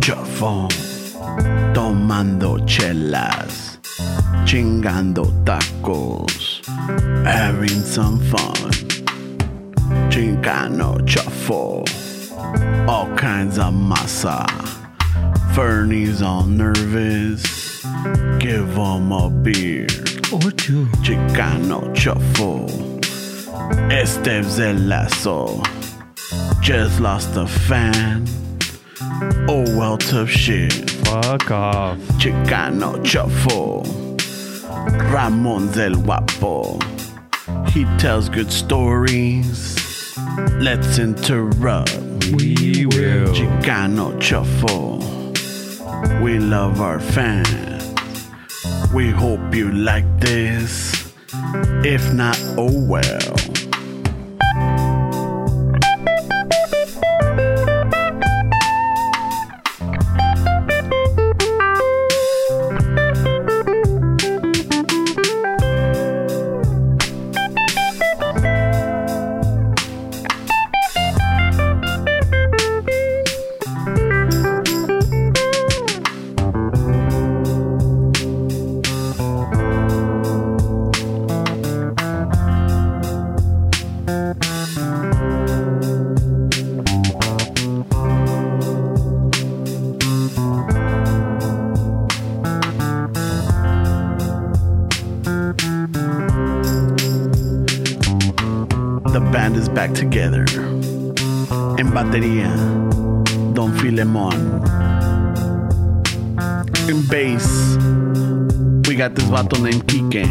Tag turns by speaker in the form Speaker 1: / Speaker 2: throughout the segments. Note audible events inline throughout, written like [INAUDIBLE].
Speaker 1: sofón, tomando chelas, chingando tacos, having some fun. Chicano shuffle, all kinds of massa. Fernie's all nervous, give him a beer.
Speaker 2: Or two.
Speaker 1: Chicano shuffle, Esteves el lazo, just lost a fan. Oh well, tough shit.
Speaker 2: Fuck off.
Speaker 1: Chicano Shuffle. Ramon del Guapo. He tells good stories. Let's interrupt.
Speaker 2: We will.
Speaker 1: Chicano Shuffle. We love our fans. We hope you like this. If not, oh well. The band is back together. En batería, Don Filemon. In bass, we got this vato named Kike.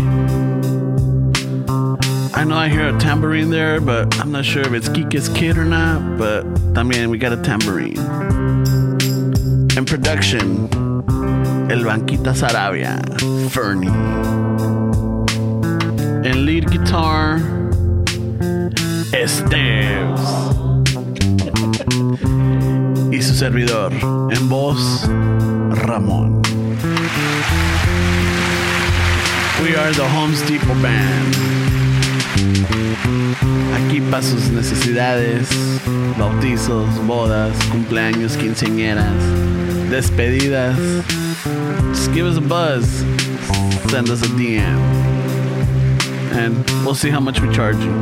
Speaker 1: I know I hear a tambourine there, but I'm not sure if it's Kike's kid or not, but I mean, we got a tambourine. In production, El Banquita Sarabia, Fernie. And lead guitar, Esteves. Y su servidor, en voz, Ramón. We are the Home Depot Band. Aquí para sus necesidades, bautizos, bodas, cumpleaños, quinceañeras, despedidas. Just give us a buzz. Send us a DM. And we'll see how much we charge you.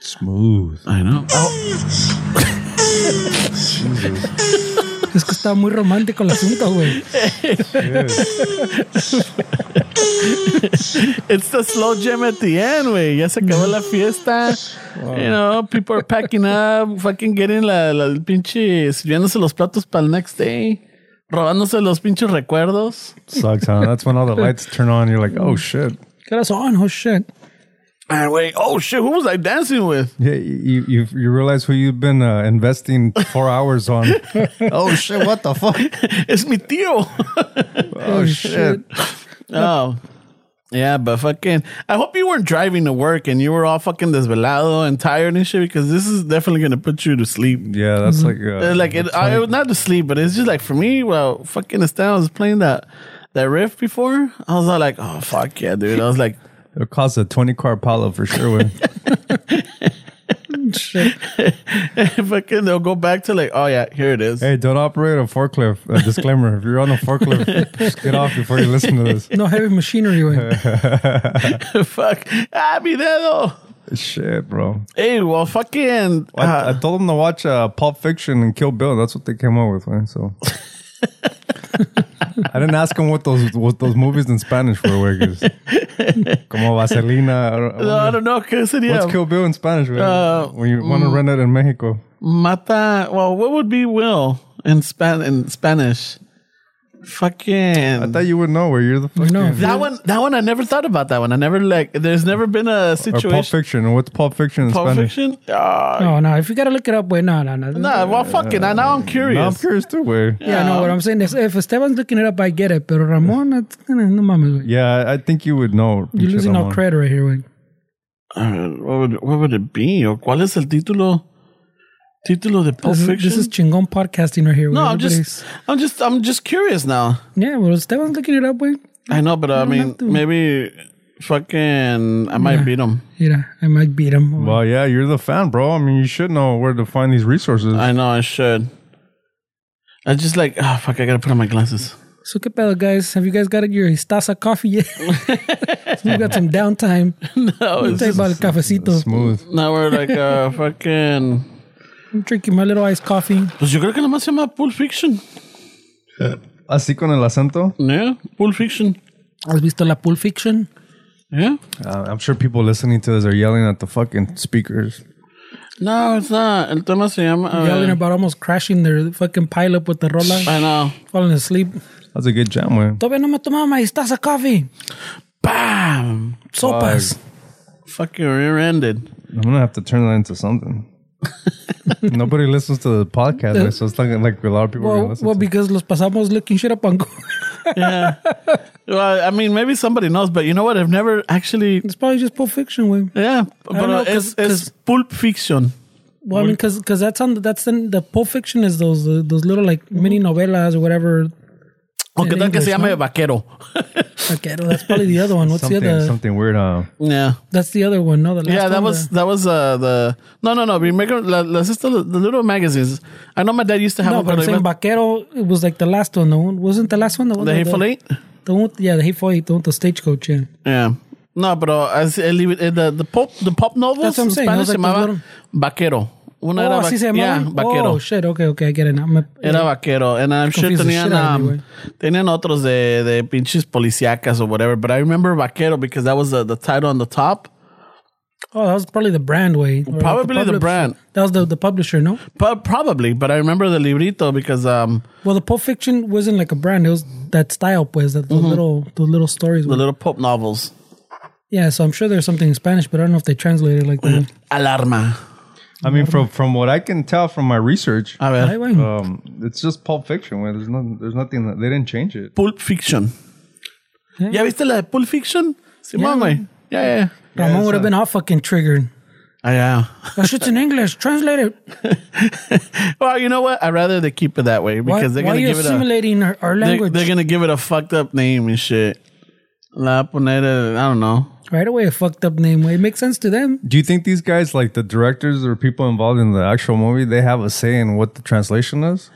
Speaker 3: Smooth.
Speaker 1: I know.
Speaker 4: Es que estaba muy romántico el asunto, güey.
Speaker 1: It's the slow jam at the end, güey. Ya se acabó la fiesta. You know, people are packing up, fucking getting la, la el pinche, sirviéndose los platos para el next day, robándose los pinches recuerdos.
Speaker 3: Sucks, huh? That's when all the lights turn on. You're like, oh shit.
Speaker 4: ¿Qué horas son? Oh, shit.
Speaker 1: And wait, oh shit, who was I dancing with?
Speaker 3: Yeah, you you, you realize who you've been uh, investing four hours [LAUGHS] on. oh shit! What the fuck?
Speaker 1: It's mi tío.
Speaker 3: Oh shit!
Speaker 1: Oh. Yeah, but fucking, I hope you weren't driving to work and you were all fucking desvelado and tired and shit because this is definitely gonna put you to sleep.
Speaker 3: Yeah, that's like
Speaker 1: Uh,
Speaker 3: uh,
Speaker 1: like it, I was not to sleep, but it's just like for me. Well, fucking Estelle was playing that that riff before. I was all like, oh fuck yeah, dude. I was like, [LAUGHS]
Speaker 3: it'll cost a twenty car Apollo for sure. [LAUGHS] Would.
Speaker 4: Shit.
Speaker 1: fucking, they'll go back to like, oh yeah, here it is.
Speaker 3: hey, don't operate a forklift. A disclaimer: if you're on a forklift, [LAUGHS] just get off before you listen to this.
Speaker 4: No heavy machinery,
Speaker 2: [LAUGHS]
Speaker 1: [LAUGHS]
Speaker 4: güey.
Speaker 1: Fuck, ah, mi dedo.
Speaker 3: Shit, bro.
Speaker 1: Hey, well, fucking,
Speaker 3: I,
Speaker 1: uh,
Speaker 3: I told them to watch uh, Pulp Fiction and Kill Bill. That's what they came up with, man. [LAUGHS] So. I didn't ask them what those what those movies in Spanish were. güey, [LAUGHS] 'cause- Como Vaselina. I don't-
Speaker 1: no, I don't know, qué sería.
Speaker 3: Uh, What's Kill Bill in Spanish? Right?
Speaker 1: Uh,
Speaker 3: when you
Speaker 4: mm.
Speaker 3: want to rent it in Mexico,
Speaker 1: Mata. Well, what would be will in span in Spanish? Fucking.
Speaker 3: I thought you would know where you're the
Speaker 4: You
Speaker 3: fucking.
Speaker 4: know.
Speaker 1: That one, that one, I never thought about that one. I never like. There's never been a
Speaker 3: Or Pulp
Speaker 1: situation.
Speaker 3: Fiction. or What's Pulp Fiction in
Speaker 1: Pulp
Speaker 3: Spanish?
Speaker 1: Fiction. Ah,
Speaker 4: No, no. If you gotta look it up, wait, no, no, no.
Speaker 1: nah, well, fucking. I now I'm curious.
Speaker 3: No, I'm curious too, way.
Speaker 4: Yeah, no. What I'm saying is, if Esteban's looking it up, I get it. But Ramon, that's, no mames, güey.
Speaker 3: Yeah, I I think you would know.
Speaker 4: You're losing all
Speaker 3: Ramon.
Speaker 4: credit right here, güey.
Speaker 1: Uh, what would what would it be? Or cuál es el título? Título de Pulp
Speaker 4: This, is-
Speaker 1: Fiction.
Speaker 4: this is chingon podcasting right here. güey.
Speaker 1: no, I'm
Speaker 4: Everybody's-
Speaker 1: just, I'm just, I'm just curious now.
Speaker 4: Yeah, well, Esteban's looking it up, güey.
Speaker 1: I know, but uh, I mean,
Speaker 4: have to.
Speaker 1: maybe fucking, I might beat him.
Speaker 4: Yeah, I might beat him. güey.
Speaker 3: Well, yeah, you're the fan, bro. I mean, you should know where to find these resources.
Speaker 4: Ah,
Speaker 1: I know I should. I just like, ah, fuck, I gotta put on my glasses. [LAUGHS]
Speaker 4: So, ¿qué pedo, guys? Have you guys got your Stasa coffee yet? [LAUGHS] We've got some downtime.
Speaker 1: no,
Speaker 4: I'll
Speaker 1: it's
Speaker 4: tell you
Speaker 1: just,
Speaker 4: about el cafecito.
Speaker 3: Smooth.
Speaker 1: now we're like,
Speaker 4: [LAUGHS]
Speaker 1: uh, fucking.
Speaker 4: I'm drinking my little iced coffee.
Speaker 1: Pues yo creo que nomás se llama Pulp Fiction.
Speaker 3: Así con el acento.
Speaker 1: Yeah, Pulp Fiction.
Speaker 4: ¿Has visto la Pulp Fiction?
Speaker 1: Yeah.
Speaker 3: Uh, I'm sure people listening to this are yelling at the fucking speakers.
Speaker 1: No, it's not. El tema se llama. a
Speaker 4: Yelling
Speaker 1: ver.
Speaker 4: about almost crashing their fucking pile up with the rola,
Speaker 1: I know.
Speaker 4: falling asleep.
Speaker 3: That's a good jam, man.
Speaker 4: Todavía no me tomaba my Stasa coffee.
Speaker 1: Bam!
Speaker 4: Sopas.
Speaker 1: Fuck, you rear-ended.
Speaker 3: I'm gonna have to turn that
Speaker 4: [LAUGHS]
Speaker 3: into something. Nobody listens to the podcast, right? so it's like like a lot of people are gonna
Speaker 4: Well,
Speaker 3: listen.
Speaker 4: well,
Speaker 3: to it.
Speaker 4: because los pasamos looking shit up on Google. [LAUGHS]
Speaker 1: Yeah. well, I mean, maybe somebody knows, but you know what? I've never actually.
Speaker 4: It's probably just Pulp Fiction, güey.
Speaker 1: Yeah, but
Speaker 4: know,
Speaker 1: uh, it's,
Speaker 4: 'cause-
Speaker 1: it's
Speaker 4: 'cause-
Speaker 1: Pulp Fiction.
Speaker 4: Well, I mean, because that's on the, that's in the Pulp Fiction is those uh, those little like mini novelas or whatever.
Speaker 1: O que
Speaker 4: In
Speaker 1: tal que se
Speaker 4: English,
Speaker 1: llame Vaquero.
Speaker 4: Okay, no, eh, that's probably the other one. What's
Speaker 3: something
Speaker 4: the other?
Speaker 3: something weird. uh, Huh?
Speaker 1: Yeah.
Speaker 4: That's the other one. No, the last
Speaker 1: yeah, that
Speaker 4: one,
Speaker 1: was
Speaker 4: the-
Speaker 1: that was uh, the no no no. We make la, la sister the little magazines. I know my dad used to have
Speaker 4: no,
Speaker 1: one,
Speaker 4: but I'm saying Vaquero. It was like the last one. The one wasn't the last one. The, one
Speaker 1: the
Speaker 4: that-
Speaker 1: Hateful Eight.
Speaker 4: The one, yeah, the hateful eight. The one with the stagecoach. Yeah.
Speaker 1: Yeah. No, pero as, el, lib- eh, the the pop the pop novels
Speaker 4: That's what I'm
Speaker 1: in
Speaker 4: saying.
Speaker 1: Spanish
Speaker 4: It was
Speaker 1: se
Speaker 4: like
Speaker 1: llamaba
Speaker 4: those little-
Speaker 1: Vaquero. Una
Speaker 4: oh,
Speaker 1: era va-
Speaker 4: así se
Speaker 1: yeah,
Speaker 4: llamaba.
Speaker 1: Vaquero.
Speaker 4: Oh shit. Okay, okay, I get it. now. Me-
Speaker 1: Era vaquero. And I'm sure
Speaker 4: confused the
Speaker 1: tenían,
Speaker 4: shit out of me,
Speaker 1: um, tenían otros de, de pinches policíacas or whatever. But I remember vaquero because that was the, the title on the top.
Speaker 4: oh, that was probably the brand way. or
Speaker 1: Probably the
Speaker 4: publish-
Speaker 1: brand.
Speaker 4: That was the the publisher. No.
Speaker 1: But probably. But I remember the librito because um,
Speaker 4: Well, the Pulp Fiction wasn't like a brand. It was that style, pues. That the
Speaker 1: Mm-hmm.
Speaker 4: little the little stories.
Speaker 1: the
Speaker 4: were
Speaker 1: little pop novels.
Speaker 4: yeah, so I'm sure there's something in Spanish, but I don't know if they translated it like
Speaker 1: [CLEARS THROAT]
Speaker 4: that.
Speaker 1: Alarma.
Speaker 3: I mean, from from what I can tell from my research,
Speaker 1: A ver.
Speaker 4: Ay, güey.
Speaker 3: um, it's just Pulp Fiction. Where there's no, there's nothing. That, they didn't change it.
Speaker 1: Pulp Fiction.
Speaker 4: Yeah.
Speaker 1: ¿Ya viste la de Pulp Fiction? Simón,
Speaker 4: Yeah.
Speaker 1: güey. Yeah, yeah, yeah.
Speaker 4: Ramon would have been all fucking triggered.
Speaker 1: Ah, yeah. [LAUGHS]
Speaker 4: That shit's in English. Translate it.
Speaker 1: Well, you know what? I'd rather they keep it that way
Speaker 4: Why,
Speaker 1: because they're
Speaker 4: why
Speaker 1: going
Speaker 4: are
Speaker 1: to
Speaker 4: you
Speaker 1: give it a...
Speaker 4: assimilating our, our
Speaker 1: They,
Speaker 4: language?
Speaker 1: are gonna give it a fucked up name and shit. La Ponera, I don't know.
Speaker 4: right away, a fucked up name. Well, It makes sense
Speaker 1: [LAUGHS]
Speaker 4: to them.
Speaker 3: Do you think these guys, like the directors or people involved in the actual movie, they have a say in what the translation is?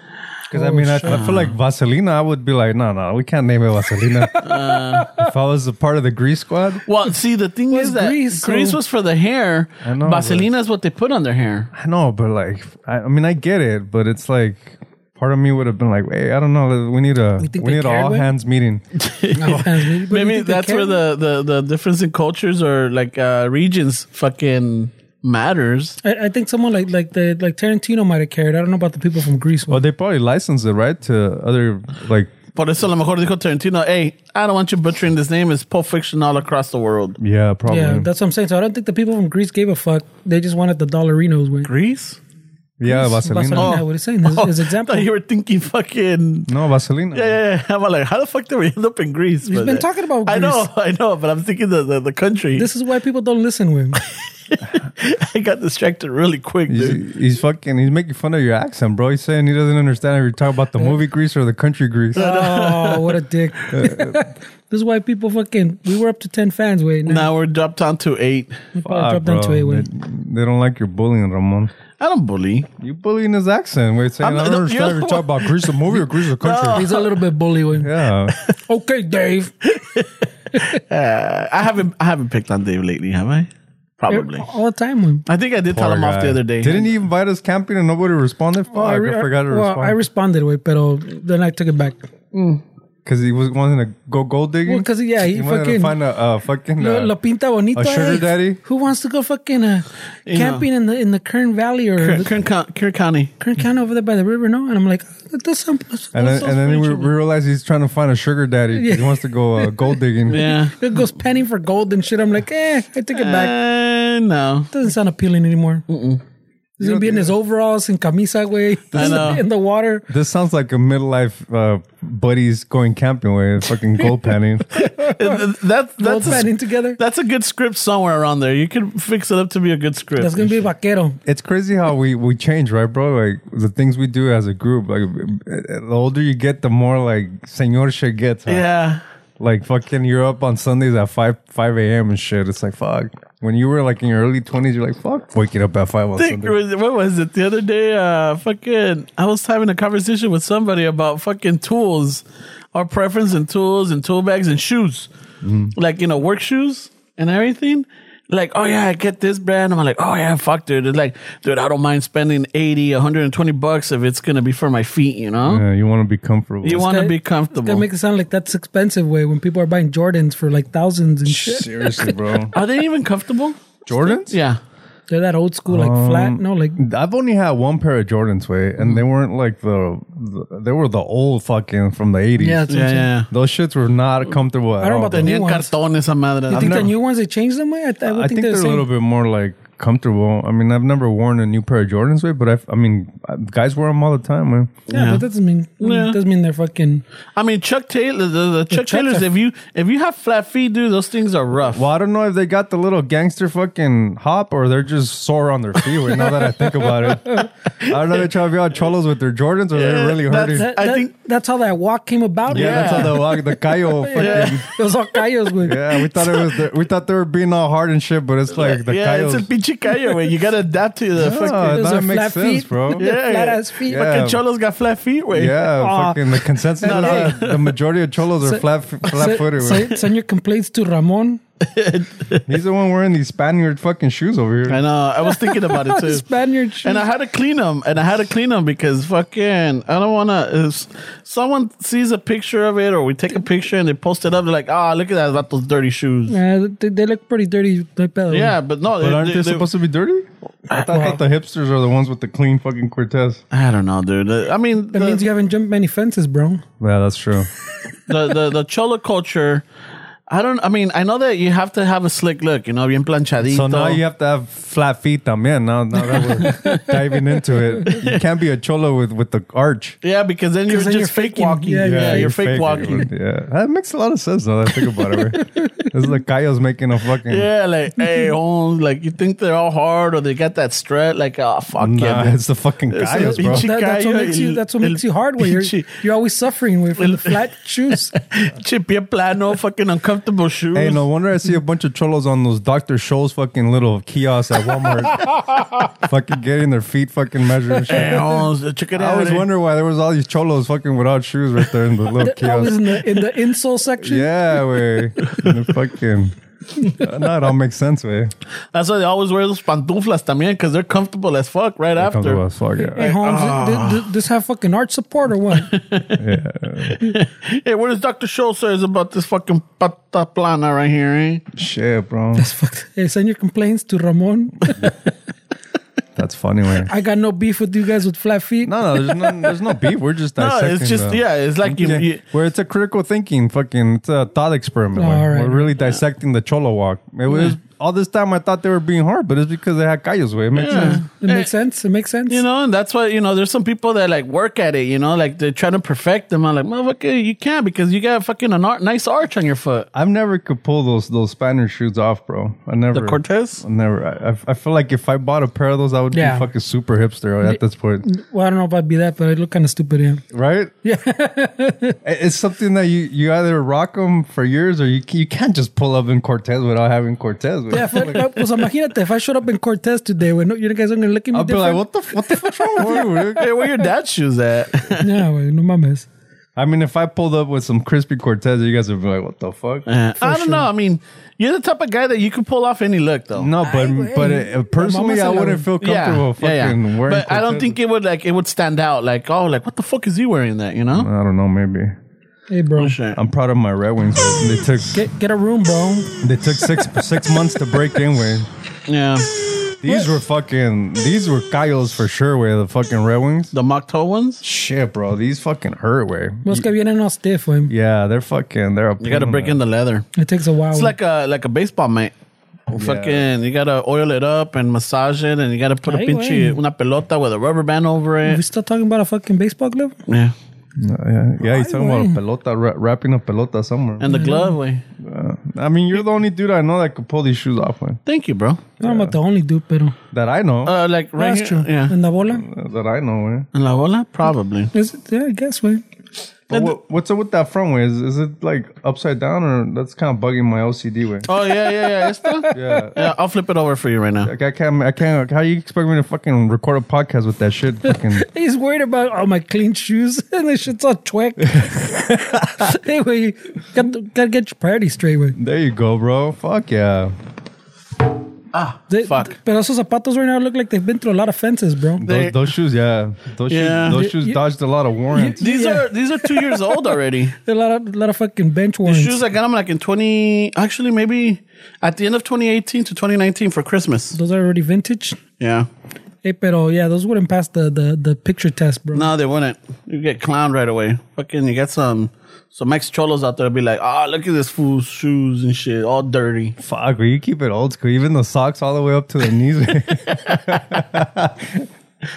Speaker 3: Because I
Speaker 4: Oh,
Speaker 3: mean, I, I feel like Vaselina. I would be like, no, no, we can't name it Vaselina.
Speaker 4: [LAUGHS] Uh.
Speaker 3: if I was a part of the Grease Squad,
Speaker 1: Well, see, the thing
Speaker 4: Well,
Speaker 1: is that
Speaker 4: grease,
Speaker 1: grease,
Speaker 4: so-
Speaker 1: was for the hair.
Speaker 3: I know,
Speaker 1: Vaseline is what they put on their hair.
Speaker 3: I know, but like, I, I mean, I get it, but it's like. Part of me would have been like, "Hey, I don't know. We need a
Speaker 4: think they
Speaker 3: we need an
Speaker 4: cared,
Speaker 3: all
Speaker 4: Wayne?
Speaker 3: hands meeting."
Speaker 4: No offense, maybe, but you
Speaker 1: Maybe
Speaker 4: think they
Speaker 1: that's
Speaker 4: care?
Speaker 1: where the, the, the difference in cultures or like uh, regions fucking matters.
Speaker 4: I, I think someone like like the like Tarantino might have cared. I don't know about the people from Greece.
Speaker 3: Well,
Speaker 4: Well,
Speaker 3: they probably licensed it right to other like
Speaker 1: Por eso a lo mejor dijo Tarantino, hey, I don't want you butchering this name. It's Pulp Fiction all across the world.
Speaker 3: yeah, probably.
Speaker 4: yeah,
Speaker 3: Yeah,
Speaker 4: that's what I'm saying. So I don't think the people from Greece gave a fuck. They just wanted the dollarinos. Win.
Speaker 1: Grease?
Speaker 3: Vaselina.
Speaker 4: Vaselina. Yeah, what he's
Speaker 1: [LAUGHS]
Speaker 4: saying is- is example.
Speaker 1: Oh. I thought you were thinking fucking...
Speaker 3: No, Vaselina.
Speaker 1: Yeah, yeah, yeah. I'm like, how the fuck did we end up in Greece? We've
Speaker 4: been talking about
Speaker 1: I know, [LAUGHS] I know, but I'm thinking the, the, the country.
Speaker 4: This is why people don't listen.
Speaker 3: [LAUGHS]
Speaker 4: Win.
Speaker 1: [LAUGHS] I got distracted really quick, dude.
Speaker 3: He's, he's fucking. He's making fun of your accent, bro. He's saying he doesn't understand if you're talking about the movie Grease or the country Grease.
Speaker 4: oh, what a
Speaker 3: [LAUGHS]
Speaker 4: dick!
Speaker 3: Uh,
Speaker 4: this is why people fucking. We were up to ten fans. Wait, now
Speaker 1: Now we're dropped down to eight.
Speaker 4: we
Speaker 3: Fuck,
Speaker 4: probably dropped down to
Speaker 3: bro.
Speaker 4: eight. Win.
Speaker 3: They, they don't like your bullying, Ramon.
Speaker 1: I don't bully.
Speaker 3: You bullying his accent. Wait, saying
Speaker 1: I'm-
Speaker 3: I don't
Speaker 1: no,
Speaker 3: understand if
Speaker 1: you-
Speaker 4: [LAUGHS]
Speaker 3: you're talking about Grease the movie or Grease the country.
Speaker 4: He's a little bit bully. Win. [LAUGHS]
Speaker 3: [LAUGHS] Yeah,
Speaker 4: Okay, Dave.
Speaker 1: Uh, I haven't I haven't picked on Dave lately, have I? Probably.
Speaker 4: All the time. Win.
Speaker 1: I think I did tell
Speaker 3: Poor
Speaker 1: him off
Speaker 3: guy.
Speaker 1: the other day.
Speaker 3: Didn't he invite us camping and nobody responded? Fuck, I,
Speaker 4: re-
Speaker 3: forgot to
Speaker 4: well,
Speaker 3: respond.
Speaker 4: I responded, wait, pero then I took it back.
Speaker 3: because he was wanting to go gold digging.
Speaker 4: Well, 'cause, yeah, he
Speaker 3: wanted
Speaker 4: fucking-
Speaker 3: to find a, a fucking
Speaker 4: Lo,
Speaker 3: uh,
Speaker 4: lo pinta bonito.
Speaker 3: a sugar
Speaker 4: eh?
Speaker 3: daddy?
Speaker 4: Who wants to go fucking uh,
Speaker 1: You
Speaker 4: camping in the in the Kern Valley or the
Speaker 1: Kern, Coun- Kern County.
Speaker 4: Kern County over there by the river? No, and I'm like, "Ah, that does sound. That
Speaker 3: and then,
Speaker 4: sounds
Speaker 3: and then we, we
Speaker 4: pretty
Speaker 3: realized he's trying to find a sugar daddy. 'cause He
Speaker 4: Yeah.
Speaker 3: wants to go uh, gold
Speaker 1: [LAUGHS]
Speaker 3: digging.
Speaker 1: Yeah.
Speaker 4: chill. It goes panning for gold and shit. I'm like, eh, I take it back.
Speaker 1: Uh, no.
Speaker 4: Doesn't sound appealing anymore. He's gonna be in his overalls and camisa way
Speaker 1: I know.
Speaker 4: in the water.
Speaker 3: This sounds like a midlife uh, buddies going camping way, fucking
Speaker 1: [LAUGHS]
Speaker 3: gold panning.
Speaker 1: That, that-
Speaker 4: Gold
Speaker 1: that's, a,
Speaker 4: panning
Speaker 1: s-
Speaker 4: together.
Speaker 1: that's a good script somewhere around there. You can fix it up to be a good script.
Speaker 4: That's gonna be vaquero.
Speaker 3: it's crazy how we we change, right, bro? Like the things we do as a group. Like uh, the older you get, the more like senor shit gets. huh?
Speaker 1: yeah.
Speaker 3: Like fucking, you're up on Sundays at five five a.m. and shit. It's like fuck. When you were like in your early twenties, you're like fuck waking up at five on
Speaker 1: think
Speaker 3: Sunday.
Speaker 1: what was it the other day? Uh, fucking, I was having a conversation with somebody about fucking tools, our preference in tools and tool bags and shoes, like you know work shoes and everything. Like, oh yeah, I get this brand. I'm like, oh yeah, fuck, dude. It's like, dude, I don't mind spending 80, 120 bucks if it's gonna be for my feet. You know,
Speaker 3: Yeah, you want to be comfortable.
Speaker 1: you want to be
Speaker 4: Gotta
Speaker 1: comfortable.
Speaker 4: make it sound like that's expensive way when people are buying Jordans for like thousands and shit.
Speaker 1: [LAUGHS]
Speaker 3: seriously, bro.
Speaker 1: Are they even
Speaker 4: [LAUGHS]
Speaker 1: comfortable?
Speaker 3: Jordans?
Speaker 1: Yeah.
Speaker 4: They're that old school, like flat. No, like
Speaker 3: Um, I've only had one pair of Jordans, way, and
Speaker 1: Mm.
Speaker 3: they weren't like the, the they were the old fucking from the eighties.
Speaker 4: yeah, that's what I'm
Speaker 1: Yeah,
Speaker 4: saying.
Speaker 1: yeah.
Speaker 3: those shits were not comfortable at
Speaker 4: I don't know
Speaker 3: all.
Speaker 4: about
Speaker 3: bro.
Speaker 4: the new
Speaker 1: Tenían
Speaker 4: ones.
Speaker 1: cartón esa madre.
Speaker 4: You
Speaker 1: I've
Speaker 4: think
Speaker 1: never-
Speaker 4: the new ones they changed them? way? I, th- I, would
Speaker 3: I think
Speaker 4: they're,
Speaker 3: they're,
Speaker 4: the
Speaker 3: a
Speaker 4: same.
Speaker 3: little bit more like comfortable. I mean, I've never worn a new pair of Jordans, way, but I've, I mean, uh, guys wear them all the time, man.
Speaker 4: Yeah, but that doesn't mean
Speaker 1: Yeah.
Speaker 4: doesn't mean they're fucking.
Speaker 1: I mean, Chuck Taylor, the, the Chuck
Speaker 4: Chucks
Speaker 1: Taylors.
Speaker 4: are-
Speaker 1: If you if you have flat feet, dude, those things are rough.
Speaker 3: Well, I don't know if they got the little gangster fucking hop or they're just sore on their feet. Right now that I think about it, I don't know if they're trying to be all cholos with their Jordans or
Speaker 1: Yeah,
Speaker 3: they're really
Speaker 1: that's-
Speaker 3: hurting.
Speaker 1: that-
Speaker 4: That,
Speaker 1: I
Speaker 4: that-
Speaker 1: think-
Speaker 4: that's how that walk came about.
Speaker 3: yeah, that's
Speaker 4: [LAUGHS]
Speaker 3: how the walk, the Cayo fucking. Yeah.
Speaker 4: it was all callos, güey.
Speaker 3: we thought it was. The, we thought they were being all hard and shit, but it's like the
Speaker 1: yeah,
Speaker 3: Cayos.
Speaker 1: it's a pinchy cayo, way. You gotta adapt to the fucking.
Speaker 3: Oh, that
Speaker 4: Those are
Speaker 3: makes
Speaker 4: flat
Speaker 3: sense,
Speaker 4: feet, [LAUGHS]
Speaker 3: bro.
Speaker 4: They're
Speaker 1: Yeah,
Speaker 4: flat
Speaker 1: yeah.
Speaker 4: ass feet.
Speaker 3: Yeah.
Speaker 1: Fucking cholos got flat feet, way.
Speaker 3: Yeah,
Speaker 4: Ah.
Speaker 3: fucking the consensus.
Speaker 4: No, no.
Speaker 3: is that the majority of cholos are
Speaker 4: So-
Speaker 3: flat, flat
Speaker 4: So,
Speaker 3: footed.
Speaker 4: so, send your complaints
Speaker 1: [LAUGHS]
Speaker 4: to Ramon.
Speaker 3: He's the one wearing these Spaniard fucking shoes over here.
Speaker 1: I know. uh, I was thinking about
Speaker 3: [LAUGHS]
Speaker 1: it too.
Speaker 4: Spaniard shoes.
Speaker 1: And I had to clean them, and I had to clean them because fucking I don't want to. If someone sees a picture of it, or we take a picture and they post it up, they're like, "Ah, look at that! About those dirty shoes." Yeah,
Speaker 4: Yeah, they, they look pretty dirty. no hay pedo, güey.
Speaker 1: but no,
Speaker 3: But aren't they, supposed to be dirty? I thought that the hipsters are the ones with the clean fucking Cortez.
Speaker 1: I don't know, dude. I mean,
Speaker 4: That means you haven't jumped many fences, bro.
Speaker 3: Yeah, that's true.
Speaker 1: the, the the cholo culture. I don't. I mean, I know that you have to have a slick look, you know, bien planchadito.
Speaker 3: so now you have to have flat feet, man. Now, now that we're
Speaker 1: [LAUGHS]
Speaker 3: diving into it, you can't be a cholo with, with the arch.
Speaker 1: yeah, because then you're
Speaker 4: 'Cause
Speaker 1: just
Speaker 4: then you're
Speaker 1: fake
Speaker 4: faking.
Speaker 1: walking. Yeah,
Speaker 4: Yeah,
Speaker 1: you're,
Speaker 3: you're
Speaker 1: fake
Speaker 3: faking.
Speaker 1: walking.
Speaker 3: Yeah, that makes a lot of sense now that I think about it.
Speaker 1: [LAUGHS]
Speaker 3: right? this is the Cayo's making a fucking.
Speaker 1: Yeah, like hey, Holmes, like you think they're all hard or they got that strut? Like, oh fuck
Speaker 3: Nah,
Speaker 1: yeah, man. [LAUGHS]
Speaker 3: it's the fucking Cayos, bro.
Speaker 1: Pinche
Speaker 4: That, that's what
Speaker 1: callo,
Speaker 4: makes you.
Speaker 1: el-
Speaker 4: That's what makes
Speaker 1: el
Speaker 4: you hard. Where you're,
Speaker 1: pinche-
Speaker 4: you're always suffering with from
Speaker 1: [LAUGHS]
Speaker 4: the flat shoes.
Speaker 1: Chip, your plano, fucking uncomfortable shoes.
Speaker 3: Hey, no wonder I see a bunch of cholos on those Dr. Scholl's fucking little kiosks at
Speaker 4: [LAUGHS]
Speaker 3: Walmart. fucking getting their feet fucking measured and shit.
Speaker 1: Hey, Holmes, check it
Speaker 3: I
Speaker 1: out.
Speaker 3: always
Speaker 1: eh.
Speaker 3: wonder why there was all these cholos fucking without shoes right there in the little
Speaker 4: I was
Speaker 3: kiosk.
Speaker 4: in the in the insole section.
Speaker 3: Yeah, way.
Speaker 4: [LAUGHS]
Speaker 3: fucking. No, it all makes sense, way.
Speaker 1: That's why they always wear those pantuflas también because they're comfortable as fuck right
Speaker 3: Comes
Speaker 1: after.
Speaker 3: about as fuck,
Speaker 4: Hey
Speaker 3: yeah.
Speaker 4: Holmes,
Speaker 1: ah.
Speaker 4: did, did, this have fucking art support
Speaker 1: [LAUGHS]
Speaker 4: or what?
Speaker 1: Hey, what does Dr. Scholl says about this fucking pata plana right here, eh?
Speaker 3: Shit, bro.
Speaker 4: hey, send your complaints to Ramon.
Speaker 3: That's funny, way.
Speaker 4: I got no beef with you guys with flat feet.
Speaker 3: No, no, there's no, there's no beef. We're
Speaker 1: [LAUGHS]
Speaker 3: just
Speaker 1: No,
Speaker 3: dissecting.
Speaker 1: it's just
Speaker 3: the-
Speaker 1: yeah, it's like you,
Speaker 3: Yeah,
Speaker 1: you
Speaker 3: where it's a critical thinking fucking it's a thought experiment.
Speaker 4: All
Speaker 3: like,
Speaker 4: right.
Speaker 3: We're really dissecting the cholo walk. It was all this time I thought they were being hard, but it's because they had callos way. It makes
Speaker 1: Yeah.
Speaker 3: sense.
Speaker 4: It makes sense. It makes sense.
Speaker 1: eh, You know, and that's why, you know, there's some people that like work at it, you know, like they're trying to perfect them. I'm like, motherfucker, you can't because you got fucking an art, nice arch on your foot.
Speaker 3: I've never could pull those those Spanish shoes off, bro. I never
Speaker 1: The Cortez?
Speaker 3: I never. I, I- I feel like if I bought a pair of those, I would
Speaker 4: Yeah.
Speaker 3: be fucking super hipster at this point,
Speaker 4: Well, I don't know if I'd be that, but I look kind of stupid. Yeah. [LAUGHS]
Speaker 3: right? Yeah, it's something that you you either rock them for years or you you can't just pull up in Cortez without having Cortez.
Speaker 4: Yeah. If I, pues imagínate if I showed up in Cortez today, when you guys are gonna look at me
Speaker 3: I'll be
Speaker 4: different.
Speaker 3: like, what the f- what the fuck's wrong with you? dude?
Speaker 1: Hey, where your dad's shoes at?
Speaker 4: yeah, güey, no mames.
Speaker 3: [LAUGHS] I mean, if I pulled up with some crispy Cortez, you guys would be like, "What the fuck?"
Speaker 1: I don't know. I mean, you're the type of guy that you can pull off any look, though.
Speaker 3: No, but
Speaker 4: güey.
Speaker 3: but it, uh, personally,
Speaker 4: Vamos a
Speaker 3: I
Speaker 4: la-
Speaker 3: wouldn't feel comfortable fucking wearing.
Speaker 1: But I don't
Speaker 3: Cortez.
Speaker 1: think it would like it would stand out. Like, oh, like what the fuck is he wearing that? You know?
Speaker 3: I don't know. Maybe
Speaker 4: Hey, bro.
Speaker 1: Shit.
Speaker 3: I'm proud of my Red Wings. but They took
Speaker 4: Get, get a room, bro.
Speaker 3: they took six six months to break in with.
Speaker 1: Yeah.
Speaker 3: These were fucking these were Kyles for sure. Way the fucking Red Wings.
Speaker 1: The mock toe ones?
Speaker 3: Shit, bro. These fucking hurt. Way.
Speaker 4: Los que vienen all stiff, güey.
Speaker 3: Yeah, they're fucking. They're.
Speaker 1: You gotta break in the leather.
Speaker 4: It takes a while.
Speaker 1: It's like a like a baseball mitt. Fucking, you gotta oil it up and massage it, and you gotta put a
Speaker 4: Ay,
Speaker 1: pinche
Speaker 4: güey.
Speaker 1: una pelota with a rubber band over
Speaker 4: we
Speaker 1: it.
Speaker 4: still talking about a fucking baseball glove?
Speaker 1: Yeah,
Speaker 3: Yeah, yeah. He's
Speaker 4: Ay,
Speaker 3: talking about a pelota wra- wrapping a pelota somewhere.
Speaker 1: and the glove. Way.
Speaker 3: I mean, you're the only dude I know that could pull these shoes off. Way.
Speaker 1: Thank you, bro.
Speaker 4: No, I'm not the only dude, pero.
Speaker 3: That I know.
Speaker 1: Uh, like right
Speaker 4: That's
Speaker 1: here,
Speaker 4: true.
Speaker 1: yeah.
Speaker 4: En la bola?
Speaker 3: that I know. Way.
Speaker 1: En la bola, probably.
Speaker 4: Is it? Yeah, I guess, güey.
Speaker 3: But what, what's up with that front way? Is, is it like upside down or that's kind of bugging my OCD way?
Speaker 1: Oh yeah, yeah, yeah. It's the,
Speaker 3: Yeah.
Speaker 1: yeah. I'll flip it over for you right now.
Speaker 3: Like I can't, I can't. How you expect me to fucking record a podcast with that
Speaker 4: [LAUGHS]
Speaker 3: shit? Fucking
Speaker 4: He's worried about all my clean shoes [LAUGHS] and this shit's
Speaker 1: [LAUGHS]
Speaker 4: all twerk. anyway, got to, gotta get your priorities straight, güey.
Speaker 3: there you go, bro. Fuck yeah.
Speaker 4: They-
Speaker 1: Fuck.
Speaker 4: But esos zapatos right now look like they've been through a lot of fences, bro.
Speaker 1: They-
Speaker 3: Those, those shoes, yeah. Those
Speaker 1: Yeah.
Speaker 3: shoes,
Speaker 1: You-
Speaker 3: those shoes
Speaker 4: you-
Speaker 3: dodged a lot of warrants.
Speaker 1: These
Speaker 4: Yeah.
Speaker 1: are these are two years old
Speaker 4: [LAUGHS]
Speaker 1: already.
Speaker 4: They're a lot of, lot of fucking bench warrants.
Speaker 1: Shoes I got them like in twenty, actually maybe at the end of twenty eighteen to twenty nineteen for Christmas.
Speaker 4: those are already vintage.
Speaker 1: Yeah.
Speaker 4: Hey, pero yeah, those wouldn't pass the, the, the picture test, bro.
Speaker 1: No, they wouldn't. You get clowned right away. Fucking, you got some some ex cholos out there be like, ah, look at this fool's shoes and shit, all dirty.
Speaker 3: Fuck, well, you keep it old school. Even the socks all the way up to the knees.
Speaker 4: [LAUGHS]
Speaker 3: güey.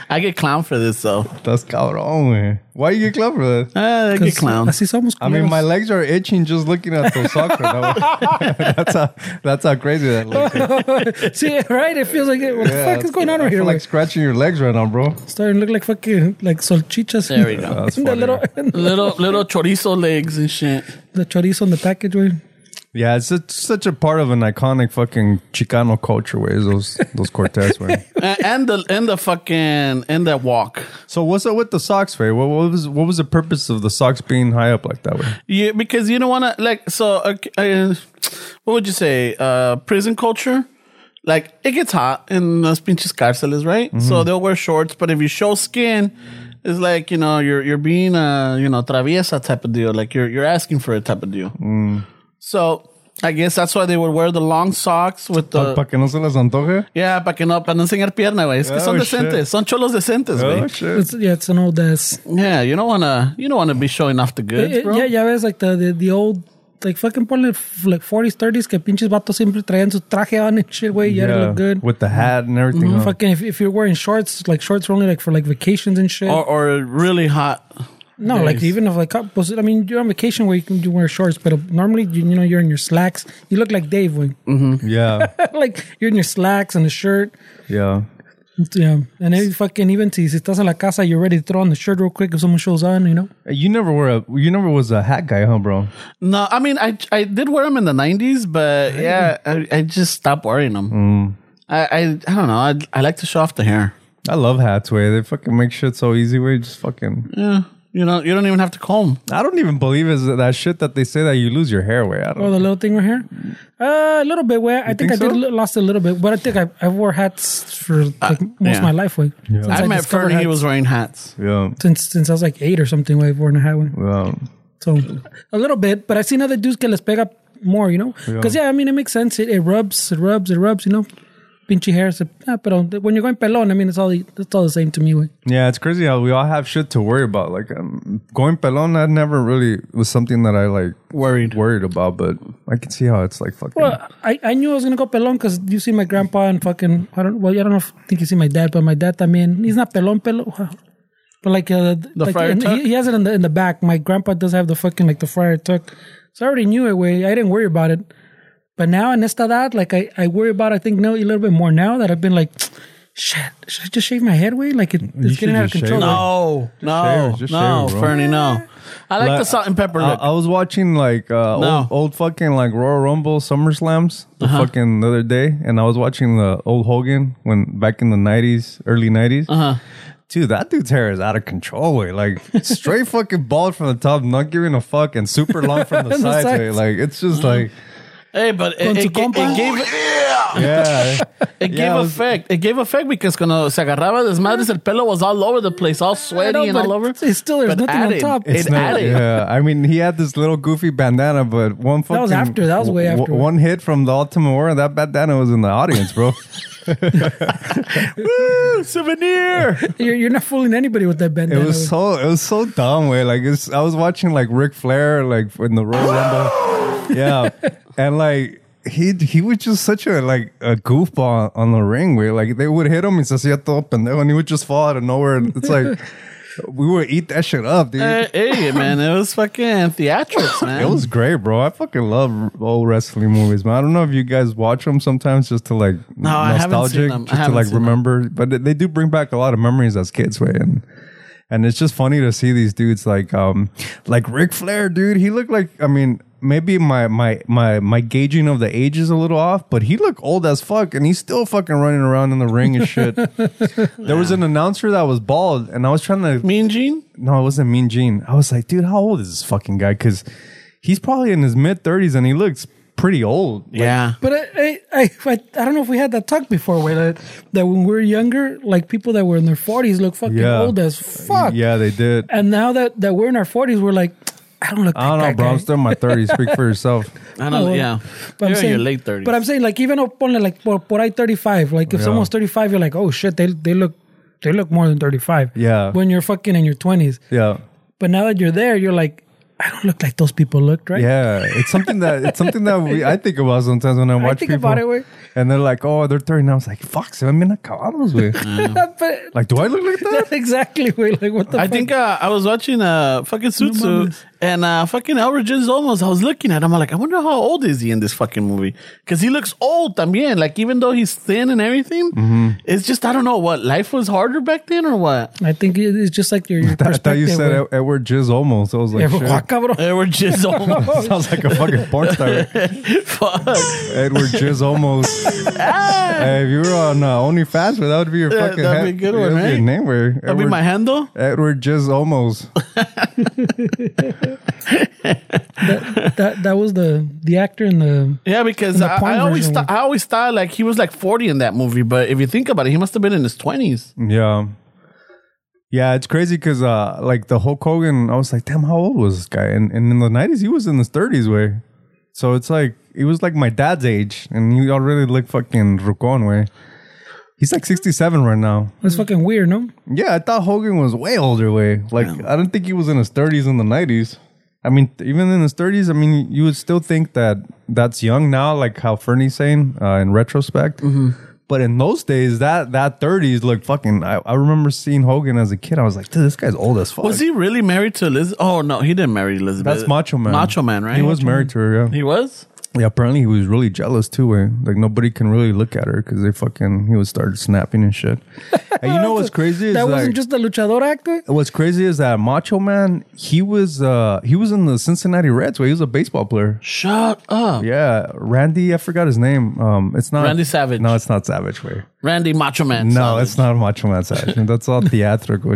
Speaker 1: I get clowned for this though.
Speaker 3: [LAUGHS] That's cabrón, way. Why you get clown for that?
Speaker 1: Ah, I get
Speaker 4: 'Cause
Speaker 1: clowned.
Speaker 4: Así somos.
Speaker 3: I mean, my legs are itching just looking at those socks.
Speaker 4: [LAUGHS]
Speaker 3: right now. [LAUGHS] that's how that's how crazy that looks.
Speaker 4: culeros. [LAUGHS] See, right? It feels like it. What the
Speaker 3: Yeah,
Speaker 4: fuck is going on
Speaker 3: I
Speaker 4: right
Speaker 3: feel
Speaker 4: here?
Speaker 3: Like
Speaker 4: Like,
Speaker 3: scratching your legs right now, bro.
Speaker 4: starting to look like fucking like solchichas.
Speaker 1: There we go.
Speaker 3: [LAUGHS] That's
Speaker 4: And [LAUGHS] the
Speaker 3: funny.
Speaker 4: little
Speaker 1: little little chorizo legs and shit.
Speaker 4: the chorizo on the package, güey.
Speaker 3: Yeah, it's such, such a part of an iconic fucking Chicano culture. Way is those those Cortez way.
Speaker 1: A- and the and the fucking and that walk.
Speaker 3: [LAUGHS] So what's up with the socks, way? What, what was what was the purpose of the socks being high up like that way?
Speaker 1: Yeah, because you don't want to like so. Okay, uh, what would you say? Uh, prison culture. Like it gets hot in los pinches cárceles, right? So
Speaker 3: Mm-hmm.
Speaker 1: they'll wear shorts, but if you show skin, it's like you know you're you're being a you know traviesa type of deal. Like you're you're asking for a type of deal.
Speaker 3: Mm.
Speaker 1: So I guess that's why they would wear the long socks with
Speaker 4: Uh,
Speaker 1: the
Speaker 3: Pa que no se las antoje.
Speaker 1: yeah, para que no para no enseñar pierna, güey. Es que son
Speaker 3: Oh, shit.
Speaker 1: decentes, son cholos decentes, güey.
Speaker 3: Oh shit!
Speaker 4: It's, yeah, it's an old ass.
Speaker 3: Oh.
Speaker 1: yeah, you don't wanna you don't wanna be showing off the goods,
Speaker 4: Eh, eh,
Speaker 1: bro.
Speaker 4: Ya, ya ves, like the, the, the old, like fucking ponle f- like 40s, 30s, que pinches vatos siempre traían su traje on and shit, güey. You gotta look good. Mm-hmm.
Speaker 3: with the hat and everything. on.
Speaker 4: Fucking, if, if you're wearing shorts, like shorts are only like for like vacations and shit.
Speaker 1: Or or really hot
Speaker 4: no, like
Speaker 1: days.
Speaker 4: even if like, pues, I mean, you're on vacation where you can you wear shorts, but normally, you, you know, you're in your slacks. You look like Dave, güey.
Speaker 1: Mm.
Speaker 3: Yeah,
Speaker 4: [LAUGHS] like you're in your slacks and a shirt.
Speaker 3: yeah.
Speaker 4: Yeah. And then fucking, even si, si estás en la casa, you're ready to throw on the shirt real quick if someone shows on, you know?
Speaker 3: You never were a you never was a hat guy, huh, bro?
Speaker 1: No, I mean, I I did wear them in the '90s, but yeah, I, I just stopped wearing them.
Speaker 3: Mm.
Speaker 1: I, I I don't know. I I like to show off the hair.
Speaker 3: I love hats, way. They fucking make shit so easy, way. Just fucking.
Speaker 1: Yeah, you know, you don't even have to comb.
Speaker 3: I don't even believe is that shit that they say that you lose your hair, way. I don't.
Speaker 4: Oh, the little thing right here? Uh, a little bit. Where I think,
Speaker 3: think
Speaker 4: I did
Speaker 3: so?
Speaker 4: lo- lost a little bit, but I think I, I wore hats for like most
Speaker 1: Uh, yeah.
Speaker 4: of my life. Like, since
Speaker 1: I, met
Speaker 4: discovered
Speaker 1: Fernie; he
Speaker 4: hats.
Speaker 1: was wearing hats.
Speaker 3: yeah.
Speaker 4: since since I was like eight or something. I've worn a hat. Like,
Speaker 3: Well,
Speaker 4: so a little bit, but I've seen other dudes que les pega more, you know? Because yeah. I mean, it makes sense. It, it rubs, it rubs, it rubs, you know? Pinchy hair. Se, ah, pero when you're going pelon, I mean, it's all the- it's all the same to me. Like.
Speaker 3: yeah, it's crazy how we all have shit to worry about. Like um, going pelon, I never really was something that I like
Speaker 1: Worried.
Speaker 3: worried about, but I can see how it's like fucking.
Speaker 4: Well, I, I knew I was gonna go pelon because you see my grandpa and fucking I don't well I don't know if I think you see my dad but my dad I mean he's not pelon pelon but like uh, like
Speaker 1: friar
Speaker 4: and
Speaker 1: tuck?
Speaker 4: he, he has it in the in the back. My grandpa does have the fucking like the fryer tuck, so I already knew it. Way I didn't worry about it, but now in esta edad, like I I worry about I think no a little bit more now that I've been like. Shit, should I just shave my head? Way like it, it's
Speaker 3: should
Speaker 4: getting out of
Speaker 3: just
Speaker 4: control.
Speaker 3: shave
Speaker 4: No.
Speaker 1: No, no,
Speaker 3: share, Oh. just
Speaker 1: no,
Speaker 3: share, bro. Uh,
Speaker 1: Fernie, no. I like
Speaker 3: Like,
Speaker 1: the salt and pepper
Speaker 3: I,
Speaker 1: look.
Speaker 3: I was watching like uh,
Speaker 1: No.
Speaker 3: old, old fucking like Royal Rumble SummerSlams the fucking the other day, and I was watching the old Hogan when back in the nineties, early 90s Dude, that dude's hair is out of control. Way [LAUGHS] like straight [LAUGHS] fucking bald from the top, not giving a fuck, and super long from the
Speaker 4: The
Speaker 3: sides. Uh-huh.
Speaker 4: sides.
Speaker 3: Way. Like it's just like
Speaker 1: Hey, but it,
Speaker 4: Con su
Speaker 1: it, it,
Speaker 4: compa. Oh,
Speaker 1: gave
Speaker 3: Yeah. [LAUGHS]
Speaker 1: it
Speaker 3: Yeah,
Speaker 1: gave
Speaker 3: it was-
Speaker 1: effect. It gave effect because cuando se agarraba desmadres, el pelo was all over the place, all
Speaker 4: I
Speaker 1: sweaty
Speaker 4: know,
Speaker 1: and
Speaker 4: but
Speaker 1: all over.
Speaker 4: it's- It's still there's
Speaker 1: But
Speaker 4: nothing
Speaker 1: added.
Speaker 4: on top.
Speaker 1: It's- It added.
Speaker 3: Yeah, I mean, he had this little goofy bandana, but one fucking
Speaker 4: That was after, that was way
Speaker 3: w-
Speaker 4: after.
Speaker 3: one hit from the Ultimate Warrior, that bandana was in the audience,
Speaker 4: [LAUGHS]
Speaker 3: bro.
Speaker 1: souvenir.
Speaker 4: you're, you're not fooling anybody with that
Speaker 3: It
Speaker 4: bandana.
Speaker 3: was
Speaker 4: güey.
Speaker 3: so it was so dumb way. Like it's, I was watching like Ric Flair like in the
Speaker 4: [GASPS]
Speaker 3: Royal Rumble, yeah, and like he he was just such a like a goofball on the ring where like they would hit him and se hacía todo pendejo and he would just fall out of nowhere. And it's like [LAUGHS] we would eat that shit up, dude.
Speaker 1: hey, hey, man, it was fucking theatrics,
Speaker 3: [LAUGHS]
Speaker 1: man.
Speaker 3: It was great, bro. I fucking love old wrestling movies, man. I don't know if you guys watch them sometimes just to like
Speaker 1: I haven't seen
Speaker 3: nostalgic,
Speaker 1: them. I
Speaker 3: just to
Speaker 1: haven't
Speaker 3: like
Speaker 1: seen them.
Speaker 3: remember. But they- they do bring back a lot of memories as kids, way and and it's just funny to see these dudes like um like Ric Flair, dude. He looked like I mean maybe my my my my gauging of the age is a little off, but he looked old as fuck, and he's still fucking running around in the ring and
Speaker 1: [LAUGHS]
Speaker 3: shit. there was an announcer that was bald, and I was trying to
Speaker 1: Mean Gene.
Speaker 3: no, it wasn't Mean Gene. I was like, dude, how old is this fucking guy? Because he's probably in his mid thirties and he looks pretty old. Like,
Speaker 1: yeah.
Speaker 4: But I, I, I, I don't know if we had that talk before, where that, that when we were younger, like people that were in their 40s look fucking
Speaker 3: Yeah.
Speaker 4: old as fuck.
Speaker 3: yeah, they did.
Speaker 4: And now that, that we're in our 40s, we're like, I don't look.
Speaker 3: I don't know,
Speaker 4: like that
Speaker 3: bro. I'm
Speaker 4: guy.
Speaker 3: still in my thirties. Speak for yourself. [LAUGHS]
Speaker 1: I know.
Speaker 4: Oh,
Speaker 1: yeah. you're
Speaker 4: But I'm
Speaker 1: in
Speaker 4: saying,
Speaker 1: your late 30s.
Speaker 4: But I'm saying, like, even up only like por, por ahí 35. Like, if
Speaker 3: Yeah.
Speaker 4: someone's 35, you're like, oh shit, they they look they look more than 35.
Speaker 3: Yeah.
Speaker 4: When you're fucking in your 20s,
Speaker 3: Yeah,
Speaker 4: but now that you're there, you're like, I don't look like those people looked, right?
Speaker 3: yeah. It's something that it's something that we, I think about sometimes when I watch
Speaker 4: think
Speaker 3: people.
Speaker 4: about it, way.
Speaker 3: and they're like, oh, they're thirty. And I was like, fuck, se ven bien acabados,
Speaker 4: [LAUGHS]
Speaker 3: güey.
Speaker 4: Mm. but
Speaker 3: Like, do I look like that?
Speaker 4: that's [LAUGHS] exactly way. Like, what the?
Speaker 1: I
Speaker 4: fuck?
Speaker 1: think uh, I was watching uh, fucking Sutsu
Speaker 4: mames.
Speaker 1: and uh, fucking Albert Jones almost. I was looking at him. I'm like, I wonder how old is he in this fucking movie? Because he looks old también. Like, even though he's thin and everything,
Speaker 4: Mm-hmm.
Speaker 1: it's just, I don't know what. Life was harder back then or what?
Speaker 4: I think it- it's just like your, your
Speaker 3: [LAUGHS] I thought you
Speaker 4: perspective.
Speaker 3: said
Speaker 4: güey.
Speaker 3: Ed- Edward Jizz almost. I was like,
Speaker 4: Yeah, [LAUGHS] guau,
Speaker 3: shit.
Speaker 4: cabrón.
Speaker 1: They were just [LAUGHS] old.
Speaker 3: [LAUGHS] Sounds like a fucking porn star.
Speaker 1: Fuck.
Speaker 3: Edward Jizz almost. hey, if you were on uh, OnlyFans, well, that would be your
Speaker 1: Ah. Yeah,
Speaker 3: fucking
Speaker 1: that'd
Speaker 3: head-
Speaker 1: be a good one,
Speaker 3: that'd
Speaker 1: right?
Speaker 3: your name, where
Speaker 1: That'd be
Speaker 3: Edward-
Speaker 1: my handle.
Speaker 3: Edward Jizz almost.
Speaker 4: That that was the the actor in the.
Speaker 1: Yeah, because
Speaker 4: In the
Speaker 1: I,
Speaker 4: porn
Speaker 1: I always
Speaker 4: version.
Speaker 1: thought I always thought like he was like 40 in that movie. But if you think about it, he must have been in his 20s.
Speaker 3: yeah. Yeah, it's crazy because uh, like the Hulk Hogan, I was like, damn, how old was this guy? And, and in the 90s, he was in his 30s way. So it's like, he was like my dad's age, and he already looked fucking Rucon way. He's like 67 right now.
Speaker 4: It's fucking weird, no?
Speaker 3: Yeah, I thought Hogan was way older way. Like I don't think he was in his 30s in the 90s. I mean, th- even in his 30s, I mean, you would still think that that's young now, like how Fernie's saying uh, in retrospect.
Speaker 1: Mm-hmm.
Speaker 3: But in those days, that that 30s looked fucking. I, I remember seeing Hogan as a kid. I was like, dude, this guy's old as fuck.
Speaker 1: Was he really married to Elizabeth? Oh no, he didn't marry Elizabeth.
Speaker 3: That's Macho Man.
Speaker 1: Macho Man, right?
Speaker 3: He was married to her. Yeah.
Speaker 1: He was.
Speaker 3: Yeah. Apparently, he was really jealous too. Way like nobody can really look at her because they fucking he was started snapping and
Speaker 1: [LAUGHS]
Speaker 3: shit. and you know what's crazy? is
Speaker 4: That wasn't
Speaker 3: like-
Speaker 4: just the luchador actor. [LAUGHS]
Speaker 3: what's crazy is that Macho Man, he was uh he was in the Cincinnati Reds. Where he was a baseball player.
Speaker 1: Shut up,
Speaker 3: Yeah, Randy, I forgot his name. Um, it's not
Speaker 1: Randy Savage.
Speaker 3: No, it's not Savage. Way.
Speaker 1: Randy Macho Man.
Speaker 3: No,
Speaker 1: Savage.
Speaker 3: it's not Macho Man Savage. That's all theatrical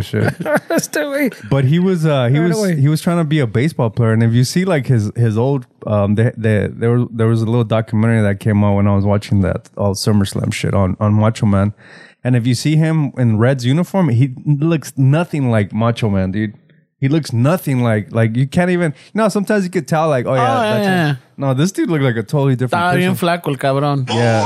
Speaker 1: [LAUGHS]
Speaker 3: shit.
Speaker 4: That's the way.
Speaker 3: But he was uh he
Speaker 4: Right
Speaker 3: was
Speaker 4: away.
Speaker 3: he was trying to be a baseball player, and if you see like his his old um the, the, there was there was a little documentary that came out when I was watching that all SummerSlam shit on on Macho Man, and if you see him in Red's uniform, he looks nothing like Macho Man, dude. He looks nothing like like you can't even you know sometimes you could tell like oh yeah,
Speaker 1: Oh, yeah,
Speaker 3: that's
Speaker 1: yeah, yeah.
Speaker 3: him. no this dude looked like a totally different
Speaker 1: Estaba bien
Speaker 3: person.
Speaker 1: flaco el cabrón.
Speaker 3: yeah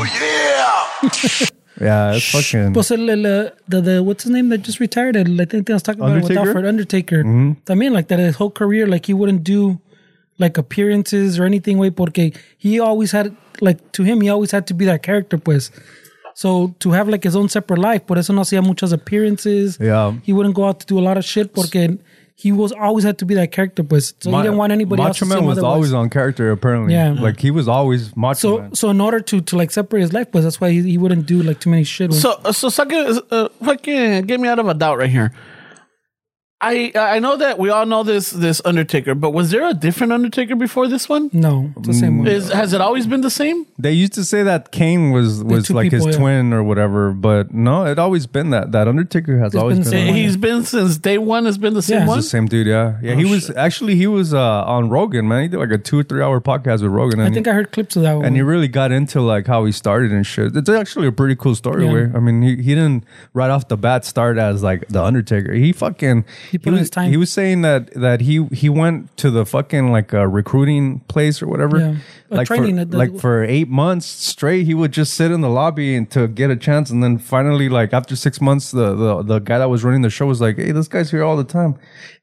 Speaker 3: [LAUGHS] yeah it's fucking
Speaker 4: Pues el, el, uh, the, the, what's his name that just retired? El, I think I was talking about it with
Speaker 3: Undertaker? Mm-hmm.
Speaker 4: Alfred Undertaker. I mean, like that his whole career, like he wouldn't do like appearances or anything, way, porque he always had, like to him, he always had to be that character, pues. So to have like his own separate life, por eso no hacía muchas appearances.
Speaker 3: Yeah.
Speaker 4: He wouldn't go out to do a lot of shit, porque he was always had to be that character, pues. So
Speaker 3: Ma-
Speaker 4: he didn't want anybody else
Speaker 3: Macho
Speaker 4: to see
Speaker 3: Man
Speaker 4: him
Speaker 3: was
Speaker 4: otherwise.
Speaker 3: always on character apparently
Speaker 4: Yeah.
Speaker 3: like he was always Macho
Speaker 4: so,
Speaker 3: Man.
Speaker 4: so in order to to like separate his life, pues that's why he, he wouldn't do like too many shit.
Speaker 1: So, so sucker, uh, fucking get me out of a doubt right here. I I know that we all know this this Undertaker, but was there a different Undertaker before this one?
Speaker 4: No, it's the same one.
Speaker 1: Is has it always been the same?
Speaker 3: They used to say that Kane was was
Speaker 4: two
Speaker 3: like
Speaker 4: people,
Speaker 3: his
Speaker 4: yeah.
Speaker 3: twin or whatever, but no, it always been that. That Undertaker has always
Speaker 4: been
Speaker 3: been,
Speaker 4: the same
Speaker 3: that.
Speaker 4: one.
Speaker 1: He's been since day one. Has been the same
Speaker 4: Yeah.
Speaker 1: one.
Speaker 3: the same dude. Yeah, yeah.
Speaker 4: Oh,
Speaker 3: he was actually he was uh, on Rogan, man. He did like a two or three hour podcast with Rogan,
Speaker 4: I
Speaker 3: and
Speaker 4: think I heard clips of that one.
Speaker 3: and he really got into like how he started and shit. It's actually a pretty cool story.
Speaker 4: Yeah.
Speaker 3: Where I mean, he, he didn't right off the bat start as like the Undertaker. He fucking he,
Speaker 4: put in
Speaker 3: was,
Speaker 4: his time.
Speaker 3: he was saying that that he he went to the fucking like a recruiting place or whatever.
Speaker 4: Yeah. A
Speaker 3: Like
Speaker 4: training
Speaker 3: for,
Speaker 4: at the-
Speaker 3: like for eight months straight, he would just sit in the lobby and to get a chance. And then finally, like after six months, the the, the guy that was running the show was like, "Hey, this guy's here all the time."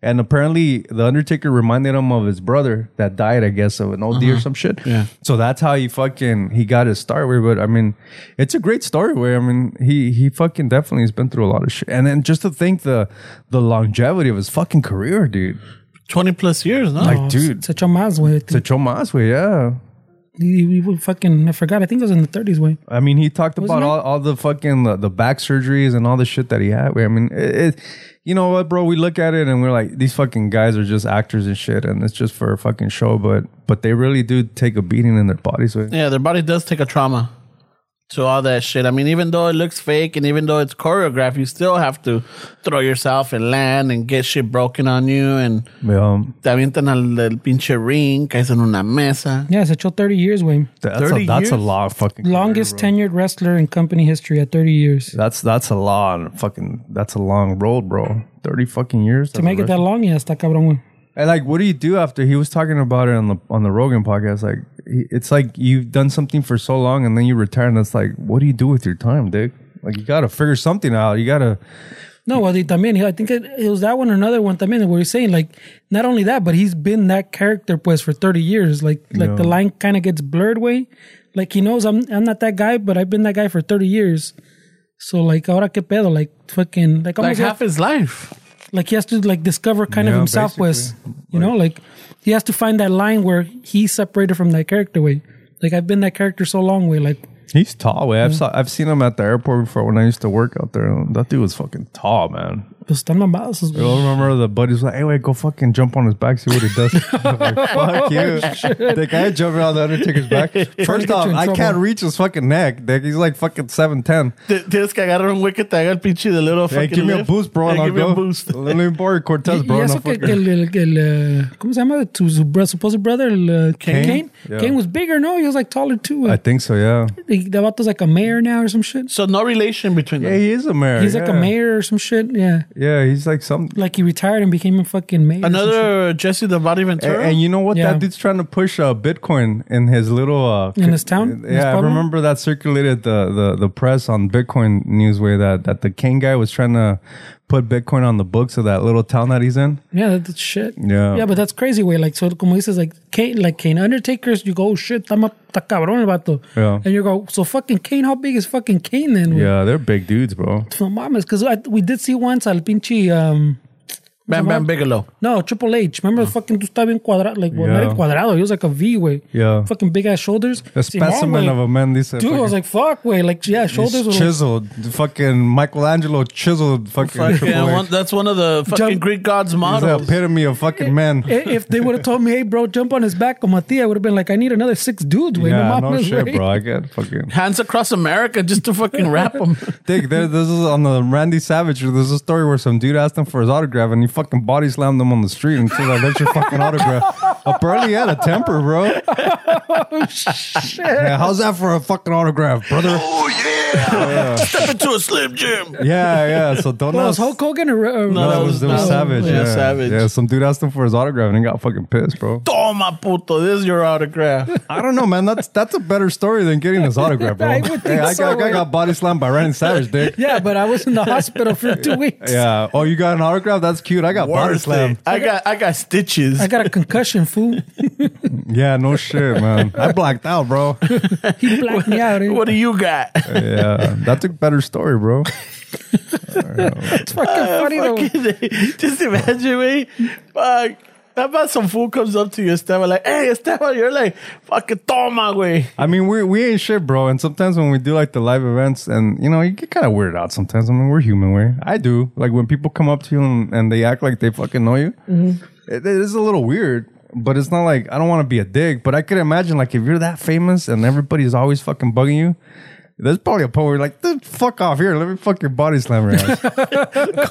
Speaker 3: And apparently, the Undertaker reminded him of his brother that died, I guess, of an OD or some shit.
Speaker 1: Yeah.
Speaker 3: So that's how he fucking he got his start where but I mean it's a great story where I mean he he fucking definitely has been through a lot of shit. And then just to think the the longevity of his fucking career, dude.
Speaker 1: Twenty plus years, no?
Speaker 3: Like
Speaker 4: Oh,
Speaker 3: dude,
Speaker 4: such a miles away. I think.
Speaker 3: to Chomas way, yeah.
Speaker 4: He, he would fucking, I forgot. I think it was in the 30s way.
Speaker 3: I mean he talked about
Speaker 4: it?
Speaker 3: all, all the fucking the, the back surgeries and all the shit that he had. where, I mean it, it you know what, bro, we look at it and we're like these fucking guys are just actors and shit and it's just for a fucking show, but but they really do take a beating in their bodies. eh? way.
Speaker 1: yeah, their body does take a trauma to all that shit. I mean, even though it looks fake and even though it's choreographed, you still have to throw yourself and land and get shit broken on you and
Speaker 3: Yeah. um,
Speaker 1: te avientan al del pinche ring, caes en una mesa.
Speaker 4: Yeah, se echó 30 years way.
Speaker 3: That's a,
Speaker 1: 30
Speaker 3: that's a
Speaker 1: years?
Speaker 3: lot of fucking
Speaker 4: Longest tenured wrestler in company history at 30 years.
Speaker 3: That's that's a long fucking that's a long road, bro. Thirty fucking years
Speaker 4: To make it that long, yeah, está cabrón, güey.
Speaker 3: And like, what do you do after he was talking about it on the on the Rogan podcast? Like, he- it's like you've done something for so long and then you retire, and it's like, what do you do with your time, Dick? Like, you gotta figure something out. You gotta.
Speaker 4: No, well, they, también, I think it, it was that one or another one también where he's saying, like, not only that, but he's been that character, pues, for 30 years. Like, like the line kind of gets blurred way. Like, he knows I'm I'm not that guy, but I've been that guy for 30 years. So, like, ahora que pedo? Like, fucking, like,
Speaker 1: Like
Speaker 4: almost
Speaker 1: half his life.
Speaker 4: like he has to like discover kind of
Speaker 3: Yeah,
Speaker 4: himself was
Speaker 3: basically.
Speaker 4: you know like he has to find that line where he's separated from that character way like i've been that character so long way like
Speaker 3: He's tall. Way I've saw, I've seen him at the airport before when I used to work out there. That dude was fucking tall, man.
Speaker 4: pues están mamados esos
Speaker 3: I
Speaker 4: güeyes.
Speaker 3: don't remember the buddies like, hey, wait, go fucking jump on his back, see what he does. [LAUGHS] I'm like, [LAUGHS] fuck you. The guy jumping on the Undertaker's [LAUGHS] back. First
Speaker 4: get
Speaker 3: off,
Speaker 4: you in
Speaker 3: I can't
Speaker 4: trouble.
Speaker 3: reach his fucking neck. Dick. He's like fucking 7'10.
Speaker 1: Te- Tienes que agarrar un güey que te haga el pinche de little
Speaker 3: Hey,
Speaker 1: fucking
Speaker 3: give me a
Speaker 1: lift.
Speaker 3: boost, bro,
Speaker 1: Hey,
Speaker 3: and I'll
Speaker 1: give me
Speaker 3: go.
Speaker 1: a boost.
Speaker 3: [LAUGHS] Let me borrow Cortez,
Speaker 4: Y, y
Speaker 3: bro. and
Speaker 4: eso
Speaker 3: I'll
Speaker 4: que,
Speaker 3: fucking-
Speaker 4: que el, el- que el, eh, ¿cómo se llama? Tu, su bro- supposed brother, el eh, Kane. Kane?
Speaker 3: Yeah.
Speaker 4: Kane was bigger, no? He was like taller too.
Speaker 3: I
Speaker 4: Uh,
Speaker 3: think so, yeah.
Speaker 4: the the vato's like a mayor now or some shit.
Speaker 1: So no relation between
Speaker 3: Yeah,
Speaker 1: them.
Speaker 3: he is a mayor.
Speaker 4: He's
Speaker 3: yeah.
Speaker 4: like a mayor or some shit. Yeah.
Speaker 3: Yeah, he's like some.
Speaker 4: Like he retired and became a fucking mayor. or some shit.
Speaker 1: Another Jesse the Body
Speaker 3: And,
Speaker 1: Ventura.
Speaker 3: and you know what?
Speaker 4: Yeah.
Speaker 3: That dude's trying to push uh, Bitcoin in his little uh,
Speaker 4: In his town? In his
Speaker 3: Yeah, I
Speaker 4: pueblo?
Speaker 3: remember that circulated the, the the press on Bitcoin Newsway that that the Kane guy was trying to put Bitcoin on the books of that little town that he's in.
Speaker 4: Yeah, that, that's shit.
Speaker 3: Yeah.
Speaker 4: Yeah, but that's crazy way. Like, so como dices, like Kane, like Kane Undertakers, you go, oh, shit, está ma- está cabrón el vato.
Speaker 3: Yeah.
Speaker 4: And you go, so fucking Kane, how big is fucking Kane then? güey?
Speaker 3: Yeah, they're big dudes, bro.
Speaker 4: No mames, because we did see once al pinche, um,
Speaker 1: Bam Bam Bigelow.
Speaker 4: no, Triple H. Remember fucking, tú estás bien cuadrado, like, well, not
Speaker 3: Yeah.
Speaker 4: bien cuadrado. He was like a V, way.
Speaker 3: Yeah.
Speaker 4: Fucking big ass shoulders.
Speaker 3: A specimen of a man. This
Speaker 4: Dude, I was like, fuck, way. Like, yeah, shoulders were like,
Speaker 3: chiseled, fucking Michelangelo chiseled, fucking.
Speaker 1: Fucking
Speaker 3: Triple H.
Speaker 1: one, that's one of the fucking
Speaker 4: Jump-
Speaker 1: Greek gods
Speaker 3: He's the
Speaker 1: models.
Speaker 3: epitome of fucking man.
Speaker 4: I- if they would have told me, hey, bro, jump on his back, como a tía, I would have been like, I need another six dudes, way.
Speaker 3: yeah, no
Speaker 4: mames,
Speaker 3: shit,
Speaker 4: güey.
Speaker 3: bro. I get fucking.
Speaker 1: Hands across America just to fucking
Speaker 3: [LAUGHS]
Speaker 1: wrap them.
Speaker 3: Dick, there, this is on the Randy Savage. There's a story where some dude asked him for his autograph and he fucking body slammed him on the street and said, like, that's your fucking autograph. Apparently, he had a temper, bro.
Speaker 4: [LAUGHS]
Speaker 3: Yeah, how's that for a fucking autograph, brother?
Speaker 1: oh [LAUGHS] yeah! Step into a slim jim.
Speaker 3: Yeah, yeah. So don't
Speaker 4: Well, was
Speaker 3: ask.
Speaker 4: Hulk Hogan or, or
Speaker 1: No,
Speaker 3: that was, that was
Speaker 1: No,
Speaker 3: Savage.
Speaker 1: yeah,
Speaker 3: Yeah,
Speaker 1: Savage.
Speaker 3: Yeah, some dude asked him for his autograph and he got fucking pissed, bro.
Speaker 1: Toma puto, this is your [LAUGHS] autograph.
Speaker 3: I don't know, man. That's that's a better story than getting his autograph, bro.
Speaker 4: [LAUGHS] I would think
Speaker 3: Hey, I,
Speaker 4: so,
Speaker 3: got, I
Speaker 4: right?
Speaker 3: got body slammed by Randy Savage, Dick.
Speaker 4: Yeah, but I was in the hospital for two weeks.
Speaker 3: [LAUGHS] Yeah. Oh, you got an autograph? That's cute. I got body
Speaker 1: Worth
Speaker 3: slammed.
Speaker 1: it. I got I got stitches.
Speaker 4: I got a concussion, fool.
Speaker 3: Yeah, no shit, man. I blacked out, bro.
Speaker 4: He blacked me out. eh?
Speaker 1: what do you
Speaker 4: [LAUGHS]
Speaker 1: got?
Speaker 3: [LAUGHS] Yeah, that's a better story, bro. Ah,
Speaker 4: It's fucking funny though.
Speaker 1: Just imagine me. Fuck. How about some fool comes up to you, Esteban, like, hey, Esteban, you're like, fucking toma, güey. [LAUGHS]
Speaker 3: I mean, we we ain't shit, bro. And sometimes when we do like the live events, and you know, you get kind of weirded out sometimes. I mean, we're human, we I do like when people come up to you and, and they act like they fucking know you. It, it is a little weird, but it's not like I don't want to be a dick. But I could imagine like if you're that famous and everybody's always fucking bugging you. There's probably a point where you're like, "Dude, fuck off here. Let me fuck your body slam your ass.
Speaker 4: [LAUGHS]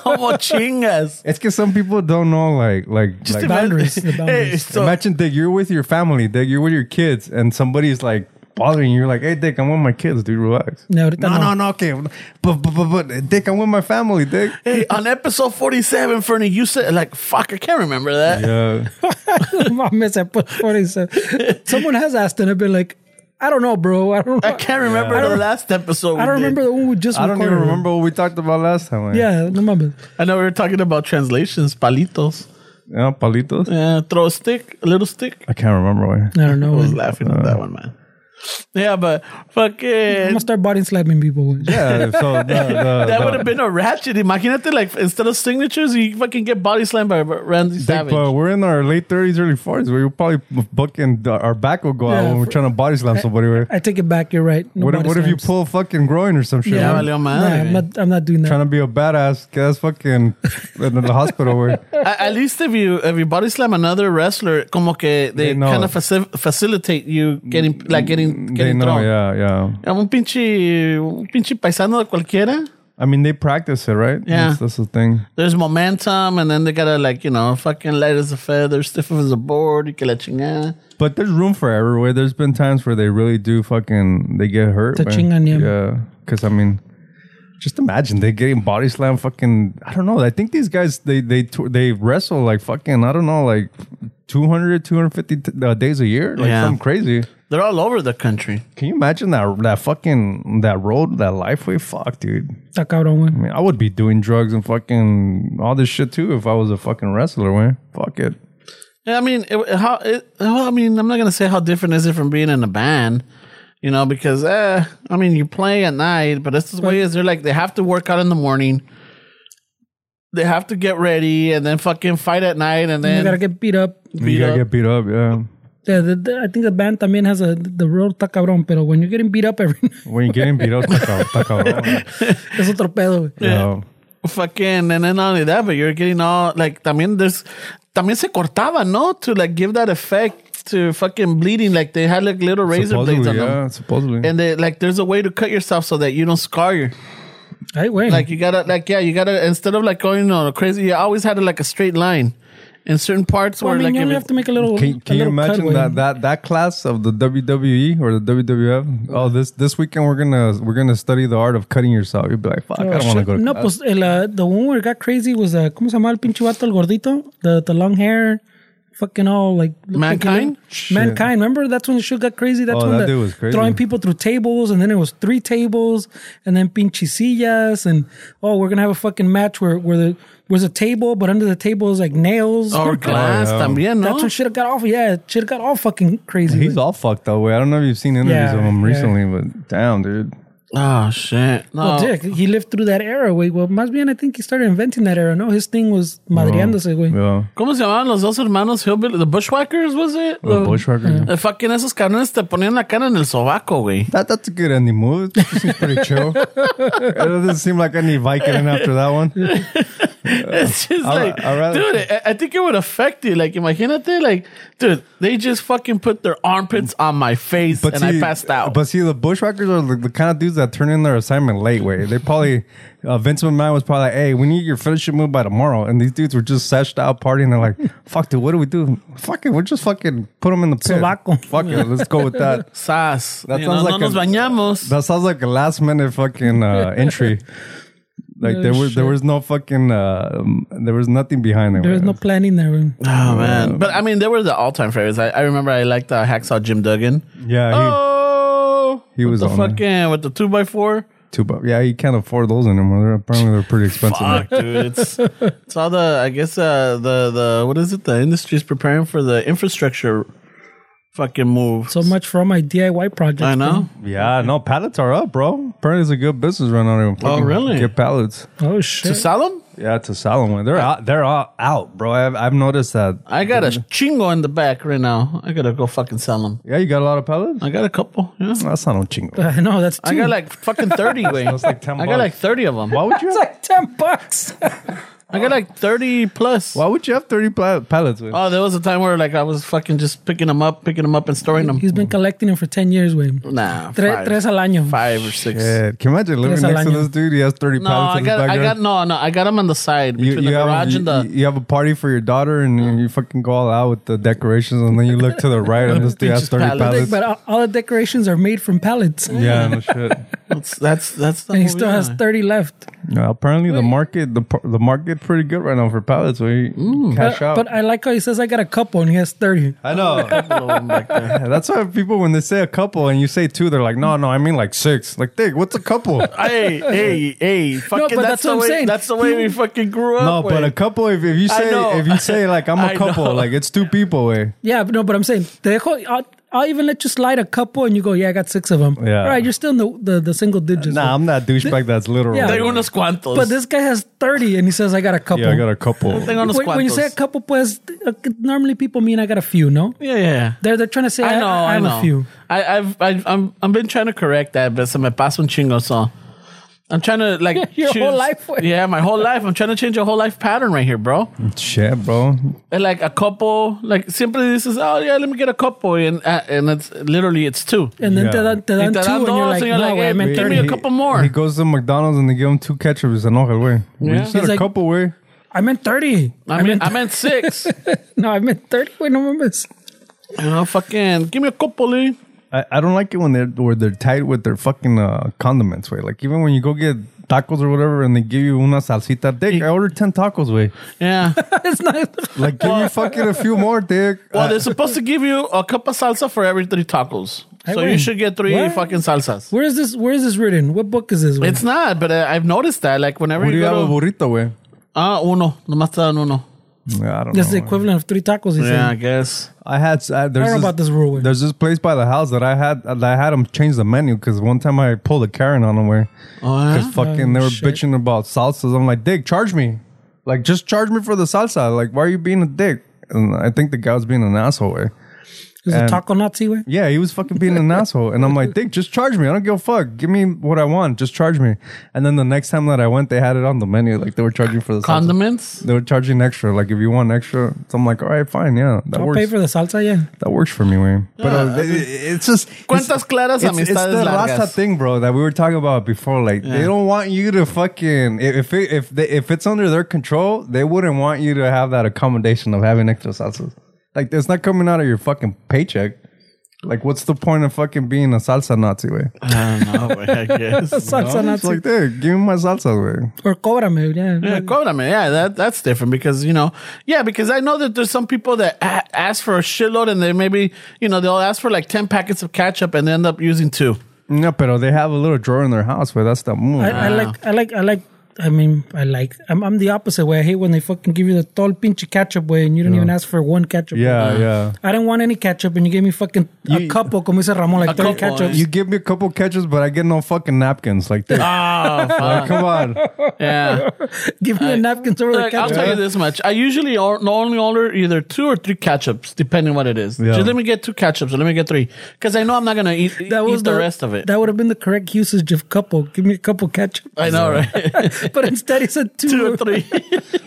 Speaker 1: Como chingas.
Speaker 3: it's because some people don't know, like, like,
Speaker 1: Just
Speaker 3: like
Speaker 4: boundaries, the
Speaker 1: imagine-
Speaker 4: boundaries.
Speaker 1: Hey, so,
Speaker 3: imagine Dick, you're with your family, Dick, you're with your kids, and somebody's like bothering you. You're like, hey, Dick, I'm with my kids, dude, relax.
Speaker 4: No, ahorita
Speaker 3: no,
Speaker 4: no.
Speaker 3: no, no, okay, but but but, but Dick, I'm with my family, Dick.
Speaker 1: hey, on episode 47, Fernie, you said, like, fuck, I can't remember that.
Speaker 3: Yeah,
Speaker 4: [LAUGHS] Mames, I put 47. Someone has asked and I've been like, I don't know, bro. I don't
Speaker 1: I can't remember the last episode.
Speaker 4: I don't
Speaker 1: we did.
Speaker 4: remember the one we just
Speaker 3: I don't even
Speaker 4: recorded.
Speaker 3: remember what we talked about last time. man.
Speaker 4: Yeah, no mames.
Speaker 1: I know we were talking about translations, palitos.
Speaker 3: yeah, palitos.
Speaker 1: Yeah, throw a stick, a little stick.
Speaker 3: I can't remember. Where.
Speaker 4: I don't know.
Speaker 1: I was
Speaker 4: I'm
Speaker 1: laughing at that one, man. Yeah, but fucking.
Speaker 4: gonna start body slapping people.
Speaker 3: [LAUGHS] Yeah, so
Speaker 4: [LAUGHS]
Speaker 3: the, the,
Speaker 1: That
Speaker 3: the-
Speaker 1: would have been a ratchet. Imagínate, like, instead of signatures, you fucking get body slammed by Randy
Speaker 3: Dick,
Speaker 1: Savage.
Speaker 3: but we're in our late 30s, early 40s. We were probably fucking our back will go out
Speaker 4: Yeah,
Speaker 3: when we're
Speaker 4: for-
Speaker 3: trying to body slam somebody.
Speaker 4: [LAUGHS]
Speaker 3: where-
Speaker 4: I take it back. You're right. No
Speaker 3: What if,
Speaker 4: body
Speaker 3: what if you
Speaker 4: slams.
Speaker 3: pull a fucking groin or some shit?
Speaker 1: Yeah,
Speaker 3: man?
Speaker 1: valió
Speaker 4: Nah,
Speaker 1: madre.
Speaker 4: I'm not. I'm not doing that.
Speaker 3: trying to be a badass. Get us fucking in the hospital where
Speaker 1: A- At least if you if you body slam another wrestler, como que they
Speaker 3: They know.
Speaker 1: kind of faci- facilitate you getting like getting [LAUGHS]
Speaker 3: they
Speaker 1: getting
Speaker 3: know.
Speaker 1: thrown.
Speaker 3: Yeah, yeah.
Speaker 1: A Un pinche un pinche paisano de cualquiera.
Speaker 3: I mean, they practice it, right?
Speaker 1: Yeah.
Speaker 3: that's, that's the thing.
Speaker 1: There's momentum, and then they gotta like you know fucking light as a feather, stiff as a board. You que la chingada.
Speaker 3: But there's room for everywhere. There's been times where they really do fucking they get hurt. man.
Speaker 4: Touching on you.
Speaker 3: Yeah, because I mean, just imagine they getting body slam. Fucking, I don't know. I think these guys they they tour- they wrestle like fucking I don't know like 200, 250 t- uh, days a year, like
Speaker 1: Yeah.
Speaker 3: something crazy.
Speaker 1: They're all over the country.
Speaker 3: Can you imagine that that fucking that road that lifeway? Fuck, dude.
Speaker 4: Está cabrón, güey.
Speaker 3: I mean, I would be doing drugs and fucking all this shit too if I was a fucking wrestler, man. Fuck it.
Speaker 1: Yeah, I mean, it, how? It, well, I mean, I'm not gonna say how different is it from being in a band, you know, because eh, I mean, you play at night, but that's the way is. They're like they have to work out in the morning, they have to get ready, and then fucking fight at night, and
Speaker 4: You
Speaker 1: then
Speaker 4: gotta get beat up.
Speaker 3: you
Speaker 1: beat
Speaker 3: gotta
Speaker 1: up.
Speaker 3: get beat up, yeah.
Speaker 4: Yeah, the, the, I think the band también has a the road está cabrón, pero when you're getting beat up every [LAUGHS] night,
Speaker 3: When you're getting beat up, it's like,
Speaker 1: [LAUGHS]
Speaker 3: oh, fuck, oh,
Speaker 4: es otro pedo. güey.
Speaker 3: yeah.
Speaker 1: fucking, and then not only that, but you're getting all like. También there's también se cortaba, no, to like give that effect to fucking bleeding. Like they had like little razor blades
Speaker 3: Supposedly,
Speaker 1: on them,
Speaker 3: yeah, supposedly.
Speaker 1: and they like there's a way to cut yourself so that you don't scar your.
Speaker 4: Ay, güey.
Speaker 1: Like you gotta, like yeah, you gotta. Instead of like going on a crazy, you always had like a straight line. In certain parts
Speaker 4: Well, I
Speaker 1: where
Speaker 4: mean,
Speaker 1: like
Speaker 4: you
Speaker 1: if
Speaker 4: only
Speaker 1: it-
Speaker 4: have to make a little.
Speaker 3: can
Speaker 4: a
Speaker 3: can you
Speaker 4: little cut,
Speaker 3: imagine
Speaker 4: güey.
Speaker 3: that, that that class of the WWE or the WWF? Oh, this this weekend we're gonna we're gonna study the art of cutting yourself. You'd be like, fuck,
Speaker 1: Oh,
Speaker 3: I don't want to go to
Speaker 4: No,
Speaker 3: class.
Speaker 4: pues el, uh, the one where it got crazy was uh, ¿cómo se llama el pinche vato el gordito? The the long hair, fucking all like looked like he
Speaker 1: Mankind?
Speaker 4: looked- mankind. Remember that's when the shit got crazy. That's
Speaker 3: Oh,
Speaker 4: when
Speaker 3: that
Speaker 4: the
Speaker 3: dude was crazy.
Speaker 4: throwing people through tables, and then it was three tables, and then pinche sillas, and oh, we're gonna have a fucking match where where the was a table, but under the table is like nails
Speaker 1: or glass
Speaker 3: Oh, yeah.
Speaker 1: también, no?
Speaker 4: That's when shit got off. Yeah, shit got all fucking crazy.
Speaker 3: He's all fucked up. Way I don't know if you've seen interviews
Speaker 4: Yeah,
Speaker 3: of him
Speaker 4: yeah.
Speaker 3: recently, but damn, dude.
Speaker 1: oh shit! No,
Speaker 4: Well, Dick, he lived through that era, güey. Well, más bien, I think he started inventing that era, no? His thing was madreándose, güey.
Speaker 3: Oh, Yeah,
Speaker 1: ¿Cómo se llamaban los dos hermanos Hillbilly? The Bushwhackers was it?
Speaker 3: the bushwhacker.
Speaker 1: The fucking esos cabrones te ponían la cara en el sobaco, güey.
Speaker 3: That that's a good ending move. It seems pretty chill. it doesn't seem like any Viking in after that
Speaker 1: [LAUGHS]
Speaker 3: one.
Speaker 1: [LAUGHS] It's just
Speaker 3: I'll-
Speaker 1: like,
Speaker 3: I'll rather-
Speaker 1: dude, I, I think it would affect you. Like, imagínate, like, dude, they just fucking put their armpits on my face and I passed out.
Speaker 3: But see, the bushwhackers are the, the kind of dudes that turn in their assignment late. Way they probably uh, Vince McMahon was probably like, "Hey, we need your finishing move by tomorrow." And these dudes were just sashed out partying. They're like, [LAUGHS] "Fuck, dude, what do we do? Fuck it, we're just fucking put them in the pit.
Speaker 4: Sobaco.
Speaker 3: Fuck it, let's go with
Speaker 1: [LAUGHS]
Speaker 3: that."
Speaker 1: Sas,
Speaker 3: That
Speaker 1: you know,
Speaker 3: sounds
Speaker 1: no
Speaker 3: like
Speaker 1: nos
Speaker 3: a-
Speaker 1: bañamos.
Speaker 3: That sounds like a last minute fucking uh, entry. Like there was there was no fucking uh, um, there was nothing behind it.
Speaker 4: There was
Speaker 3: man.
Speaker 4: no planning there, güey.
Speaker 1: Oh man! But I mean, they were the all-time favorites. I, I remember I liked uh, Hacksaw Jim Duggan.
Speaker 3: yeah. He,
Speaker 1: oh,
Speaker 3: he
Speaker 1: with
Speaker 3: was
Speaker 1: the
Speaker 3: on
Speaker 1: fucking with the two by four.
Speaker 3: Two bucks. Yeah, you can't afford those anymore. They're apparently they're pretty expensive. now.
Speaker 1: Fuck, dude!
Speaker 3: [LAUGHS]
Speaker 1: It's it's all the I guess uh, the the what is it? The industry's preparing for the infrastructure fucking move.
Speaker 4: So much for all my DIY projects.
Speaker 1: I know.
Speaker 3: Yeah, no, pallets are up, bro. Apparently, it's a good business right now. to fucking
Speaker 1: Oh, really?
Speaker 3: Get pallets.
Speaker 4: bro. Oh shit.
Speaker 1: To
Speaker 4: [LAUGHS]
Speaker 1: sell 'em?
Speaker 3: Yeah, to sell them. They're out. They're all out, bro. I've, I've noticed that.
Speaker 1: I got a chingo in the back right now. I gotta go fucking sell them.
Speaker 3: Yeah, you got a lot of pallets.
Speaker 1: I got a couple. Yeah.
Speaker 3: That's not no chingo.
Speaker 4: I know that's two.
Speaker 1: I got like fucking
Speaker 3: [LAUGHS]
Speaker 1: thirty. Wait,
Speaker 3: That's like 10
Speaker 1: I got
Speaker 3: bucks.
Speaker 1: like thirty of them.
Speaker 3: Why would you?
Speaker 4: it's
Speaker 3: Have,
Speaker 4: like ten
Speaker 1: [LAUGHS]
Speaker 4: bucks.
Speaker 1: I got like thirty plus.
Speaker 3: why would you have thirty pla- pallets? With?
Speaker 1: Oh, there was a time where like I was fucking just picking them up, picking them up, and storing them.
Speaker 4: He's been collecting them for ten years, way.
Speaker 1: Nah,
Speaker 4: Tres,
Speaker 1: five,
Speaker 4: tres al año.
Speaker 1: five or six.
Speaker 3: Yeah, can you imagine living
Speaker 4: Tres al
Speaker 3: next to
Speaker 4: año.
Speaker 3: this dude? He has thirty
Speaker 1: No,
Speaker 3: pallets
Speaker 1: I
Speaker 3: in his
Speaker 1: got, I
Speaker 3: backyard.
Speaker 1: got no, no, I got them on the side
Speaker 3: you,
Speaker 1: between
Speaker 3: you
Speaker 1: the
Speaker 3: have,
Speaker 1: garage
Speaker 3: you,
Speaker 1: and the.
Speaker 3: you have a party for your daughter, and you, you fucking go all out with the decorations, and then you look to the right, and this dude has
Speaker 1: Just
Speaker 3: thirty
Speaker 1: pallets.
Speaker 3: pallets.
Speaker 4: But all, all the decorations are made from pallets,
Speaker 3: Yeah, no shit.
Speaker 1: That's that's that's. the
Speaker 4: and he
Speaker 1: movie
Speaker 4: still has
Speaker 1: line.
Speaker 4: thirty left.
Speaker 3: No, apparently the market, the par- the market, pretty good right now for pallets. We cash
Speaker 1: Oh.
Speaker 3: out.
Speaker 4: But I like how he says I got a couple and he has thirty.
Speaker 1: [LAUGHS]
Speaker 3: I know.
Speaker 1: Couple of 'em back there.
Speaker 3: That's why people, when they say a couple and you say two, they're like, no, no, I mean like six. Like, dick, what's a couple? no,
Speaker 1: hey, hey, hey! Fucking,
Speaker 4: but
Speaker 1: that's,
Speaker 4: that's
Speaker 1: the
Speaker 4: what I'm
Speaker 1: way.
Speaker 4: saying.
Speaker 1: That's the way we fucking grew up.
Speaker 3: but a
Speaker 1: with.
Speaker 3: couple, if, if you
Speaker 1: I know.
Speaker 3: say, if you say like, I'm
Speaker 1: I
Speaker 3: a
Speaker 1: know.
Speaker 3: couple, like it's two people, eh? way.
Speaker 4: Yeah, but no, but I'm saying the whole- I'll, I'll even let you slide a couple and you go, yeah, I got six of them.
Speaker 3: Yeah.
Speaker 4: All right, you're still in the the, the single digits.
Speaker 3: Nah, I'm that douchebag that's literal.
Speaker 4: Yeah.
Speaker 1: Tengo unos cuantos.
Speaker 4: but this guy has thirty and he says I got a couple.
Speaker 3: yeah, I got
Speaker 1: [LAUGHS]
Speaker 3: a couple.
Speaker 1: Tengo unos
Speaker 4: when, when you
Speaker 1: cuantos.
Speaker 4: say a couple, pues uh, normally people mean I got a few. No,
Speaker 1: yeah, yeah.
Speaker 4: they're they're trying to say I,
Speaker 1: I know.
Speaker 4: I
Speaker 1: I,
Speaker 4: have
Speaker 1: know.
Speaker 4: a few.
Speaker 1: I, I've, I've, I'm, I've been trying to correct that, but se me pasa un chingo. So I'm trying to like
Speaker 4: [LAUGHS] Your whole life, güey.
Speaker 1: Yeah, my whole life. I'm trying to change your whole life pattern right here, bro.
Speaker 3: Shit, bro.
Speaker 1: And like a couple, like simply this is oh yeah, let me get a couple, and uh, and it's literally it's two.
Speaker 4: And then
Speaker 3: Yeah.
Speaker 4: te dan, te dan
Speaker 1: te
Speaker 4: two,
Speaker 1: dan
Speaker 4: and you're
Speaker 1: dos,
Speaker 4: like,
Speaker 1: and you're
Speaker 4: no,
Speaker 1: like,
Speaker 4: way, I
Speaker 1: hey,
Speaker 4: meant
Speaker 1: give
Speaker 4: thirty.
Speaker 1: me a couple more.
Speaker 3: He goes to McDonald's and they give him two ketchups and all way. We
Speaker 1: Yeah.
Speaker 3: just said
Speaker 4: He's
Speaker 3: a
Speaker 4: like-
Speaker 3: couple way.
Speaker 4: I meant thirty.
Speaker 1: I mean, I meant six.
Speaker 4: [LAUGHS] no, I meant thirty. Wait, no mames. [LAUGHS]
Speaker 1: you know, fucking give me a couple, eh?
Speaker 3: I, I don't like it when they're where they're tight with their fucking uh, condiments way. Like even when you go get tacos or whatever, and they give you una salsita, dick. I ordered ten tacos way.
Speaker 1: Yeah.
Speaker 4: it's not.
Speaker 3: Like give me fucking a few more, dick. Ah,
Speaker 1: Well,
Speaker 3: I-
Speaker 1: they're supposed to give you a cup of salsa for every three tacos.
Speaker 4: Ay,
Speaker 1: so
Speaker 4: güey.
Speaker 1: you should get three
Speaker 4: What?
Speaker 1: fucking salsas.
Speaker 4: Where is this? Where is this written? What book is this? güey?
Speaker 1: It's not, but uh, I've noticed that. Like whenever
Speaker 3: What do
Speaker 1: you
Speaker 3: you have a
Speaker 1: go to,
Speaker 3: burrito, way?
Speaker 1: ah uno, nomás te dan uno.
Speaker 3: I don't
Speaker 4: That's the
Speaker 3: know. man.
Speaker 4: equivalent of three tacos. He's
Speaker 1: Yeah, I
Speaker 4: saying.
Speaker 1: guess.
Speaker 3: I had I, there's
Speaker 4: I don't know about this rule, güey.
Speaker 3: There's this place by the house that I had that I had them change the menu because one time I pulled a Karen on them where
Speaker 1: Oh,
Speaker 3: because
Speaker 1: yeah?
Speaker 3: fucking they were
Speaker 4: shit.
Speaker 3: bitching about salsas. I'm like, dick, charge me, like just charge me for the salsa. Like, why are you being a dick? And I think the guy was being an asshole. Way.
Speaker 4: He's a
Speaker 3: and-
Speaker 4: taco Nazi. Way.
Speaker 3: Yeah, he was fucking being an asshole. And I'm like, Dick, just charge me. I don't give a fuck. Give me what I want. Just charge me. And then the next time that I went, they had it on the menu. Like they were charging for the salsa.
Speaker 1: Condiments?
Speaker 3: They were charging extra. Like if you want extra, so I'm like, all right, fine, yeah, that
Speaker 4: I'll
Speaker 3: works.
Speaker 4: pay for the salsa. Yeah.
Speaker 3: that works for me, man. But uh, it- it's just
Speaker 1: Cuentas claras,
Speaker 3: it's, it's
Speaker 1: amistades
Speaker 3: the Rasta
Speaker 1: largas.
Speaker 3: thing, bro, that we were talking about before. Like they don't want you to fucking if if it, if, they, if it's under their control, they wouldn't want you to have that accommodation of having extra salsas. Like it's not coming out of your fucking paycheck. Like what's the point of fucking being a salsa Nazi way?
Speaker 1: [LAUGHS] I don't know, güey, I
Speaker 4: [LAUGHS]
Speaker 1: guess.
Speaker 4: Salsa
Speaker 3: It's
Speaker 4: Nazi.
Speaker 3: like there, give me my salsa way.
Speaker 4: or cobrame. Yeah.
Speaker 1: Yeah, Cóbrame. Yeah, that, that's different because, you know, yeah, because I know that there's some people that a- ask for a shitload and they maybe, you know, they'll ask for like 10 packets of ketchup and they end up using two.
Speaker 3: No, pero they have a little drawer in their house where that's the move.
Speaker 4: I, I like. I like. I like. I mean, I like. I'm, I'm the opposite way. I hate when they fucking give you the tall pinche ketchup way, and you don't even ask for one ketchup.
Speaker 3: yeah, yeah.
Speaker 4: I didn't want any ketchup, and you gave me fucking a couple, como dice Ramon, like three
Speaker 1: couple,
Speaker 4: ketchups.
Speaker 3: You give me a couple ketchups, but I get no fucking napkins.
Speaker 1: [LAUGHS]
Speaker 3: Like, this.
Speaker 1: Oh,
Speaker 3: like come on.
Speaker 4: [LAUGHS]
Speaker 1: yeah.
Speaker 4: [LAUGHS] give me the napkins over the
Speaker 1: Look, I'll
Speaker 4: ketchup.
Speaker 1: tell you this much. I usually or- only order either two or three ketchups, depending what it is. Just let me get two ketchups or let me get three. Because I know I'm not going to eat,
Speaker 4: that was
Speaker 1: eat the, rest of it.
Speaker 4: That would have been the correct usage of couple. Give me a couple ketchup.
Speaker 1: [LAUGHS]
Speaker 4: [LAUGHS]
Speaker 1: I know, right?
Speaker 4: but instead, he said two.
Speaker 1: two or
Speaker 4: [LAUGHS]
Speaker 1: three.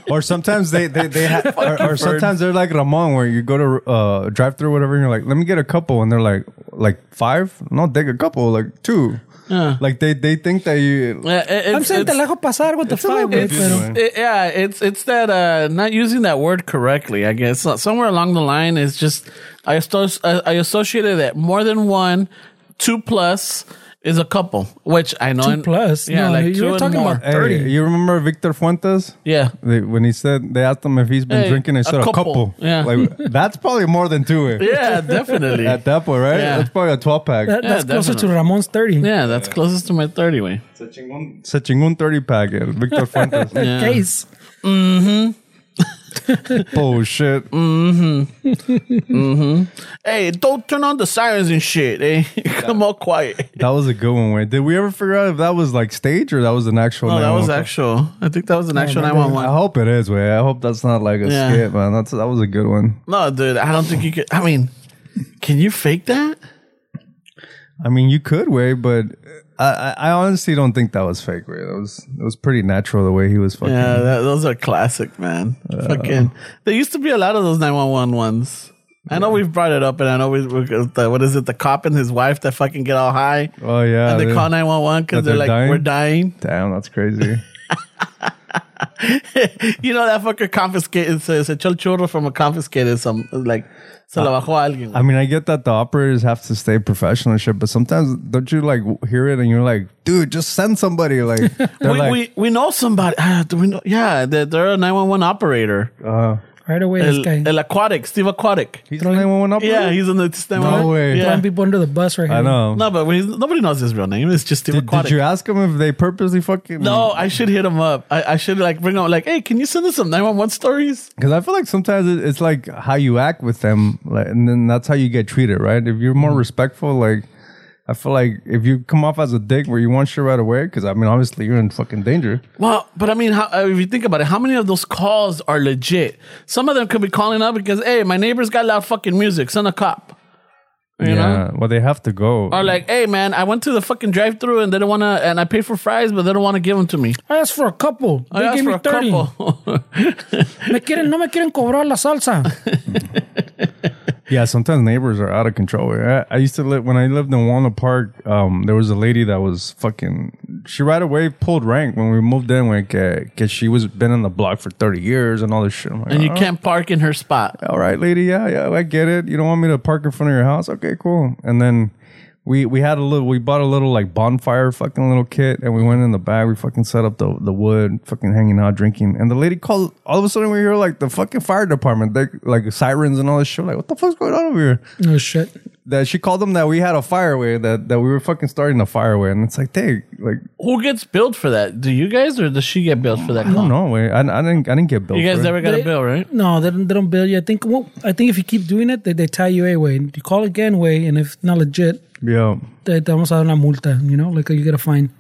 Speaker 3: Or sometimes they they they
Speaker 1: [LAUGHS]
Speaker 3: ha- or, or sometimes they're like Ramon, where you go to uh, drive through whatever, and you're like, let me get a couple, and they're like, like five? No, take a couple, like two. Like they they think that you.
Speaker 1: Yeah, it-
Speaker 4: I'm
Speaker 1: it's-
Speaker 4: saying te
Speaker 1: it's-
Speaker 4: la dejo pasar with the five.
Speaker 1: It's-
Speaker 4: güey, pero-
Speaker 1: it- yeah, it's it's that uh, not using that word correctly. I guess So- somewhere along the line it's just I asso- I I associated that more than one, two plus is a couple, which I know
Speaker 4: Two
Speaker 1: in-
Speaker 4: plus?
Speaker 1: Yeah,
Speaker 4: No,
Speaker 1: like
Speaker 4: you
Speaker 1: two
Speaker 4: were
Speaker 1: and
Speaker 4: talking
Speaker 1: more.
Speaker 4: about-
Speaker 3: Hey,
Speaker 4: Thirty.
Speaker 3: you remember Victor Fuentes?
Speaker 1: yeah.
Speaker 3: They, when he said they asked him if he's been
Speaker 1: Hey,
Speaker 3: drinking, he
Speaker 1: a
Speaker 3: said a
Speaker 1: couple.
Speaker 3: couple.
Speaker 1: Yeah. [LAUGHS]
Speaker 3: like that's probably more than two. eh?
Speaker 1: [LAUGHS] Yeah,
Speaker 4: [LAUGHS]
Speaker 1: definitely.
Speaker 3: At that point, right?
Speaker 1: Yeah.
Speaker 3: That's probably a twelve pack.
Speaker 4: That- that's closer to
Speaker 1: definitely.
Speaker 4: Ramon's 30.
Speaker 1: yeah, that's closest to my 30 way. [LAUGHS]
Speaker 3: Se chingó un thirty pack, eh, Victor Fuentes.
Speaker 4: Case.
Speaker 3: oh shit.
Speaker 1: Mm. Hey, don't turn on the sirens and shit, eh? [LAUGHS] Come all quiet.
Speaker 3: That was a good one. Wait, did we ever figure out if that was like stage or that was an actual?
Speaker 1: No, that was
Speaker 3: 911?
Speaker 1: actual. I think that was an actual
Speaker 3: I
Speaker 1: 911.
Speaker 3: hope it is. Way. I hope that's not like a
Speaker 1: Yeah.
Speaker 3: skit, man. That's that was a good one.
Speaker 1: No, dude, I don't think you could. I mean, can you fake that?
Speaker 3: I mean, you could way, but I, I I honestly don't think that was fake. Way. That was it was pretty natural the way he was fucking.
Speaker 1: Yeah, that, those are classic, man. Fucking. There used to be a lot of those 911 ones. I know we've brought it up, and I know we, we the, what is it, the cop and his wife that fucking get all high
Speaker 3: Oh yeah.
Speaker 1: and they
Speaker 3: dude.
Speaker 1: call 911 because
Speaker 3: That
Speaker 1: they're,
Speaker 3: they're
Speaker 1: like,
Speaker 3: dying?
Speaker 1: we're dying. [LAUGHS]
Speaker 3: Damn, that's crazy. [LAUGHS]
Speaker 1: you know, that fucker confiscated, se, se echó el churro from a confiscated, some, like, se lo bajó a alguien.
Speaker 3: Uh, I mean, I get that the operators have to stay professional and shit, but sometimes don't you like hear it and you're like, dude, just send
Speaker 1: [LAUGHS]
Speaker 3: somebody. Like, they're
Speaker 1: we,
Speaker 3: like,
Speaker 1: we, we know somebody. Ah, do we know? Yeah, they're, they're a 911 operator.
Speaker 3: Oh,
Speaker 4: Right away,
Speaker 1: El,
Speaker 4: this guy
Speaker 1: el Aquatic, Steve Aquatic.
Speaker 3: he's the 911 operator.
Speaker 1: Yeah, he's on the system.
Speaker 3: No way.
Speaker 1: Yeah.
Speaker 4: throwing people under the bus right here.
Speaker 3: I know.
Speaker 1: No, but he's, nobody knows his real name. It's just Steve
Speaker 3: Did,
Speaker 1: Aquatic.
Speaker 3: did you ask him if they purposely fucking?
Speaker 1: No, I should hit him up. I, I should like bring up like, hey, can you send us some 911 stories?
Speaker 3: Because I feel like sometimes it- it's like how you act with them, like, and then that's how you get treated, right? If you're more
Speaker 1: Mm-hmm.
Speaker 3: respectful, like I feel like if you come off as a dick where you want shit right away, because I mean, obviously you're in fucking danger.
Speaker 1: Well, but I mean, how, uh, if you think about it, how many of those calls are legit? Some of them could be calling up because, hey, my neighbor's got loud fucking music. Send a cop. You know?
Speaker 3: well, they have to go.
Speaker 1: Or like, hey, man, I went to the fucking drive through and they don't want to, and I paid for fries, but they don't want to give them to me.
Speaker 4: I asked for a couple.
Speaker 1: I
Speaker 4: they
Speaker 1: asked
Speaker 4: gave
Speaker 1: for
Speaker 4: me
Speaker 1: a
Speaker 4: 30.
Speaker 1: couple.
Speaker 4: Me quieren, no me quieren cobrar la salsa.
Speaker 3: Yeah, sometimes neighbors are out of control. I, I used to live when I lived in Walnut Park. Um, there was a lady that was fucking. She right away pulled rank when we moved in, like, uh, cause she was been on the block for thirty years and all this shit. I'm like,
Speaker 1: and you
Speaker 3: "Oh,
Speaker 1: can't park in her spot.
Speaker 3: all right, lady, yeah, yeah, I get it. You don't want me to park in front of your house? Okay, cool. And then we we had a little, we bought a little like bonfire fucking little kit, and we went in the back. We fucking set up the the wood, fucking hanging out, drinking. And the lady called. All of a sudden, we hear like the fucking fire department, they, like sirens and all this shit. Like, what the fuck's going on over here?
Speaker 4: No shit.
Speaker 3: That she called them that we had a fireway that that we were fucking starting a fireway, and it's like, hey, like
Speaker 1: Who gets billed for that? Do you guys or does she get billed for that?
Speaker 3: I
Speaker 1: Call?
Speaker 3: don't know, wait, oh, I, I didn't I didn't get built.
Speaker 1: You guys
Speaker 3: for it.
Speaker 1: never got a
Speaker 4: They-
Speaker 1: bill, right?
Speaker 4: No, they don't, they don't bill you. I think well, I think if you keep doing it, they, they tie you away. You call again way, and if not legit,
Speaker 3: yeah.
Speaker 4: te, te vamos a dar una multa. You know, like you get a fine.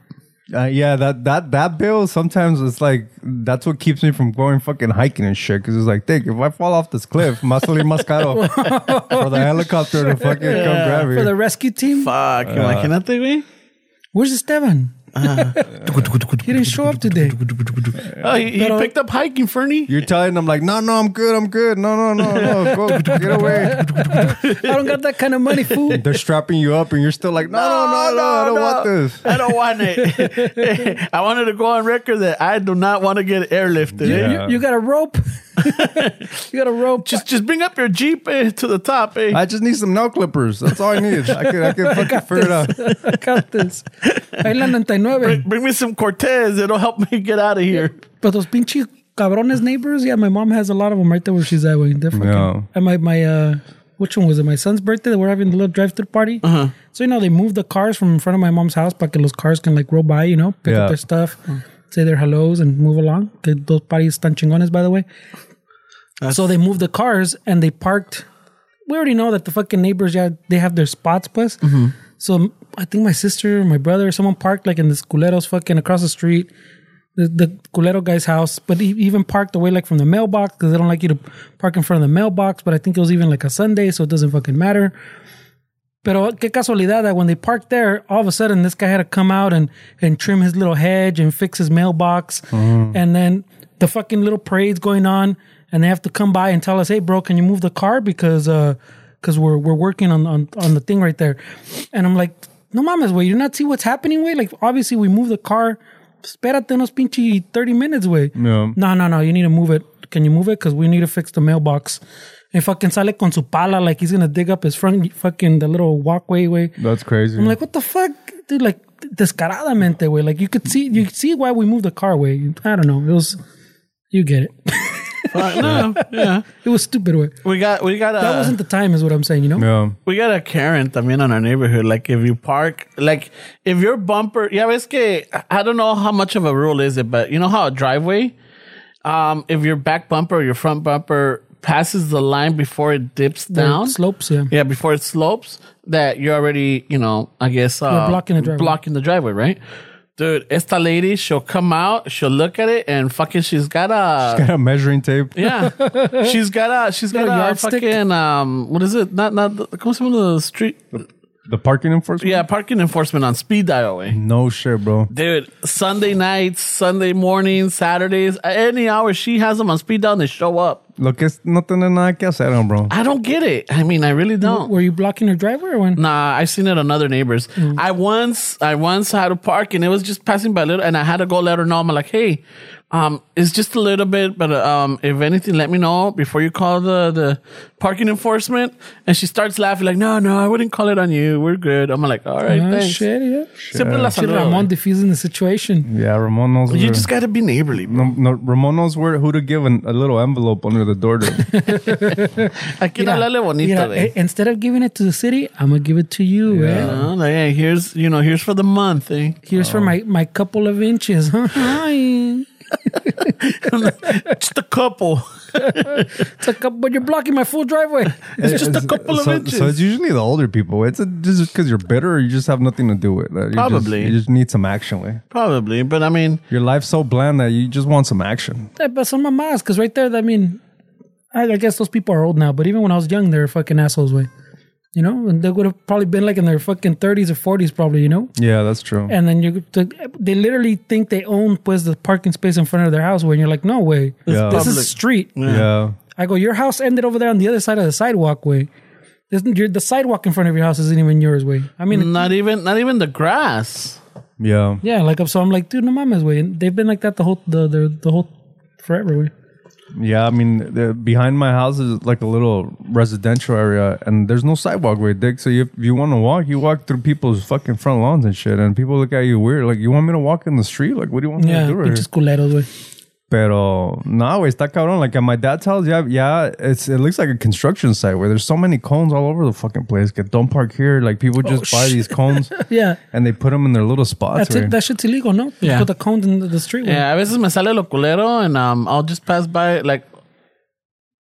Speaker 3: Uh, yeah, that that that bill sometimes it's like that's what keeps me from going fucking hiking and shit. Because it's like, think if I fall off this cliff, Masali Mascaro for the helicopter to fucking come grab me.
Speaker 4: For the rescue team,
Speaker 1: Fuck,
Speaker 3: Uh,
Speaker 1: imagínate, güey.
Speaker 4: where's Esteban? [LAUGHS] he didn't show up today.
Speaker 1: Oh, he, he
Speaker 3: uh,
Speaker 4: Pero-
Speaker 1: picked up hiking, Fernie.
Speaker 3: You're telling them like, no, no, I'm good, I'm good, no, no, no, no, go get away.
Speaker 4: I don't got that kind of money, fool.
Speaker 3: They're strapping you up, and you're still like, no, no, no, no, I don't want this.
Speaker 1: I don't want it. I wanted to go on record that I do not want to get airlifted. eh?
Speaker 3: [LAUGHS] Yeah.
Speaker 4: You got a rope. [LAUGHS] you got a rope.
Speaker 1: Just just bring up your Jeep eh, to the top, eh?
Speaker 3: I just need some nail clippers. That's all I need. I can, I can fucking figure it
Speaker 4: [LAUGHS]
Speaker 3: out.
Speaker 4: I got this. Ahí la 99.
Speaker 1: bring me some Cortez. It'll help me get out of here.
Speaker 4: But those pinche cabrones neighbors, yeah, my mom has a lot of them right there where she's at. Way. They're fucking.
Speaker 3: Yeah.
Speaker 4: And my, my, uh, which one was it? My son's birthday. We're having a little drive through party. Uh-huh. So, you know, they move the cars from in front of my mom's house, but those cars can like roll by, you know, pick
Speaker 3: Yeah.
Speaker 4: up their stuff, say their hellos, and move along. They, those parties están chingones, by the way. so they moved the cars and they parked. We already know that the fucking neighbors, yeah, they have their spots, pues. So I think my sister, my brother, someone parked like in this culeros fucking across the street, the, the culero guy's house. But he even parked away like from the mailbox because they don't like you to park in front of the mailbox. But I think it was even like a Sunday, so it doesn't fucking matter. Pero qué casualidad that when they parked there, all of a sudden this guy had to come out and, and trim his little hedge and fix his mailbox. And then the fucking little parade's going on and they have to come by and tell us, hey, bro, can you move the car? Because uh, cause we're, we're working on, on, on the thing right there. And I'm like, no mames, way. You not see what's happening, way? Like, obviously we move the car. Espérate unos pinche 30 minutes, way.
Speaker 3: Yeah.
Speaker 4: No, no, no. You need to move it. Can you move it? Because we need to fix the mailbox. And fucking sale con su pala, like he's gonna dig up his front fucking the little walkway way.
Speaker 3: That's crazy.
Speaker 4: I'm like, what the fuck, dude? Like descaradamente way. Like you could see, you could see why we moved the car way. I don't know. It was, you get it. [LAUGHS]
Speaker 1: Uh, no, yeah.
Speaker 4: It was stupid way.
Speaker 1: We got we got a
Speaker 4: That wasn't the time, is what I'm saying. You know,
Speaker 3: yeah.
Speaker 1: we got a Karen también on our neighborhood. Like if you park, like if your bumper, yeah, ves que I don't know how much of a rule is it, but you know how a driveway um, if your back bumper or your front bumper passes the line before it dips down,
Speaker 4: It slopes, yeah.
Speaker 1: yeah, before it slopes, that you're already, you know, I guess uh,
Speaker 4: blocking the driveway.
Speaker 1: blocking the driveway, right? Dude, esta lady, she'll come out, she'll look at it, and fucking, she's got a
Speaker 4: [LAUGHS]
Speaker 3: Got a measuring tape.
Speaker 1: yeah, she's got a she's got
Speaker 4: Little
Speaker 1: a
Speaker 4: yardstick.
Speaker 1: fucking um, what is it? Not not the- ¿cómo se llama the street?
Speaker 3: The parking enforcement.
Speaker 1: Yeah, parking enforcement on speed dial. way.
Speaker 3: No shit, bro.
Speaker 1: Dude, Sunday nights, Sunday mornings, Saturdays, at any hour she has them on speed dial, and they show up.
Speaker 3: Lo que es no tener nada que hacer, bro.
Speaker 1: I don't get it. I mean, I really don't.
Speaker 4: Were you blocking your driver or when?
Speaker 1: Nah, I seen it on other neighbors.
Speaker 4: Mm.
Speaker 1: I once, I once had to park and it was just passing by a little, and I had to go let her know. I'm like, hey, um, it's just a little bit, but uh, um, if anything, let me know before you call the the parking enforcement. And she starts laughing like, no, no, I wouldn't call it on you. We're good. I'm like, all right,
Speaker 4: Ah,
Speaker 1: thanks.
Speaker 4: shit, yeah.
Speaker 1: Siempre la
Speaker 4: Shit,
Speaker 1: saludo,
Speaker 4: Ramon
Speaker 1: güey.
Speaker 4: diffusing the situation.
Speaker 3: Yeah, Ramon knows.
Speaker 1: You
Speaker 4: Mm.
Speaker 3: where-
Speaker 1: just gotta be neighborly. bro.
Speaker 3: no, no, Ramon knows where who to give an, a little envelope under the
Speaker 1: [LAUGHS]
Speaker 3: door to.
Speaker 1: Hay que hablarle bonito.
Speaker 4: mira,
Speaker 1: güey.
Speaker 4: eh, instead of giving it to the city, I'm gonna give it to you. eh.
Speaker 1: You
Speaker 4: Yeah.
Speaker 1: know, Ah, like, hey, here's you know, here's for the month. Eh?
Speaker 4: [LAUGHS] Here's for my, my couple of inches. Hi.
Speaker 1: just a couple.
Speaker 4: It's a couple, but you're blocking my full driveway.
Speaker 1: It's [LAUGHS] just a couple of
Speaker 3: so,
Speaker 1: inches.
Speaker 3: So it's usually the older people. It's a, just because you're bitter or you just have nothing to do with it. You just-
Speaker 1: Probably.
Speaker 3: you just need some action. Way.
Speaker 1: Probably, but I mean,
Speaker 3: Your life's so bland that you just want some action.
Speaker 4: Yeah, but some mamás, because right there, I mean, I, I guess those people are old now, but even when I was young, they were fucking assholes, way. You know, and they would have probably been like in their fucking 30s or 40s, probably, you know?
Speaker 3: Yeah, that's true.
Speaker 4: And then you, they literally think they own pues the parking space in front of their house, way. And you're like, no way,
Speaker 3: Yeah.
Speaker 4: this is
Speaker 1: Public.
Speaker 4: a street.
Speaker 3: yeah.
Speaker 4: I go, your house ended over there on the other side of the sidewalk, way. This- your- The sidewalk in front of your house isn't even yours, way. I mean,
Speaker 1: not even not even the grass.
Speaker 3: Yeah.
Speaker 4: yeah, like so. I'm like, dude, no mames, way. And they've been like that the whole, the the, the whole, forever, way.
Speaker 3: Yeah, I mean, the, behind my house is like a little residential area, and there's no sidewalk way, Dick. So if you want to walk, you walk through people's fucking front lawns and shit, and people look at you weird. Like, you want me to walk in the street? Like, what do you want me
Speaker 4: Yeah,
Speaker 3: to do right here?
Speaker 4: pinches culeros, way.
Speaker 3: Pero no, güey, está cabrón. Like at my dad's house, yeah, yeah, it's it looks like a construction site where there's so many cones all over the fucking place. Get don't park here. Like people just buy these cones
Speaker 4: Oh, [LAUGHS] Yeah.
Speaker 3: and they put them in their little spots.
Speaker 4: That's it.
Speaker 3: güey.
Speaker 4: That shit's illegal, no? You
Speaker 1: Yeah.
Speaker 4: Put the cones in the, the street. Yeah.
Speaker 1: Yeah, Eh, a veces me sale lo culero and um, I'll just pass by like,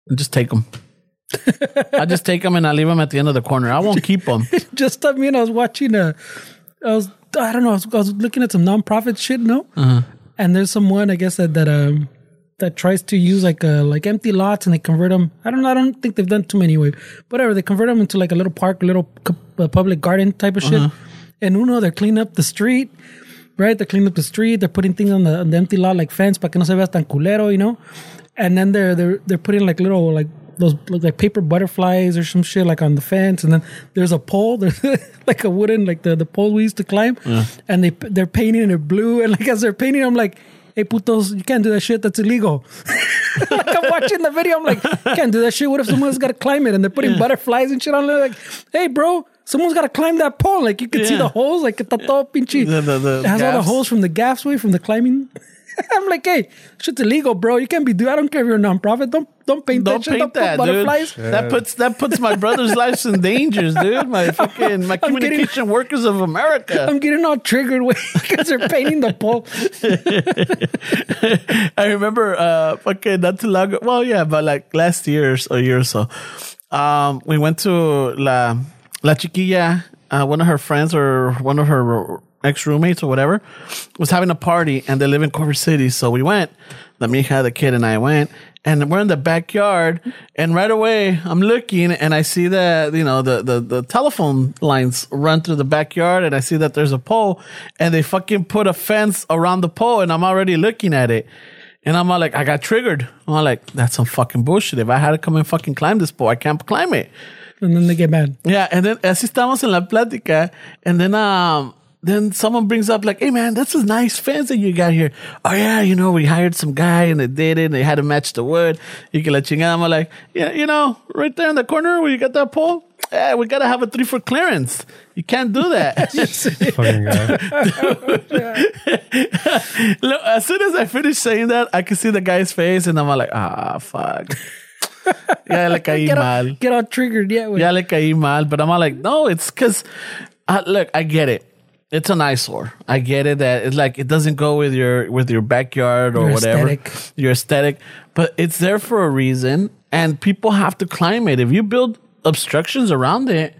Speaker 1: and just take
Speaker 4: [LAUGHS]
Speaker 1: them. I just take them and I leave them at the end of the corner. I won't keep them.
Speaker 4: Just I mean, I was watching a, I was I don't know, I was, I was looking at some nonprofit shit, no? And there's someone I guess that that um that tries to use like uh like empty lots and they convert them. I don't know. I don't think they've done too many way. Whatever. They convert them into like a little park, little co- uh, public garden type of shit. And uno, they're cleaning up the street. right? They're cleaning up the street. They're putting things on the, on the empty lot like fence, para que no se vea tan culero, you know. And then they're they're they're putting like little like those look like paper butterflies or some shit like on the fence. And then there's a pole, [LAUGHS] there's like a wooden like the the pole we used to climb. And they they're painting it blue. And like as they're painting, I'm like. Hey putos, you can't do that shit. That's illegal. [LAUGHS] like I'm watching the video, I'm like, can't do that shit. What if someone's got to climb it and they're putting butterflies and shit on it? Like, hey, bro, someone's got to climb that pole. Like you can see
Speaker 1: Yeah.
Speaker 4: the holes. Like it's all pinche
Speaker 1: The- the- the
Speaker 4: it has all the
Speaker 1: gaps.
Speaker 4: holes from the gaffs way from the climbing. [LAUGHS] I'm like, hey, shit's illegal, bro. You can't be do. I don't care if you're a nonprofit. Don't [LAUGHS] don't paint
Speaker 1: Don't
Speaker 4: that shit.
Speaker 1: paint
Speaker 4: don't
Speaker 1: that,
Speaker 4: put
Speaker 1: dude.
Speaker 4: butterflies.
Speaker 1: That puts that puts my brother's life in danger, dude.
Speaker 4: [LAUGHS]
Speaker 1: My fucking my
Speaker 4: I'm getting-
Speaker 1: communication workers of America.
Speaker 4: I'm getting all triggered way [LAUGHS] because they're painting the pole.
Speaker 1: I remember uh fucking not too long ago. Well, yeah, but like last year or so- a year or so. Um we went to La La Chiquilla, uh, one of her friends or one of her ex roommates or whatever was having a party and they live in Culver City. So we went. The Mija, the kid and I went and we're in the backyard and right away I'm looking and I see that you know the, the the telephone lines run through the backyard and I see that there's a pole and they fucking put a fence around the pole and I'm already looking at it and I'm all like, I got triggered. I'm all like, that's some fucking bullshit. If I had to come and fucking climb this pole, I can't climb it.
Speaker 4: And then they get mad.
Speaker 1: Yeah, and then así estamos en la plática, and then um, then someone brings up like, "Hey man, that's a nice fence that you got here." Oh yeah, you know we hired some guy and they did it. and They had to match the wood. You can let chingada. I'm like, yeah, you know, right there in the corner where you got that pole. Yeah, we gotta have a three foot clearance. You can't do that.
Speaker 3: Fucking
Speaker 4: [LAUGHS]
Speaker 3: guy.
Speaker 1: [LAUGHS] Look, as soon as I finished saying that, I could see the guy's face, and I'm all like, ah, fuck. yeah, like I
Speaker 4: Get all,
Speaker 1: mal.
Speaker 4: get all triggered. Yeah. Way.
Speaker 1: Ya le caí mal, but I'm all like, no, it's because, look, uh, I get it. it's an eyesore. I get it that it's like it doesn't go with your with your backyard or
Speaker 4: Your
Speaker 1: whatever
Speaker 4: aesthetic.
Speaker 1: your aesthetic, but it's there for a reason, and people have to climb it. If you build obstructions around it,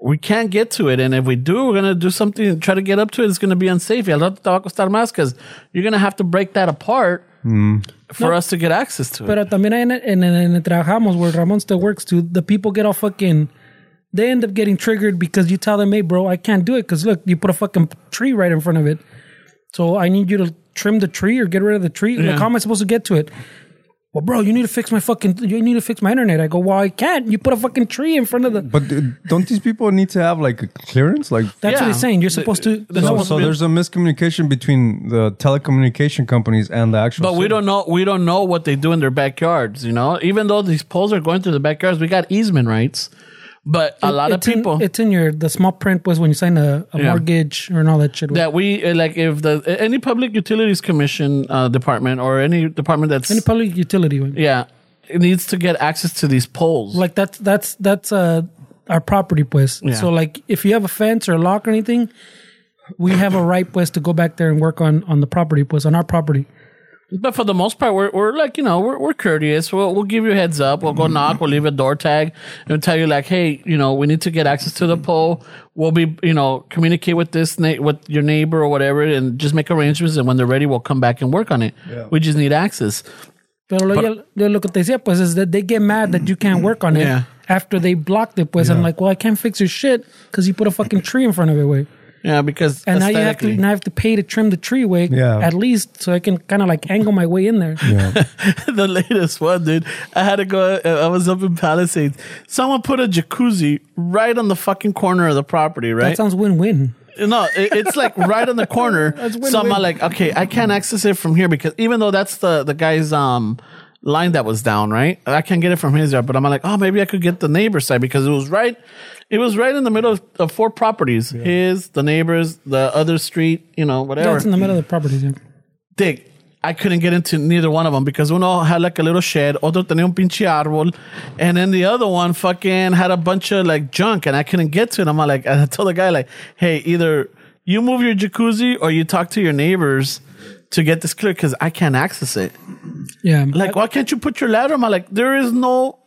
Speaker 1: we can't get to it, and if we do, we're gonna do something and try to get up to it. It's gonna be unsafe. Y al rato te va a costar más because you're gonna have to break that apart
Speaker 3: Mm.
Speaker 1: for us to get access to it.
Speaker 4: Pero también en, en, en, en trabajamos where Ramon still works too. The people get all fucking. They end up getting triggered because you tell them, "Hey, bro, I can't do it." Because look, you put a fucking tree right in front of it. So I need you to trim the tree or get rid of the tree. Like,
Speaker 1: Yeah.
Speaker 4: how am I supposed to get to it? Well, bro, you need to fix my fucking. You need to fix my internet. I go, well, I can't. You put a fucking tree in front of the.
Speaker 3: But uh, don't these people need to have like a clearance? Like,
Speaker 4: That's
Speaker 1: Yeah.
Speaker 4: what he's saying. You're supposed to.
Speaker 1: The- the-
Speaker 4: no,
Speaker 3: so,
Speaker 1: one's
Speaker 3: so
Speaker 1: been-
Speaker 3: there's a miscommunication between the telecommunication companies and the actual.
Speaker 1: But we
Speaker 3: city.
Speaker 1: don't know. We don't know what they do in their backyards. You know, even though these poles are going through the backyards, we got easement rights. But a lot of
Speaker 4: it's in-
Speaker 1: people
Speaker 4: it's in your. The small print was when you sign a, a
Speaker 1: Yeah.
Speaker 4: mortgage or all that shit.
Speaker 1: that we uh, like, if the any public utilities commission uh, department or any department that's
Speaker 4: Any public utility. one.
Speaker 1: yeah it needs to get access to these poles.
Speaker 4: like that's that's that's uh our property pues
Speaker 1: Yeah.
Speaker 4: so like if you have a fence or a lock or anything we have a right pues to go back there and work on on the property pues on our property
Speaker 1: but for the most part, we're, we're like you know we're, we're courteous. We'll, we'll give you a heads up. We'll go knock. We'll leave a door tag and tell you like, hey, you know, we need to get access to the pole. We'll be you know communicate with this na- with your neighbor or whatever, and just make arrangements. And when they're ready, we'll come back and work on it. We just need access.
Speaker 4: pero lo, lo, lo que te decía pues is that they get mad that you can't work on it
Speaker 1: Yeah.
Speaker 4: after they blocked it pues i'm like well i can't fix your shit because you put a fucking tree in front of it way
Speaker 1: Yeah, because
Speaker 4: and now you have to
Speaker 1: aesthetically-
Speaker 4: now I have to pay to trim the tree way
Speaker 3: Yeah.
Speaker 4: at least so i can kind of like angle my way in there [LAUGHS]
Speaker 1: the latest one, dude. I had to go. uh, I was up in Palisades. Someone put a jacuzzi right on the fucking corner of the property. Right.
Speaker 4: that sounds win-win
Speaker 1: No, it, it's like right on the
Speaker 4: [LAUGHS]
Speaker 1: corner.
Speaker 4: win-win.
Speaker 1: so I'm not like, okay, I can't access it from here because even though that's the the guy's um line that was down, right? I can't get it from his yard, but I'm like, oh, maybe I could get the neighbor's side because it was right, it was right in the middle of, of four properties: his, the neighbor's, the other street, you know, whatever.
Speaker 4: that's in the middle of the property yeah.
Speaker 1: Dick, I couldn't get into neither one of them because uno had like a little shed, otro tenía un pinche árbol, and then the other one fucking had a bunch of like junk, and I couldn't get to it. I'm like, [LAUGHS] I told the guy like, hey, either you move your jacuzzi or you talk to your neighbors to get this clear because I can't access it.
Speaker 4: yeah
Speaker 1: Like, why can't you put your ladder? I'm like, there is no.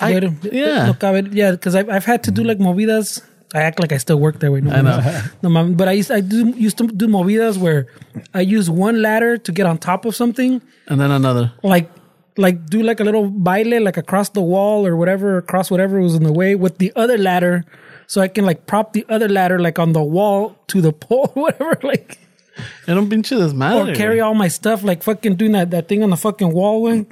Speaker 1: I,
Speaker 4: Later.
Speaker 1: yeah.
Speaker 4: No cabe- yeah, because I've, I've had to do like movidas. I act like I still work there. Wait, no, I know. No, ma'am. but I used I do used to do movidas where I use one ladder to get on top of something,
Speaker 1: And then another.
Speaker 4: like like do like a little baile, like across the wall or whatever, across whatever was in the way with the other ladder, so I can like prop the other ladder like on the wall to the [LAUGHS] pole, whatever, like
Speaker 1: Era un pinche desmadre.
Speaker 4: or carry
Speaker 1: güey.
Speaker 4: all my stuff, like fucking doing that, that thing on the fucking wall way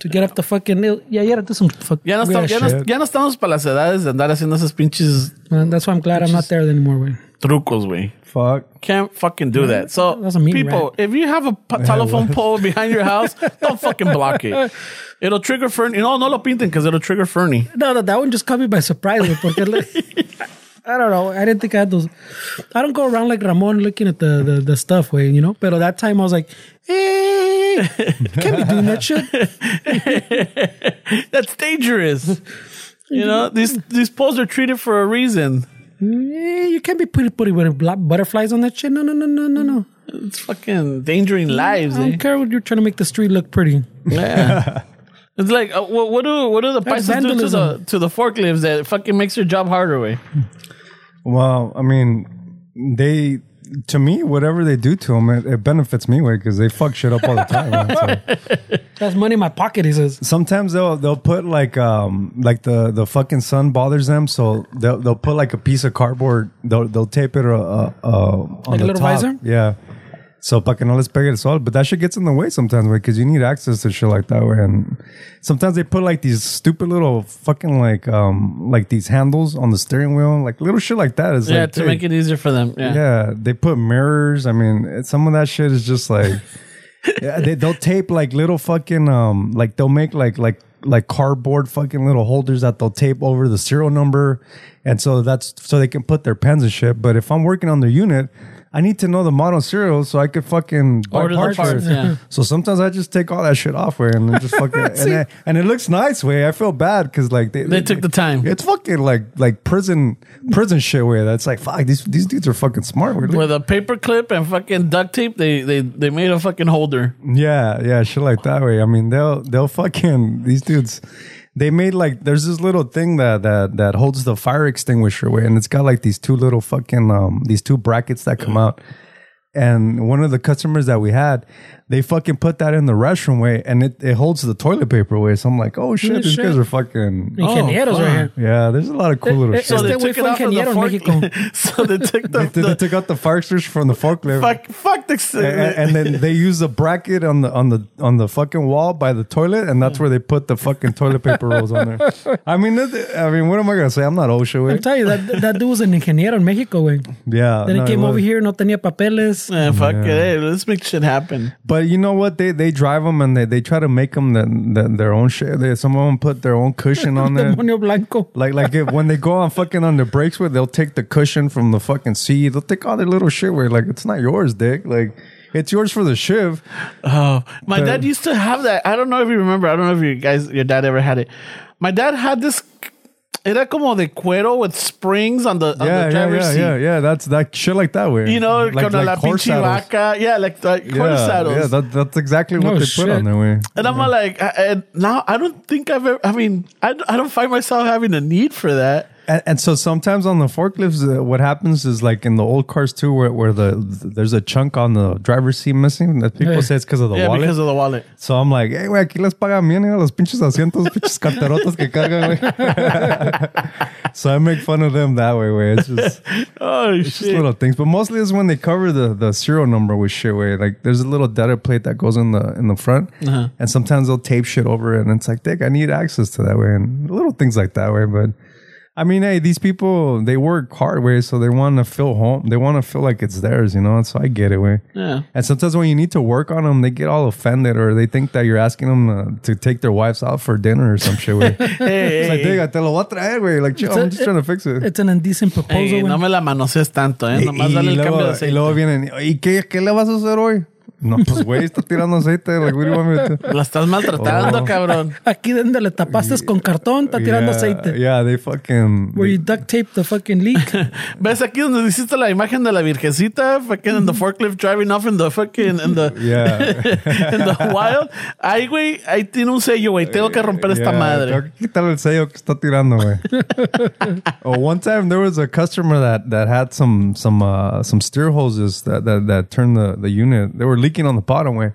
Speaker 4: to get up the fucking hill. yeah, yeah, do some fuck.
Speaker 1: Ya no, estamos,
Speaker 4: weird ass
Speaker 1: ya,
Speaker 4: shit.
Speaker 1: no, ya no estamos para las edades de andar haciendo esos pinches
Speaker 4: Man, that's why I'm glad I'm not there anymore. Way.
Speaker 1: trucos, güey.
Speaker 3: Fuck.
Speaker 1: Can't fucking do that. So
Speaker 4: That's a mean
Speaker 1: people, if you have a p- telephone pole behind your house, don't fucking block it. It'll trigger Fernie. No, no lo pinten because it'll trigger Fernie. [LAUGHS]
Speaker 4: No, no, that one just caught me by surprise. güey, Porque, like, [LAUGHS] I don't know. I didn't think I had those. I don't go around like Ramon looking at the the, the stuff, way you know. But at that time, I was like, "Hey, can't be doing that shit."
Speaker 1: That's dangerous. You know these these poles are treated for a reason.
Speaker 4: Eh, you can't be putting putting butter- bla- butterflies on that shit. No, no, no, no, no, no.
Speaker 1: It's fucking endangering lives.
Speaker 4: I
Speaker 1: Eh?
Speaker 4: [LAUGHS] don't care what you're trying to make the street look pretty.
Speaker 1: Yeah. It's like uh, what, what do what do the
Speaker 4: That's
Speaker 1: prices do to the
Speaker 4: vandalism.
Speaker 1: to the forklifts that fucking makes your job harder way?
Speaker 3: Well, I mean, they to me whatever they do to them, it, it benefits me way because they fuck shit up all the time. man. So
Speaker 4: That's money in my pocket. He says.
Speaker 3: sometimes they'll they'll put like um like the the fucking sun bothers them, so they'll they'll put like a piece of cardboard. They'll they'll tape it uh, uh, uh, on
Speaker 4: Like a
Speaker 3: the
Speaker 4: little
Speaker 3: top.
Speaker 4: visor?
Speaker 3: Yeah. So fucking no les pegue el sol, but that shit gets in the way sometimes, way because you need access to shit like that, way. And sometimes they put like these stupid little fucking like um like these handles on the steering wheel, like little shit like that. It's
Speaker 1: Yeah,
Speaker 3: like,
Speaker 1: to
Speaker 3: hey,
Speaker 1: make it easier for them. Yeah.
Speaker 3: yeah, they put mirrors. I mean, it- some of that shit is
Speaker 1: [LAUGHS]
Speaker 3: just like yeah, they, they'll tape like little fucking um like they'll make like like like cardboard fucking little holders that they'll tape over the serial number and so that's so they can put their pens and shit. But if I'm working on their unit, I need to know the model serial so I could fucking buy
Speaker 1: Order the
Speaker 3: parts.
Speaker 1: parts,
Speaker 3: for it.
Speaker 1: yeah.
Speaker 3: [LAUGHS] So sometimes I just take all that shit off way and then just
Speaker 1: [LAUGHS]
Speaker 3: fucking and, I- and it looks nice way. I feel bad because like they,
Speaker 1: They took the time.
Speaker 3: It's fucking like like prison prison shit way. That's like fuck. These these dudes are fucking smart. We're
Speaker 1: With a paper clip and fucking duct tape, they, they, they made a fucking holder.
Speaker 3: Yeah, yeah, shit like that way. I mean, they'll they'll fucking these dudes. They made like there's this little thing that that that holds the fire extinguisher away, and it's got like these two little fucking um these two brackets that come out. And one of the customers that we had, they fucking put that in the restroom way, and it, it holds the toilet paper away. So I'm like, oh shit,
Speaker 4: Good
Speaker 3: these
Speaker 4: shit.
Speaker 3: guys are fucking.
Speaker 4: Oh, Ingenieros right here.
Speaker 3: Yeah, there's a lot of cool little
Speaker 4: Eh, eh,
Speaker 3: shit.
Speaker 4: Este
Speaker 1: they
Speaker 4: güey
Speaker 1: took Oh. it
Speaker 4: fue
Speaker 1: off of the
Speaker 4: ingeniero en
Speaker 1: fork- [LAUGHS] so they took the,
Speaker 3: they, they
Speaker 1: the-
Speaker 3: took out the fire extinguisher from the forklift.
Speaker 1: fuck, fuck the.
Speaker 3: and, and then they use the bracket on the on the on the fucking wall by the toilet, and that's where they put the fucking toilet paper rolls on there. I mean, that- I mean, what am I gonna say? I'm not OSHA.
Speaker 4: I'm
Speaker 3: Way.
Speaker 4: telling you, that, that dude was an ingeniero in Mexico, güey.
Speaker 3: yeah.
Speaker 4: Then he
Speaker 3: no, it
Speaker 4: came over
Speaker 3: was.
Speaker 4: here, Ah, no tenía papeles.
Speaker 1: [LAUGHS] Eh, fuck it, hey, let's make shit happen.
Speaker 3: But you know what? They they drive them and they, they try to make them the, the, their own shit. They, some of them put their own
Speaker 4: [LAUGHS]
Speaker 3: cushion on there.
Speaker 4: Demonio blanco.
Speaker 3: Like like if, when they go on fucking on the breaks with, they'll take the cushion from the fucking seat. They'll take all their little shit. Where like it's not yours, dick. Like it's yours for the shiv.
Speaker 1: Oh, my
Speaker 3: The-
Speaker 1: dad used to have that. I don't know if you remember. I don't know if you guys, your dad ever had it. My dad had this. Era como de cuero with springs on the, on the
Speaker 3: Yeah, yeah,
Speaker 1: driver's
Speaker 3: yeah,
Speaker 1: seat.
Speaker 3: yeah, yeah. That's that shit like that. Where
Speaker 1: You know, con la pinche
Speaker 3: horse saddles.
Speaker 1: vaca. Yeah, like the quarter saddles.
Speaker 3: Yeah, that, that's exactly what
Speaker 4: No
Speaker 3: they
Speaker 4: shit.
Speaker 3: put on there. Way.
Speaker 1: and I'm like, I, and now I don't think I've ever, I mean, I, I don't find myself having a need for that.
Speaker 3: And, and so sometimes on the forklifts, uh, what happens is like in the old cars too, where, where the th- there's a chunk on the driver's seat missing. That people
Speaker 4: Yeah.
Speaker 3: say it's because of the
Speaker 1: yeah,
Speaker 3: wallet.
Speaker 1: because of the wallet.
Speaker 3: so I'm like, hey, güey, aquí les pagan bien eh, los pinches asientos, [LAUGHS] pinches carterotas que cargan. güey." [LAUGHS] so I make fun of them that way. Way it's just.
Speaker 1: Oh,
Speaker 3: Just
Speaker 1: shit.
Speaker 3: little things, but mostly is when they cover the, the serial number with shit. Way like there's a little data plate that goes in the in the front, and sometimes they'll tape shit over it, and it's like, dick, I need access to that way, and little things like that way. But I mean, hey, these people they work hard way, so they want to feel home. They want to feel like it's theirs, you know. And so I get it way.
Speaker 1: yeah.
Speaker 3: And sometimes when you need to work on them, they get all offended, or they think that you're asking them uh, to take their wives out for dinner or some shit. Way. it's
Speaker 1: Hey,
Speaker 3: like,
Speaker 1: hey,
Speaker 3: dick, I te lo voy a traer, way. Like, chill,
Speaker 4: It's a-
Speaker 3: I'm just trying to fix it.
Speaker 4: It's an indecent proposal,
Speaker 1: hey,
Speaker 4: güey.
Speaker 1: Eh, no me la manosees tanto, eh.
Speaker 3: Y-
Speaker 1: Nomás
Speaker 3: y
Speaker 1: dale el
Speaker 3: luego-
Speaker 1: cambio de
Speaker 3: y
Speaker 1: aceite.
Speaker 3: luego vienen, ¿y qué, qué le vas a hacer hoy? No, pues güey, está tirando aceite. Like, what do you want me to do?
Speaker 1: La estás maltratando,
Speaker 3: Oh.
Speaker 1: cabrón.
Speaker 4: Aquí donde le tapaste es con cartón, está tirando
Speaker 3: yeah,
Speaker 4: aceite.
Speaker 3: Yeah, they fucking.
Speaker 4: Where you duct tape the fucking leak.
Speaker 1: [LAUGHS] ¿Ves aquí donde hiciste la imagen de la virgencita? Fucking in the forklift driving off in the fucking in the
Speaker 3: yeah.
Speaker 1: in
Speaker 3: [LAUGHS]
Speaker 1: the wild. Ay, güey, ahí tiene un sello, güey. Tengo que romper esta
Speaker 3: Yeah,
Speaker 1: madre.
Speaker 3: Tengo que quitarle el sello que está tirando, güey.
Speaker 1: [LAUGHS]
Speaker 3: oh, one time there was a customer that that had some some uh, some steer hoses that that, that turned the, the unit. They were leaking on the bottom, way.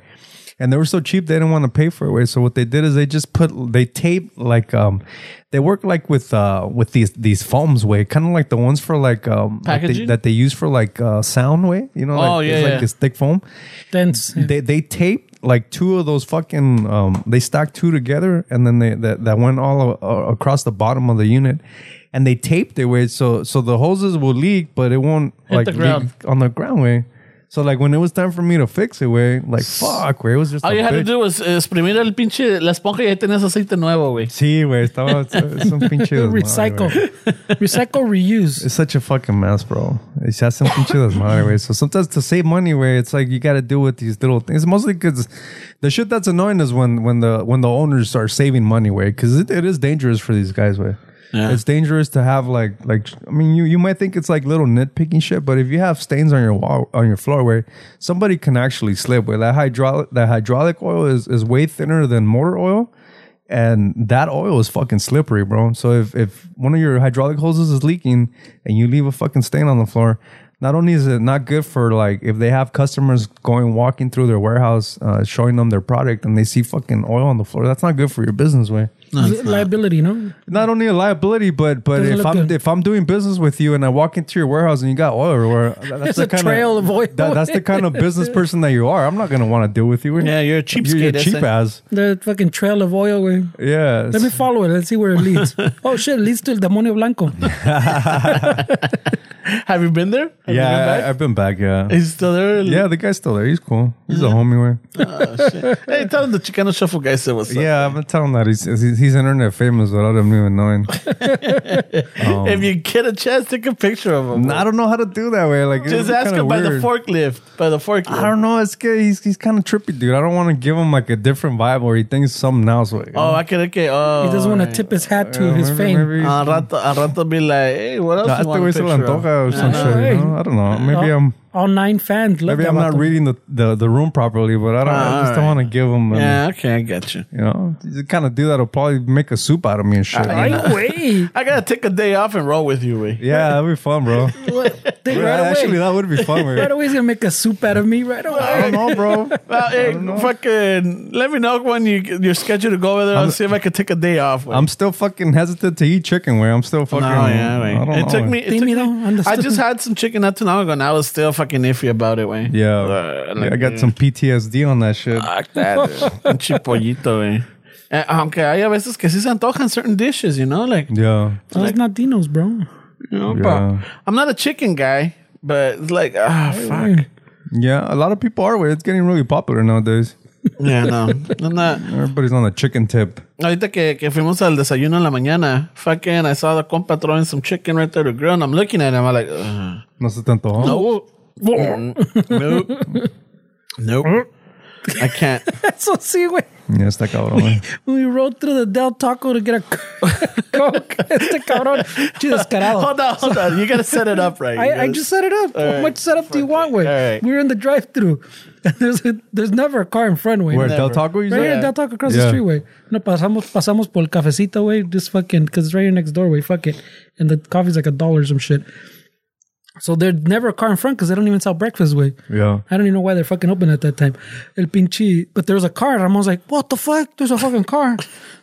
Speaker 3: And they were so cheap they didn't want to pay for it. Way. So what they did is they just put they taped like um they work like with uh with these these foams way, kind of like the ones for like um that they,
Speaker 1: Packaging?
Speaker 3: that they use for like uh sound way, you know,
Speaker 1: Oh,
Speaker 3: like
Speaker 1: yeah,
Speaker 3: it's
Speaker 1: yeah.
Speaker 3: like this thick foam
Speaker 4: Dense.
Speaker 3: they they taped like two of those fucking um they stacked two together and then they that, that went all a, a- across the bottom of the unit and they taped it way so so the hoses will leak but it won't like
Speaker 1: the ground.
Speaker 3: leak on the ground way so like when it was time for me to fix it way like fuck way it was just
Speaker 1: All
Speaker 3: a
Speaker 1: you had to
Speaker 3: bitch.
Speaker 1: do was eh, exprimir el pinche la esponja y ahí tenías aceite nuevo, güey.
Speaker 3: Sí, güey, estaba
Speaker 1: [LAUGHS]
Speaker 3: es un pinche desmadre,
Speaker 4: Recycle.
Speaker 3: güey.
Speaker 4: Recycle, reuse.
Speaker 3: It's such a fucking mess, bro. It's just some pinche desmadre, way. So sometimes to save money, way, it's like you got to deal with these little things. Mostly because the shit that's annoying is when when the when the owners are saving money, way, because it, it is dangerous for these guys, way.
Speaker 1: Yeah.
Speaker 3: It's dangerous to have like like I mean you you might think it's like little nitpicking shit, but if you have stains on your wall on your floor, where somebody can actually slip, where that hydraulic that hydraulic oil is is way thinner than motor oil and that oil is fucking slippery, bro. So if, if one of your hydraulic hoses is leaking and you leave a fucking stain on the floor, not only is it not good for like if they have customers going walking through their warehouse uh, showing them their product and they see fucking oil on the floor, that's not good for your business way.
Speaker 4: Li- liability, no?
Speaker 3: Not only a liability, but but
Speaker 4: Doesn't
Speaker 3: if
Speaker 4: look
Speaker 3: I'm
Speaker 4: good.
Speaker 3: if I'm doing business with you and I walk into your warehouse and you got oil
Speaker 4: [LAUGHS]
Speaker 3: everywhere, that- that's
Speaker 4: There's a trail of oil.
Speaker 3: that- that's the kind of
Speaker 4: [LAUGHS]
Speaker 3: business person that you are. I'm not gonna want to deal with you.
Speaker 1: Yeah, you're a
Speaker 3: You're, you're
Speaker 1: cheapskate,
Speaker 3: cheap
Speaker 1: ese.
Speaker 3: ass.
Speaker 4: The fucking trail of oil, güey.
Speaker 3: Yeah.
Speaker 4: Let me
Speaker 1: [LAUGHS]
Speaker 4: follow it. Let's see where it leads. oh shit, it leads to El Demonio Blanco.
Speaker 1: Have you been there? Have
Speaker 3: yeah,
Speaker 1: You been
Speaker 3: I,
Speaker 1: back?
Speaker 3: I've been back. Yeah,
Speaker 1: Is it still there?
Speaker 3: yeah, the guy's still there. He's cool. He's a homie, man.
Speaker 1: Hey, tell him the Chicano Shuffle guy uh, said what's up.
Speaker 3: Yeah, I'm gonna tell him that he's he's, he's internet famous without him
Speaker 1: [LAUGHS]
Speaker 3: even knowing.
Speaker 1: If you get a chance, take a picture of him.
Speaker 3: And I don't know how to do that way. Like,
Speaker 1: Just ask him by the
Speaker 3: fork.
Speaker 1: forklift. By the forklift.
Speaker 3: I don't know. It's good. He's he's kind of trippy, dude. I don't want to give him like a different vibe where he thinks something else. Like,
Speaker 1: Oh, I can. Okay. Oh,
Speaker 4: He doesn't want to
Speaker 1: alright.
Speaker 4: tip his hat to
Speaker 3: you know,
Speaker 4: his
Speaker 3: maybe-
Speaker 4: fame.
Speaker 3: maybe-
Speaker 1: Al rato, al rato be like, hey, what else
Speaker 3: Ah,
Speaker 1: you
Speaker 3: este
Speaker 1: want
Speaker 3: güey
Speaker 1: a
Speaker 3: se
Speaker 1: Ah, picture
Speaker 3: la
Speaker 1: of? Oh,
Speaker 3: antoja or some
Speaker 4: Yeah.
Speaker 3: shit. You
Speaker 4: Hey.
Speaker 3: know? I don't know. Maybe
Speaker 4: all,
Speaker 3: I'm
Speaker 4: all nine fans love
Speaker 3: maybe
Speaker 4: that
Speaker 3: I'm not
Speaker 4: vato.
Speaker 3: reading the, the, the room properly, but I don't. I just don't
Speaker 1: Ah, Alright.
Speaker 3: want to give him. an-
Speaker 1: Yeah, okay, I got you.
Speaker 3: You know, the kind of dude that'll probably make a soup out of me and
Speaker 1: Ah,
Speaker 3: shit.
Speaker 4: Right away.
Speaker 1: I gotta take a day off and roll with you, way.
Speaker 3: yeah, that'd be fun,
Speaker 1: [LAUGHS]
Speaker 3: bro.
Speaker 4: They-
Speaker 3: Yeah,
Speaker 4: right away.
Speaker 3: Actually, that would be
Speaker 4: [LAUGHS]
Speaker 3: fun.
Speaker 4: right
Speaker 3: Right
Speaker 4: away, he's gonna make a soup out of me right
Speaker 3: I
Speaker 4: away.
Speaker 3: don't know, bro.
Speaker 1: Well, hey, fucking, let me know when you you're scheduled to go over there and see if I could take a day off. Way.
Speaker 3: I'm still fucking hesitant to eat chicken. Where I'm still fucking.
Speaker 1: no, yeah, way.
Speaker 3: I don't
Speaker 1: It
Speaker 3: know,
Speaker 1: took
Speaker 3: way.
Speaker 1: me. It took me
Speaker 4: Timmy, though,
Speaker 1: I
Speaker 4: understood.
Speaker 1: just had some chicken not too long ago, and I was still fucking iffy about it, way.
Speaker 3: Yeah,
Speaker 1: Uh,
Speaker 3: yeah, I
Speaker 1: like,
Speaker 3: got some PTSD on that shit.
Speaker 1: Fuck that, dude. Pinche pollito, way. Eh, aunque hay a veces que sí se antojan certain dishes, you know, like
Speaker 3: Yeah,
Speaker 4: Those Latinos, bro.
Speaker 3: [LAUGHS]
Speaker 1: you know,
Speaker 3: Mm, Yeah.
Speaker 1: but I'm not a chicken guy, but it's like ah fuck.
Speaker 3: yeah. A lot of people are. Where it's getting really popular nowadays.
Speaker 1: Yeah, no. I'm not.
Speaker 3: Everybody's on the chicken tip.
Speaker 1: Ahorita que, que fuimos al desayuno en la mañana, fucking I saw the compa throwing some chicken right there to grill, and I'm looking at him, I'm like, "Ugh,
Speaker 3: No se te antojó?
Speaker 1: nope, nope, nope, I can't.
Speaker 4: So see, we,
Speaker 3: Yeah, está cabrón.
Speaker 1: [LAUGHS]
Speaker 3: eh.
Speaker 4: we rode through the Del Taco to get a [LAUGHS] coke. este cabrón, che
Speaker 1: [LAUGHS]
Speaker 4: descarado.
Speaker 1: Hold on, hold on, you gotta set it up right. You
Speaker 4: I, I
Speaker 1: gotta-
Speaker 4: just set it up. How
Speaker 1: right.
Speaker 4: much setup do you want? With
Speaker 1: All right.
Speaker 4: we were in the drive-through. [LAUGHS] There's a, there's never a car in front. Way
Speaker 3: Where Del Taco? You
Speaker 4: Right here,
Speaker 3: said?
Speaker 4: at Del Taco across
Speaker 3: Yeah.
Speaker 4: the street, way. No, pasamos, pasamos por el cafecito, way. Just fucking, because it's right here next door, way. Fuck it. And the coffee's like a dollar or some shit. So there's never a car in front because they don't even sell breakfast, way.
Speaker 3: Yeah.
Speaker 4: I don't even know why they're fucking open at that time. El pinche, but there was a car. And I was like, what the fuck? There's a fucking car.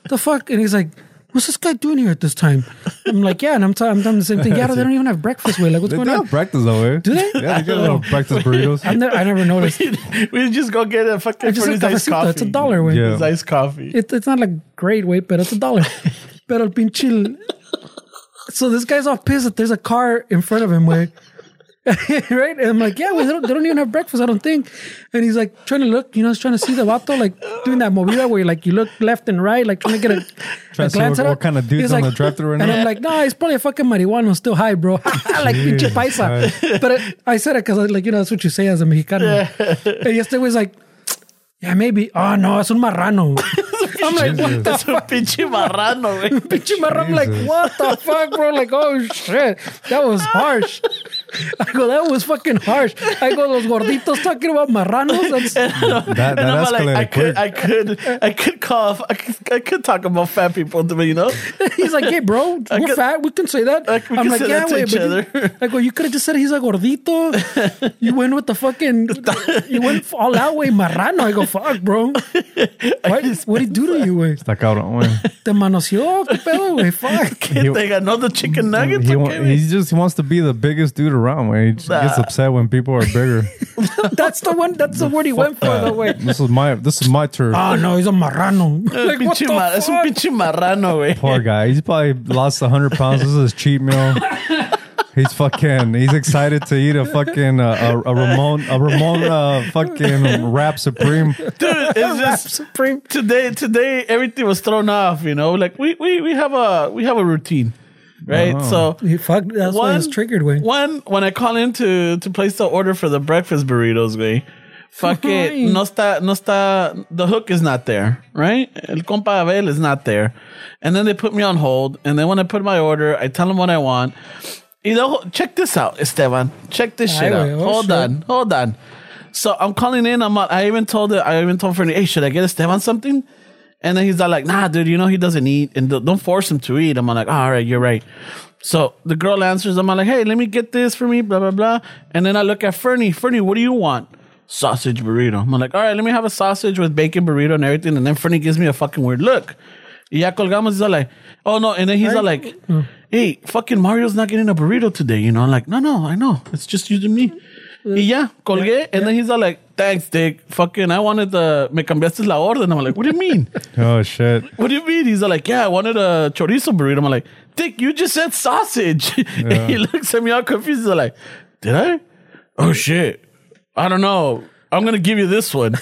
Speaker 4: the fuck? And he's like, what's this guy doing here at this time? I'm like, yeah. And I'm, t- I'm doing the same thing. Yeah, they don't even have breakfast, way. Like, what's
Speaker 3: They
Speaker 4: going
Speaker 3: do
Speaker 4: on?
Speaker 3: have breakfast though, eh? Do
Speaker 4: they?
Speaker 3: Yeah, they got little breakfast
Speaker 1: [LAUGHS]
Speaker 3: burritos.
Speaker 4: I've never, I never
Speaker 1: [LAUGHS]
Speaker 4: noticed.
Speaker 3: [LAUGHS]
Speaker 1: we just go get a fucking
Speaker 4: I just
Speaker 1: for
Speaker 4: like
Speaker 1: his iced
Speaker 4: cafecito.
Speaker 1: coffee.
Speaker 4: It's a dollar, way.
Speaker 3: Yeah.
Speaker 1: His iced coffee.
Speaker 4: it, it's not like great weight, but it's a
Speaker 3: [LAUGHS]
Speaker 4: dollar. pero el pinche. So this guy's all pissed that there's a car in front of him, way. [LAUGHS] right? And I'm like, yeah, well, they, don't, they don't even have breakfast, I don't think. And he's like trying to look, you know, he's trying to see the vato, like doing that movida where you like you look left and right, like trying to get a, a
Speaker 3: Trying to see
Speaker 4: glance
Speaker 3: what-
Speaker 4: at
Speaker 3: what
Speaker 4: it.
Speaker 3: kind of dude's
Speaker 4: He's
Speaker 3: on the drive-thru right
Speaker 4: And
Speaker 3: now.
Speaker 4: I'm like, no, it's probably a fucking marijuana, still high, bro. [LAUGHS] like pinche paisa. But I, I said it because, like, you know, that's what you say as a Mexicano. And yesterday was like, yeah, maybe. Oh, no, es un
Speaker 3: [LAUGHS]
Speaker 4: marrano. I'm like, what
Speaker 1: [LAUGHS]
Speaker 4: the
Speaker 1: It's a pinche marrano,
Speaker 4: [LAUGHS]
Speaker 1: güey.
Speaker 4: Bitch, you I'm like, what the fuck, bro? Like, oh shit, that was harsh. I go, that was fucking harsh. I go, los gorditos talking about marranos. That's,
Speaker 3: That, that
Speaker 1: And I'm like,
Speaker 3: escalated
Speaker 1: I could,
Speaker 3: quick.
Speaker 1: I could, I could cough. I could, I could talk about fat people, but you know,
Speaker 4: he's like, hey, bro, we're
Speaker 1: I could-
Speaker 4: fat. We can say that.
Speaker 1: I- we
Speaker 4: I'm
Speaker 1: can
Speaker 4: like,
Speaker 1: say
Speaker 4: yeah,
Speaker 1: that to
Speaker 4: wait,
Speaker 1: each
Speaker 4: but you,
Speaker 1: other.
Speaker 4: I go, you could have just said he's a gordito. You went with the fucking, you went all out way marrano. I go, fuck, bro. What what did he do to you, güey?
Speaker 3: Está cabrón, eh. güey.
Speaker 4: Te manoseó, qué pedo, güey?
Speaker 1: [LAUGHS]
Speaker 4: Fuck.
Speaker 1: kid, they got another chicken nuggets. okay,
Speaker 3: He, wa-
Speaker 1: güey.
Speaker 3: he just wants to be the biggest dude around, man. He just gets
Speaker 1: Nah.
Speaker 3: upset when people are bigger.
Speaker 4: That's the one. That's the word he [LAUGHS] went for, though, way.
Speaker 3: [LAUGHS] this is my this is my turf.
Speaker 4: Ah, no, he's a marrano. like,
Speaker 1: [LAUGHS]
Speaker 4: what
Speaker 1: Pinche
Speaker 4: the
Speaker 1: mar- es un
Speaker 4: fuck?
Speaker 1: pinche marrano, güey.
Speaker 3: Poor guy. He's probably lost hundred pounds. This is his
Speaker 4: [LAUGHS]
Speaker 3: cheat meal. He's fucking. He's excited to eat a fucking uh, a, a Ramon a Ramon uh, fucking wrap
Speaker 1: [LAUGHS]
Speaker 3: supreme.
Speaker 1: Dude, it's [LAUGHS] just
Speaker 4: Supreme.
Speaker 1: today. Today, everything was thrown off. You know, like we we we have a we have a routine, right? So
Speaker 4: He fucked. That's why it's triggered way.
Speaker 1: One, when I call in to, to place the order for the breakfast burritos, güey. Fuck it.
Speaker 4: Right.
Speaker 1: No está, no está, the hook is not there, right? El compa Abel is not there. And then they put me on hold. And then when I put my order, I tell them what I want. You know, check this out, Esteban. Check this shit
Speaker 4: Ay,
Speaker 1: out.
Speaker 4: güey, oh,
Speaker 1: hold
Speaker 4: shit.
Speaker 1: on, hold on. So I'm calling in. I'm. I even told it. I even told Fernie, hey, should I get Esteban something? And then he's all like, nah, dude, you know, he doesn't eat and don't don't force him to eat. I'm like, all right, you're right. So the girl answers. I'm like, hey, let me get this for me, blah, blah, blah. And then I look at Fernie. Fernie, what do you want? Sausage burrito. I'm like, all right, let me have a sausage with bacon burrito and everything. And then Fernie gives me a fucking weird look. Y ya colgamos. He's all like, oh no. And then he's all like, hey, fucking Mario's not getting a burrito today. You know, I'm like, no, no, I know. It's just you and me. Y ya, colgué. And then he's all like, thanks, Dick. Fucking, I wanted the, me cambiaste la orden. I'm like, what do you mean?
Speaker 3: Oh shit.
Speaker 1: what do you mean? He's like, yeah, I wanted a chorizo burrito. I'm like, Dick, you just said sausage. [LAUGHS] and he looks at me all confused. He's like, did I? Oh shit. I don't know. I'm gonna give you this one.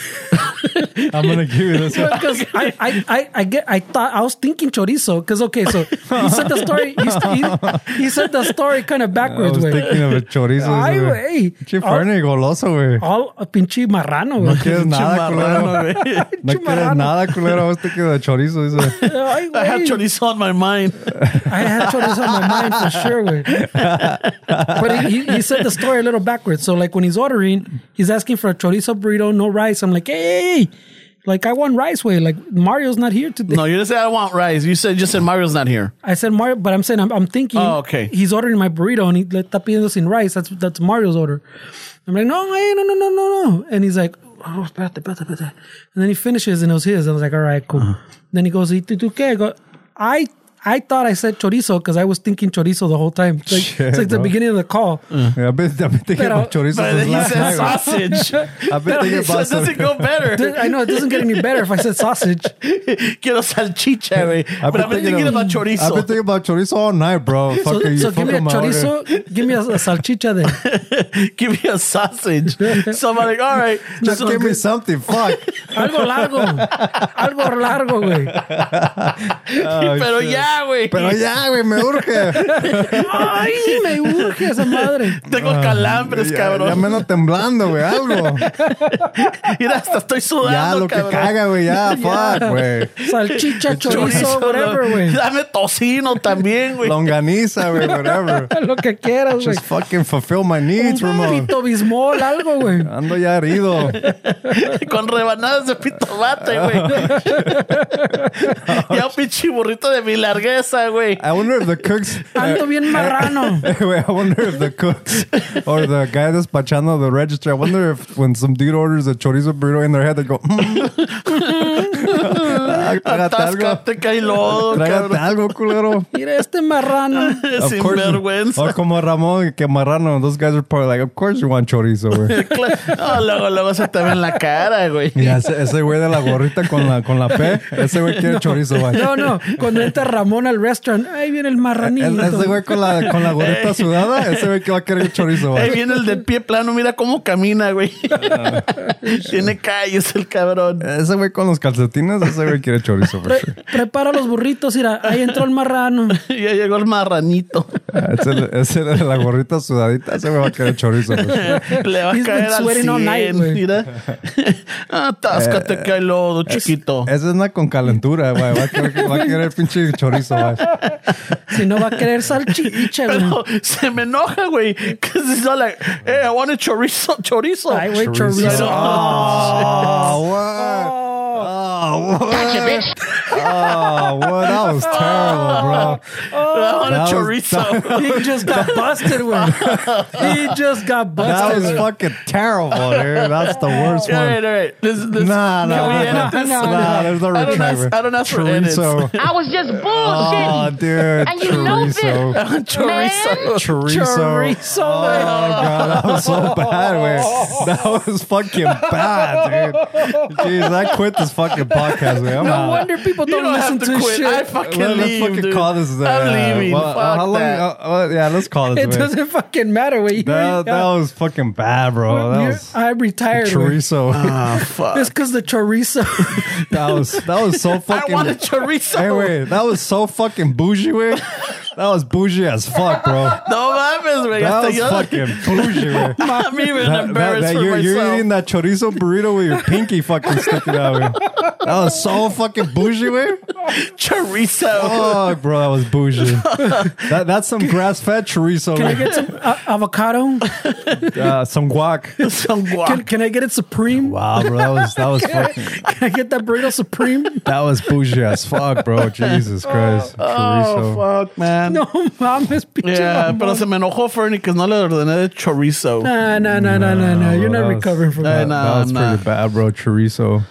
Speaker 3: I'm gonna give you this
Speaker 1: [LAUGHS]
Speaker 3: one.
Speaker 4: because I, I, I, I get I thought I was thinking chorizo because okay so he said the story he, st- he, he said the story kind of
Speaker 3: [LAUGHS] I was
Speaker 4: backwards way
Speaker 3: thinking of a chorizo.
Speaker 4: Ay,
Speaker 3: güey.
Speaker 4: güey. Ah,
Speaker 3: Che carne goloso, güey.
Speaker 4: all a pinche marrano
Speaker 3: No
Speaker 4: güey. [LAUGHS]
Speaker 3: quieres [LAUGHS] nada, culero. No quieres
Speaker 4: Chimarrano.
Speaker 3: nada, culero. I was thinking of chorizo.
Speaker 4: [LAUGHS]
Speaker 3: dice.
Speaker 4: Ay,
Speaker 1: [LAUGHS] I had
Speaker 4: güey.
Speaker 1: chorizo on my mind.
Speaker 4: I had chorizo on my mind for sure güey.
Speaker 3: [LAUGHS]
Speaker 4: but he, he, he said the story a little backwards so like when he's ordering he's asking for a chorizo burrito no rice I'm like hey like I want rice way like Mario's not here today
Speaker 1: No, you didn't say I want rice. You said just said Mario's not here.
Speaker 4: I said Mario, but I'm saying I'm, I'm thinking.
Speaker 1: Oh, okay.
Speaker 4: He's ordering my burrito and he le está pidiendo sin rice. That's that's Mario's order. I'm like, no, hey, no, no, no, no, no. And he's like, oh, espérate, espérate, espérate. And then he finishes and it was his. I was like, all right, cool.
Speaker 3: Uh-huh.
Speaker 4: Then he goes, ¿Y tú tú qué? I go, I I thought I said chorizo because I was thinking chorizo the whole time. It's like,
Speaker 3: Shit,
Speaker 4: it's like the
Speaker 3: bro.
Speaker 4: beginning of the call.
Speaker 3: I've been, I've been thinking
Speaker 4: Pero- "Ah,
Speaker 3: about chorizo
Speaker 1: But
Speaker 3: since
Speaker 1: then he
Speaker 3: last
Speaker 1: said
Speaker 3: night. güey.
Speaker 1: sausage.
Speaker 3: [LAUGHS]
Speaker 1: [LAUGHS]
Speaker 3: I've been thinking
Speaker 1: It
Speaker 3: about
Speaker 1: doesn't
Speaker 3: some-
Speaker 1: go better.
Speaker 4: I know it doesn't get any better if I said
Speaker 3: [LAUGHS]
Speaker 4: sausage.
Speaker 1: [LAUGHS] Quiero salchicha, güey.
Speaker 3: I've
Speaker 1: But I've been thinking about
Speaker 3: I've been
Speaker 1: chorizo.
Speaker 3: thinking about chorizo all night, bro.
Speaker 4: So,
Speaker 3: Fucking,
Speaker 4: so
Speaker 3: you
Speaker 4: give me a
Speaker 3: fucking my order.
Speaker 4: chorizo, give me a, a salchicha then.
Speaker 1: [LAUGHS]
Speaker 3: [LAUGHS]
Speaker 1: Give me a sausage. So I'm like, all
Speaker 3: [LAUGHS]
Speaker 1: right.
Speaker 3: Just
Speaker 1: so
Speaker 3: give me something. Fuck.
Speaker 4: Algo largo. Algo largo, güey.
Speaker 3: Oh,
Speaker 1: Pero
Speaker 3: shit.
Speaker 1: ya, güey.
Speaker 3: Pero ya, güey, me urge.
Speaker 4: Ay, me urge esa madre.
Speaker 1: Tengo calambres,
Speaker 3: Ah, Ya,
Speaker 1: cabrón.
Speaker 3: ya me ando temblando, güey, algo.
Speaker 1: Mira, hasta estoy sudando,
Speaker 3: Ya, lo que
Speaker 1: cabrón.
Speaker 3: caga,
Speaker 4: [LAUGHS]
Speaker 3: güey, ya, fuck, güey.
Speaker 4: Salchicha,
Speaker 1: Chorizo,
Speaker 4: chorizo, whatever,
Speaker 1: no. [LAUGHS]
Speaker 4: güey.
Speaker 1: Dame tocino también, güey.
Speaker 3: Longaniza, güey, whatever.
Speaker 4: Lo que quieras, güey.
Speaker 3: Just fucking fulfill my needs, Ramon.
Speaker 4: Pito bismol, algo, güey.
Speaker 3: Ando ya herido.
Speaker 1: Con rebanadas de pitomate,
Speaker 3: [LAUGHS]
Speaker 1: güey. [LAUGHS] ya un pinche burrito de mi largueza, güey.
Speaker 3: I wonder if the cooks.
Speaker 4: Ando bien marrano.
Speaker 3: Wait, I wonder if the cooks or the guy that's pachando the register. I wonder if when some dude orders a chorizo burrito in their head, they go. Mm.
Speaker 4: [LAUGHS]
Speaker 3: Ah, trágate algo.
Speaker 1: Atáscate, cae lodo,
Speaker 3: Trágate
Speaker 1: cabrón.
Speaker 3: algo,
Speaker 4: [LAUGHS]
Speaker 3: culero.
Speaker 4: Mira este marrano.
Speaker 1: Sin vergüenza.
Speaker 3: Or como Ramon que marrano. Those guys are probably like, of course you want
Speaker 4: [LAUGHS]
Speaker 3: chorizo, güey.
Speaker 1: No, luego, luego se te ve en la cara, güey.
Speaker 3: Mira, ese, ese güey de la gorrita con la, con la P, ese güey quiere chorizo, güey.
Speaker 4: No, no. Cuando entra Ramón al restaurant, ahí viene el
Speaker 3: E- ese
Speaker 4: marranito.
Speaker 3: güey con la, con la gorrita sudada, ese güey que va a querer chorizo,
Speaker 1: Ahí
Speaker 3: güey.
Speaker 1: viene el de pie plano, mira cómo camina, güey.
Speaker 4: Ah.
Speaker 1: Tiene calles el cabrón.
Speaker 3: Ese güey con los calcetines, ese güey quiere chorizo, for sure.
Speaker 4: Pre- prepara los burritos, mira. Ahí entró el marrano.
Speaker 1: Ya llegó el marranito.
Speaker 3: Ese, ese de la gorrita sudadita, ese güey va a querer chorizo,
Speaker 1: [LAUGHS]
Speaker 3: for sure.
Speaker 1: Le va a
Speaker 4: He's been
Speaker 1: caer al
Speaker 4: sweating all
Speaker 1: 100,
Speaker 4: night, güey.
Speaker 1: mira. Atáscate, cae lodo, chiquito.
Speaker 3: Esa Eh, es una con calentura, güey. Va a querer, va a querer pinche chorizo, güey.
Speaker 4: Si no va a querer salchicha, güey.
Speaker 1: Pero se me enoja, güey. Because it's not like, hey, "Eh, I want a chorizo. Chorizo. Ah,
Speaker 4: Ay, güey,
Speaker 3: Chorizo.
Speaker 4: chorizo.
Speaker 3: Oh, what? Oh, what? Oh, what? That was terrible, bro.
Speaker 1: I want
Speaker 3: That
Speaker 1: a
Speaker 3: was-
Speaker 1: chorizo. [LAUGHS]
Speaker 4: He just got busted, güey. He just got
Speaker 3: That
Speaker 4: busted.
Speaker 3: was fucking terrible, dude. That's the worst
Speaker 1: all
Speaker 3: one.
Speaker 1: right, all right. This, this,
Speaker 3: Nah, nah,
Speaker 1: can we
Speaker 3: nah,
Speaker 1: edit this?
Speaker 3: nah, nah, there's no
Speaker 1: I don't
Speaker 3: retriever.
Speaker 1: ask- I don't ask for edits. [LAUGHS]
Speaker 3: Chorizo.
Speaker 5: I was just
Speaker 3: Oh,
Speaker 5: bullshitting.
Speaker 3: dude.
Speaker 5: And you know this.
Speaker 3: Chorizo.
Speaker 1: chorizo. [LAUGHS]
Speaker 3: Chorizo.
Speaker 4: Chorizo,
Speaker 3: Oh,
Speaker 4: güey.
Speaker 3: God. That was so bad, man. That was fucking bad, dude. Jeez, I quit this fucking podcast, man. I'm
Speaker 4: No
Speaker 3: out.
Speaker 4: wonder people
Speaker 1: You
Speaker 4: don't,
Speaker 1: don't
Speaker 4: listen
Speaker 1: have to
Speaker 4: to,
Speaker 1: quit.
Speaker 4: shit.
Speaker 1: I fucking
Speaker 3: Let, us
Speaker 1: leave,
Speaker 3: fucking
Speaker 1: dude.
Speaker 3: call this. Uh,
Speaker 1: I'm leaving.
Speaker 3: well,
Speaker 1: Fuck
Speaker 3: how long?
Speaker 1: that.
Speaker 3: Uh, uh, yeah, let's call this.
Speaker 4: it
Speaker 3: man.
Speaker 4: doesn't fucking matter, güey.
Speaker 3: That, that was fucking bad, bro. That
Speaker 4: You're-
Speaker 3: was
Speaker 4: I'm retired. Chorizo.
Speaker 3: chorizo.
Speaker 1: [LAUGHS]
Speaker 3: [LAUGHS]
Speaker 1: Ah,
Speaker 4: It's because the chorizo. [LAUGHS]
Speaker 3: that was that was so
Speaker 1: I
Speaker 3: fucking.
Speaker 1: want [LAUGHS] a chorizo.
Speaker 3: Hey, wait, that was so fucking bougie, wey. That was bougie as
Speaker 1: [LAUGHS]
Speaker 3: fuck, bro.
Speaker 1: No mames, güey.
Speaker 3: That
Speaker 1: Hasta
Speaker 3: was
Speaker 1: yo.
Speaker 3: fucking bougie, wey.
Speaker 1: [LAUGHS] I'm even
Speaker 3: That- that-
Speaker 1: embarrassed
Speaker 3: that
Speaker 1: for
Speaker 3: you're, you're
Speaker 1: myself.
Speaker 3: eating that chorizo burrito
Speaker 1: [LAUGHS]
Speaker 3: with your pinky fucking sticking out. Wey. That was so fucking bougie, wey.
Speaker 1: chorizo. [LAUGHS]
Speaker 3: Oh, bro, that was bougie. That, that's some grass fed chorizo.
Speaker 4: Can I
Speaker 3: wey.
Speaker 4: get some uh, avocado?
Speaker 3: Uh, some
Speaker 1: [LAUGHS]
Speaker 3: guac.
Speaker 1: Some guac.
Speaker 4: Can, can I get it supreme?
Speaker 3: Wow, bro, that was that was fucking
Speaker 4: Can I get that burrito supreme? [LAUGHS]
Speaker 3: that was bougie as fuck, bro. Jesus Christ,
Speaker 1: Oh,
Speaker 3: chorizo.
Speaker 1: fuck, man.
Speaker 4: No mames, pinche
Speaker 1: Yeah,
Speaker 4: mamón.
Speaker 1: pero se me enojó Fernie que no le ordené de chorizo. [LAUGHS]
Speaker 4: [LAUGHS] Nah, nah, nah, nah, nah, nah. You're
Speaker 3: that
Speaker 4: not
Speaker 3: was-
Speaker 4: recovering from
Speaker 1: Nah,
Speaker 4: that.
Speaker 3: That,
Speaker 1: nah,
Speaker 3: that was
Speaker 1: nah.
Speaker 3: pretty bad, bro. Chorizo.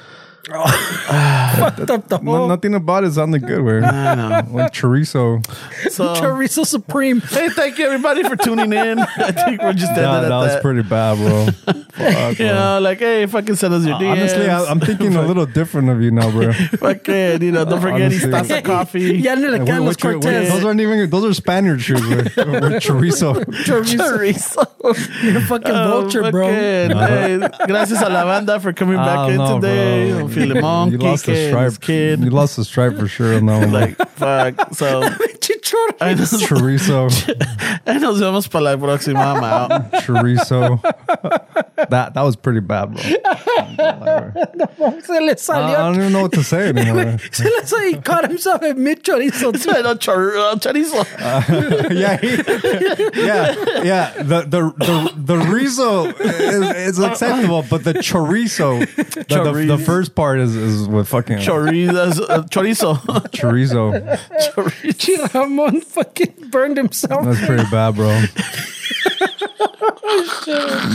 Speaker 4: Fucked up the
Speaker 3: No,
Speaker 4: whole
Speaker 3: nothing about it sounded good. Where like chorizo.
Speaker 1: So,
Speaker 4: chorizo supreme.
Speaker 1: hey, thank you everybody for tuning in. [LAUGHS] I think we're just ended
Speaker 3: That,
Speaker 1: at [LAUGHS]
Speaker 3: that was pretty bad, bro. Fuck,
Speaker 1: You
Speaker 3: bro.
Speaker 1: know, like, hey, fucking send us your DMs.
Speaker 3: Honestly, I, I'm
Speaker 1: [LAUGHS]
Speaker 3: thinking a little different of you now, bro.
Speaker 1: fucking, you know, don't forget his
Speaker 3: Honestly.
Speaker 4: [LAUGHS]
Speaker 1: [LAUGHS] taza coffee.
Speaker 4: Ya no le
Speaker 3: Like,
Speaker 4: quedan los
Speaker 3: what- what you- what- those
Speaker 4: cortes. [LAUGHS]
Speaker 3: aren't even those are Spaniard shoes,
Speaker 1: [LAUGHS]
Speaker 3: bro. We're chorizo.
Speaker 1: Chorizo. Oh,
Speaker 4: You're fucking vulture, bro. [LAUGHS]
Speaker 1: Fucking,
Speaker 3: Uh-huh.
Speaker 1: hey, gracias a la banda for coming [LAUGHS]
Speaker 3: I
Speaker 1: back
Speaker 3: don't
Speaker 1: in
Speaker 3: know,
Speaker 1: today.
Speaker 3: Ah, bro. [LAUGHS]
Speaker 1: Filemon,
Speaker 3: you lost the
Speaker 1: Kike, and his
Speaker 3: stripe. You
Speaker 1: kid.
Speaker 3: lost the stripe for sure
Speaker 1: [LAUGHS]
Speaker 3: on that one.
Speaker 1: Like, fuck. So,
Speaker 4: Chichorro.
Speaker 1: ahí nos,
Speaker 3: chorizo,
Speaker 1: [LAUGHS] ahí nos vemos para la próxima. I'm [LAUGHS] out.
Speaker 3: chorizo. That that was pretty
Speaker 1: [LAUGHS]
Speaker 3: bad, bro.
Speaker 1: Ah,
Speaker 4: Se le
Speaker 3: I,
Speaker 4: salió.
Speaker 3: I don't even know what to say anymore.
Speaker 4: [LAUGHS]
Speaker 1: [LAUGHS]
Speaker 4: se le salió. He caught himself in mid
Speaker 3: [LAUGHS]
Speaker 4: chorizo. too.
Speaker 1: Pero chor- uh, chorizo.
Speaker 3: yeah, he- yeah, yeah. The the the, the riso is, is acceptable, but the chorizo, the, the, the
Speaker 1: Chorizo.
Speaker 3: first part is is with fucking
Speaker 1: Chorizo. uh, [LAUGHS] Chorizo.
Speaker 3: chorizo.
Speaker 4: [LAUGHS] Chila Ramon fucking burned himself.
Speaker 3: That's pretty bad, bro.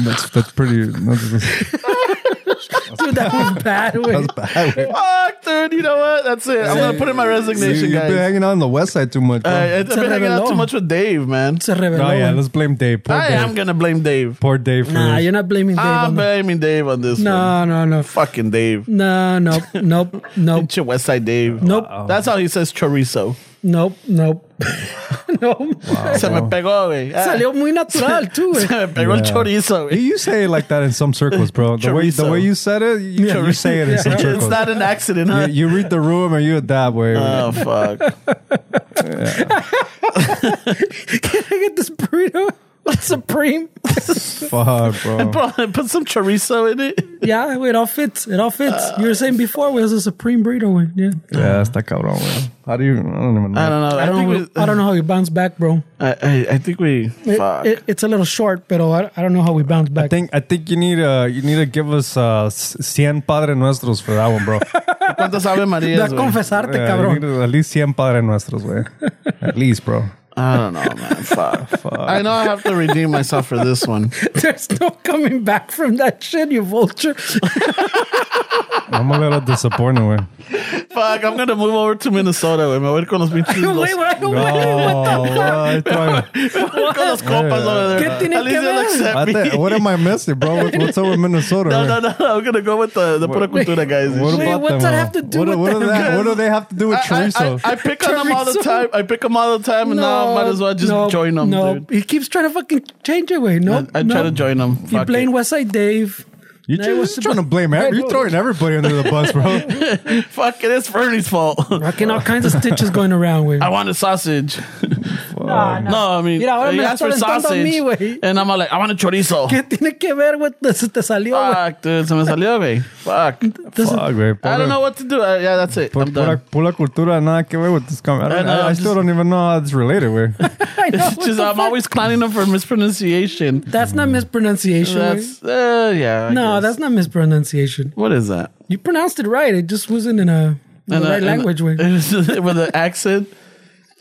Speaker 3: that's that's pretty. [LAUGHS] That's, that's,
Speaker 4: Dude, that was bad. Way.
Speaker 3: that's bad.
Speaker 1: Fuck, dude. You know what? That's it. I'm going to put in my resignation,
Speaker 3: you, have been
Speaker 1: guys.
Speaker 3: hanging out on the west side too much. Bro.
Speaker 1: Uh, I've
Speaker 4: Se
Speaker 1: been hanging out
Speaker 4: reveló.
Speaker 1: too much with Dave, man.
Speaker 4: Se reveló.
Speaker 3: oh yeah,
Speaker 4: güey.
Speaker 3: let's blame Dave. Poor
Speaker 1: I
Speaker 3: Dave.
Speaker 1: am going to blame Dave.
Speaker 3: Poor Dave. For
Speaker 4: nah,
Speaker 3: this.
Speaker 4: you're not blaming Dave.
Speaker 1: I'm
Speaker 4: on that.
Speaker 1: blaming Dave on this one.
Speaker 4: No, no, no.
Speaker 1: Fucking Dave.
Speaker 4: No, nope, nope,
Speaker 1: [LAUGHS]
Speaker 4: nope,
Speaker 1: Pinche West Side Dave.
Speaker 4: nope,
Speaker 1: That's how he says chorizo.
Speaker 4: nope, nope. [LAUGHS] Oh, no.
Speaker 1: Se me pegó, güey. Ah.
Speaker 4: Salió
Speaker 1: [LAUGHS]
Speaker 4: muy natural, tú, güey.
Speaker 1: Se
Speaker 4: [LAUGHS]
Speaker 1: me pegó el
Speaker 3: Yeah.
Speaker 1: chorizo,
Speaker 3: [LAUGHS] You-
Speaker 1: güey.
Speaker 3: You say it like that in some circles, bro. The way the
Speaker 1: Chorizo.
Speaker 3: way you said it, you, you say it in some
Speaker 1: It's
Speaker 3: circles.
Speaker 1: not an accident, huh?
Speaker 3: you, you read the room and you adapt. Way
Speaker 1: Oh fuck!
Speaker 4: Can I get this [LAUGHS] burrito? Supreme.
Speaker 3: fuck,
Speaker 1: [LAUGHS]
Speaker 3: bro.
Speaker 1: Put put some chorizo in it.
Speaker 4: yeah, güey, it all fits. It all fits. you were saying before, güey, it was a Supreme burrito, güey. Yeah.
Speaker 3: Yeah, está cabrón. Way. How do you? I don't even know.
Speaker 1: I don't know.
Speaker 4: I don't, know,
Speaker 1: think we,
Speaker 4: I don't know how we bounce back, bro.
Speaker 1: I, I, I think we.
Speaker 4: It,
Speaker 1: fuck.
Speaker 4: it- it's a little short, but I, I don't know how we bounce back.
Speaker 3: I think I think you need uh you need to give us uh c- cien padre nuestros for that one, bro.
Speaker 1: ¿Cuántas Ave
Speaker 4: Da
Speaker 1: Marías? güey?
Speaker 4: confesarte,
Speaker 3: Yeah, you need
Speaker 4: cabrón.
Speaker 3: to- at least cien padre nuestros, way. At least, bro.
Speaker 1: I don't know, man. [LAUGHS] Fuck. I know I have to redeem myself for this one.
Speaker 4: [LAUGHS] There's no coming back from that shit, you
Speaker 1: [LAUGHS]
Speaker 4: vulture.
Speaker 3: I'm a little disappointed.
Speaker 4: [LAUGHS]
Speaker 3: Way.
Speaker 1: Fuck. I'm gonna move over to Minnesota. Güey. Me voy a ir con los pinches.
Speaker 4: Wait,
Speaker 1: los-
Speaker 4: wait, wait.
Speaker 3: I thought-
Speaker 1: con los compas over there.
Speaker 4: ¿Qué tiene
Speaker 1: At least
Speaker 4: que
Speaker 1: they'll
Speaker 4: ver?
Speaker 1: accept
Speaker 3: I
Speaker 1: me.
Speaker 3: thought- what am I missing, bro? What, what's up with
Speaker 1: [LAUGHS]
Speaker 3: Minnesota?
Speaker 1: No,
Speaker 3: way?
Speaker 1: no, no. I'm gonna go with the the pura cultura guys. and
Speaker 3: What
Speaker 1: shit.
Speaker 4: Wait,
Speaker 3: about
Speaker 4: what's
Speaker 3: them,
Speaker 4: that
Speaker 3: bro?
Speaker 4: have to do
Speaker 3: what,
Speaker 4: with
Speaker 3: what do
Speaker 4: them?
Speaker 3: they- what do they have to do with
Speaker 1: I, I,
Speaker 3: chorizo?
Speaker 1: I, I pick on them all the
Speaker 4: Chorizo.
Speaker 1: time. I pick them all the time, and now I might as well just
Speaker 4: no,
Speaker 1: join them,
Speaker 4: no.
Speaker 1: dude.
Speaker 4: He keeps trying to fucking change it, way. No,
Speaker 1: I, I try to join them.
Speaker 4: You
Speaker 1: Fuck
Speaker 4: blame
Speaker 1: it.
Speaker 4: Westside Dave.
Speaker 3: You're
Speaker 4: No, it was
Speaker 3: just trying to blame every. You're throwing everybody under the bus, bro.
Speaker 1: Fuck it. It's Bernie's fault. [LAUGHS]
Speaker 4: Fucking all kinds of stitches going around, way.
Speaker 1: I want a sausage. no, I mean,
Speaker 4: Mira, ahora
Speaker 1: he
Speaker 4: me
Speaker 1: asked for
Speaker 4: estás alentando a
Speaker 1: sausage,
Speaker 4: mí, güey.
Speaker 1: and I'm all like, I want a chorizo.
Speaker 4: [LAUGHS] [LAUGHS] ¿Qué tiene que ver, güey? Se te salió, güey.
Speaker 1: Fuck, dude, se me salió, güey. Fuck.
Speaker 4: [LAUGHS] Doesn't-
Speaker 3: Fuck, güey.
Speaker 1: I don't know what to do. Uh, yeah, that's it.
Speaker 3: Pura,
Speaker 1: I'm done. [LAUGHS]
Speaker 3: pura, pura cultura, nada que ver with this comment.
Speaker 1: I
Speaker 3: I, don't,
Speaker 1: know,
Speaker 3: I, I
Speaker 1: I'm
Speaker 3: still
Speaker 1: just-
Speaker 3: don't even know how it's related. Where
Speaker 4: I [LAUGHS] know, what
Speaker 1: Just,
Speaker 4: the
Speaker 1: I'm
Speaker 4: fuck?
Speaker 1: always clowning them for mispronunciation.
Speaker 4: That's not mispronunciation. güey.
Speaker 1: That's uh, yeah. I
Speaker 4: no,
Speaker 1: guess.
Speaker 4: that's not mispronunciation.
Speaker 1: what is that?
Speaker 4: You pronounced it right. It just wasn't in a in the
Speaker 1: And, uh,
Speaker 4: right
Speaker 1: and, uh,
Speaker 4: language way.
Speaker 1: [LAUGHS] It was with an accent.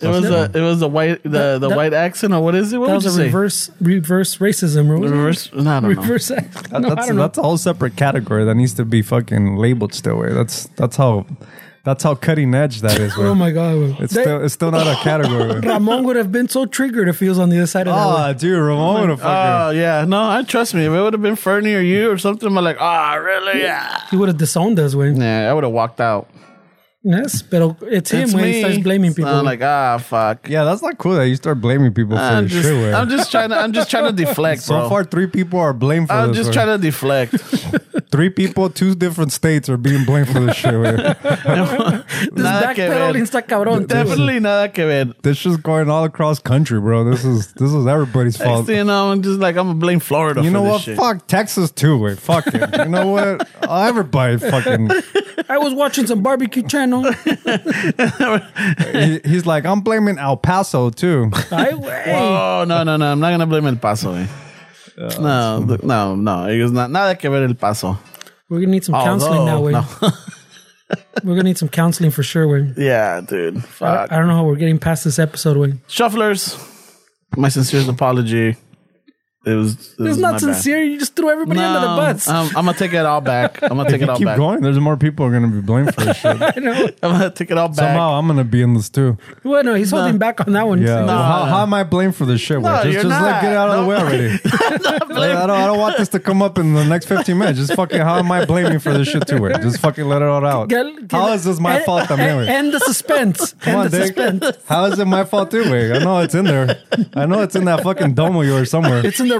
Speaker 1: It was a it was a white the, the
Speaker 4: that-
Speaker 1: white accent or what is it? What
Speaker 4: That
Speaker 1: would you
Speaker 4: was a
Speaker 1: say?
Speaker 4: reverse reverse racism. Or was it?
Speaker 1: Reverse. No, I don't know.
Speaker 4: Reverse. accent. No, I
Speaker 3: that's
Speaker 4: don't know.
Speaker 3: that's a whole separate category that needs to be fucking labeled still. Where that's that's how that's how cutting edge that is.
Speaker 4: Oh
Speaker 3: Where
Speaker 4: my god! güey.
Speaker 3: it's
Speaker 4: That-
Speaker 3: still it's still not a category.
Speaker 4: [LAUGHS]
Speaker 3: where.
Speaker 4: Ramon would have been so triggered if he was on the other side of that.
Speaker 3: Ah, dude, Ramon would have fucking.
Speaker 1: Oh yeah, no, I trust me. If it would have been Fernie or you or something, I'm like, ah, really? Yeah.
Speaker 4: way. He would have disowned us, way.
Speaker 1: Nah, I would have walked out.
Speaker 4: Yes, but it's him
Speaker 1: It's
Speaker 4: when
Speaker 1: me.
Speaker 4: he starts blaming people.
Speaker 1: I'm like, ah, fuck.
Speaker 3: yeah, that's not cool that you start blaming people for
Speaker 1: I'm
Speaker 3: your
Speaker 1: just,
Speaker 3: shit. where.
Speaker 1: I'm just trying to, I'm just
Speaker 3: [LAUGHS]
Speaker 1: trying to deflect,
Speaker 3: eh? so
Speaker 1: bro.
Speaker 3: far, three people are blamed for
Speaker 1: I'm
Speaker 3: this.
Speaker 1: just
Speaker 3: where.
Speaker 1: trying to
Speaker 3: [LAUGHS]
Speaker 1: deflect.
Speaker 3: Three people, two different states are being blamed for this shit.
Speaker 1: [LAUGHS]
Speaker 3: where.
Speaker 4: this
Speaker 1: nada que ver.
Speaker 4: backpedaling está cabrón.
Speaker 1: [LAUGHS]
Speaker 4: too.
Speaker 1: Definitely nada que ver.
Speaker 3: This is going all across country, bro. This is this is everybody's
Speaker 1: Next
Speaker 3: fault.
Speaker 1: thing you know, I'm just like, I'm gonna blame Florida.
Speaker 3: You
Speaker 1: for
Speaker 3: know
Speaker 1: this
Speaker 3: what?
Speaker 1: shit.
Speaker 3: Fuck Texas too. Wait, fuck it. You
Speaker 1: [LAUGHS]
Speaker 3: know what? Everybody fucking.
Speaker 4: I was watching some barbecue [LAUGHS] channel.
Speaker 3: He, he's like, I'm blaming El Paso [LAUGHS] too.
Speaker 4: I, hey,
Speaker 1: Oh no no no! I'm not gonna blame El Paso. Eh. no th- no no. It was not nada que ver El Paso.
Speaker 4: we're gonna need some
Speaker 1: Although-
Speaker 4: counseling now. eh. Way.
Speaker 1: no. [LAUGHS]
Speaker 4: We're gonna need some counseling for sure. Way.
Speaker 1: yeah, dude. Fuck.
Speaker 4: [LAUGHS] I don't know how we're getting past this episode. Way.
Speaker 1: Shufflers. My sincerest apology. It was. It
Speaker 4: It's
Speaker 1: was my
Speaker 4: not
Speaker 1: bad.
Speaker 4: sincere. You just threw everybody under the bus.
Speaker 1: Um, I'm gonna take it all
Speaker 3: [LAUGHS]
Speaker 1: back. I'm gonna take
Speaker 3: If
Speaker 1: it
Speaker 3: you
Speaker 1: all
Speaker 3: keep
Speaker 1: back.
Speaker 3: going, there's more people are gonna be blamed [LAUGHS] for this
Speaker 4: [LAUGHS]
Speaker 3: shit.
Speaker 4: I know.
Speaker 1: I'm gonna take it all back.
Speaker 3: Somehow I'm gonna be in this [LAUGHS] too.
Speaker 4: Well, no, he's holding back on that one.
Speaker 3: Yeah.
Speaker 4: too.
Speaker 3: well, how, how am I blamed for this shit? Well, just
Speaker 1: you're
Speaker 3: just
Speaker 1: not.
Speaker 3: let get it out of the way [LAUGHS] already. Like, I don't I don't want this to come up in the next 15 minutes. Just fucking how am I blaming for this shit too? Wait, Just fucking let it all out.
Speaker 4: Get-
Speaker 3: How
Speaker 4: get-
Speaker 3: is this my
Speaker 4: and-
Speaker 3: fault
Speaker 4: And,
Speaker 3: también? güey?
Speaker 4: eh, and the suspense.
Speaker 3: Come on,
Speaker 4: and the
Speaker 3: Dick.
Speaker 4: suspense.
Speaker 3: How is it my fault too? Wait, I know it's in there. I know it's in that fucking dome of yours somewhere.
Speaker 4: It's in the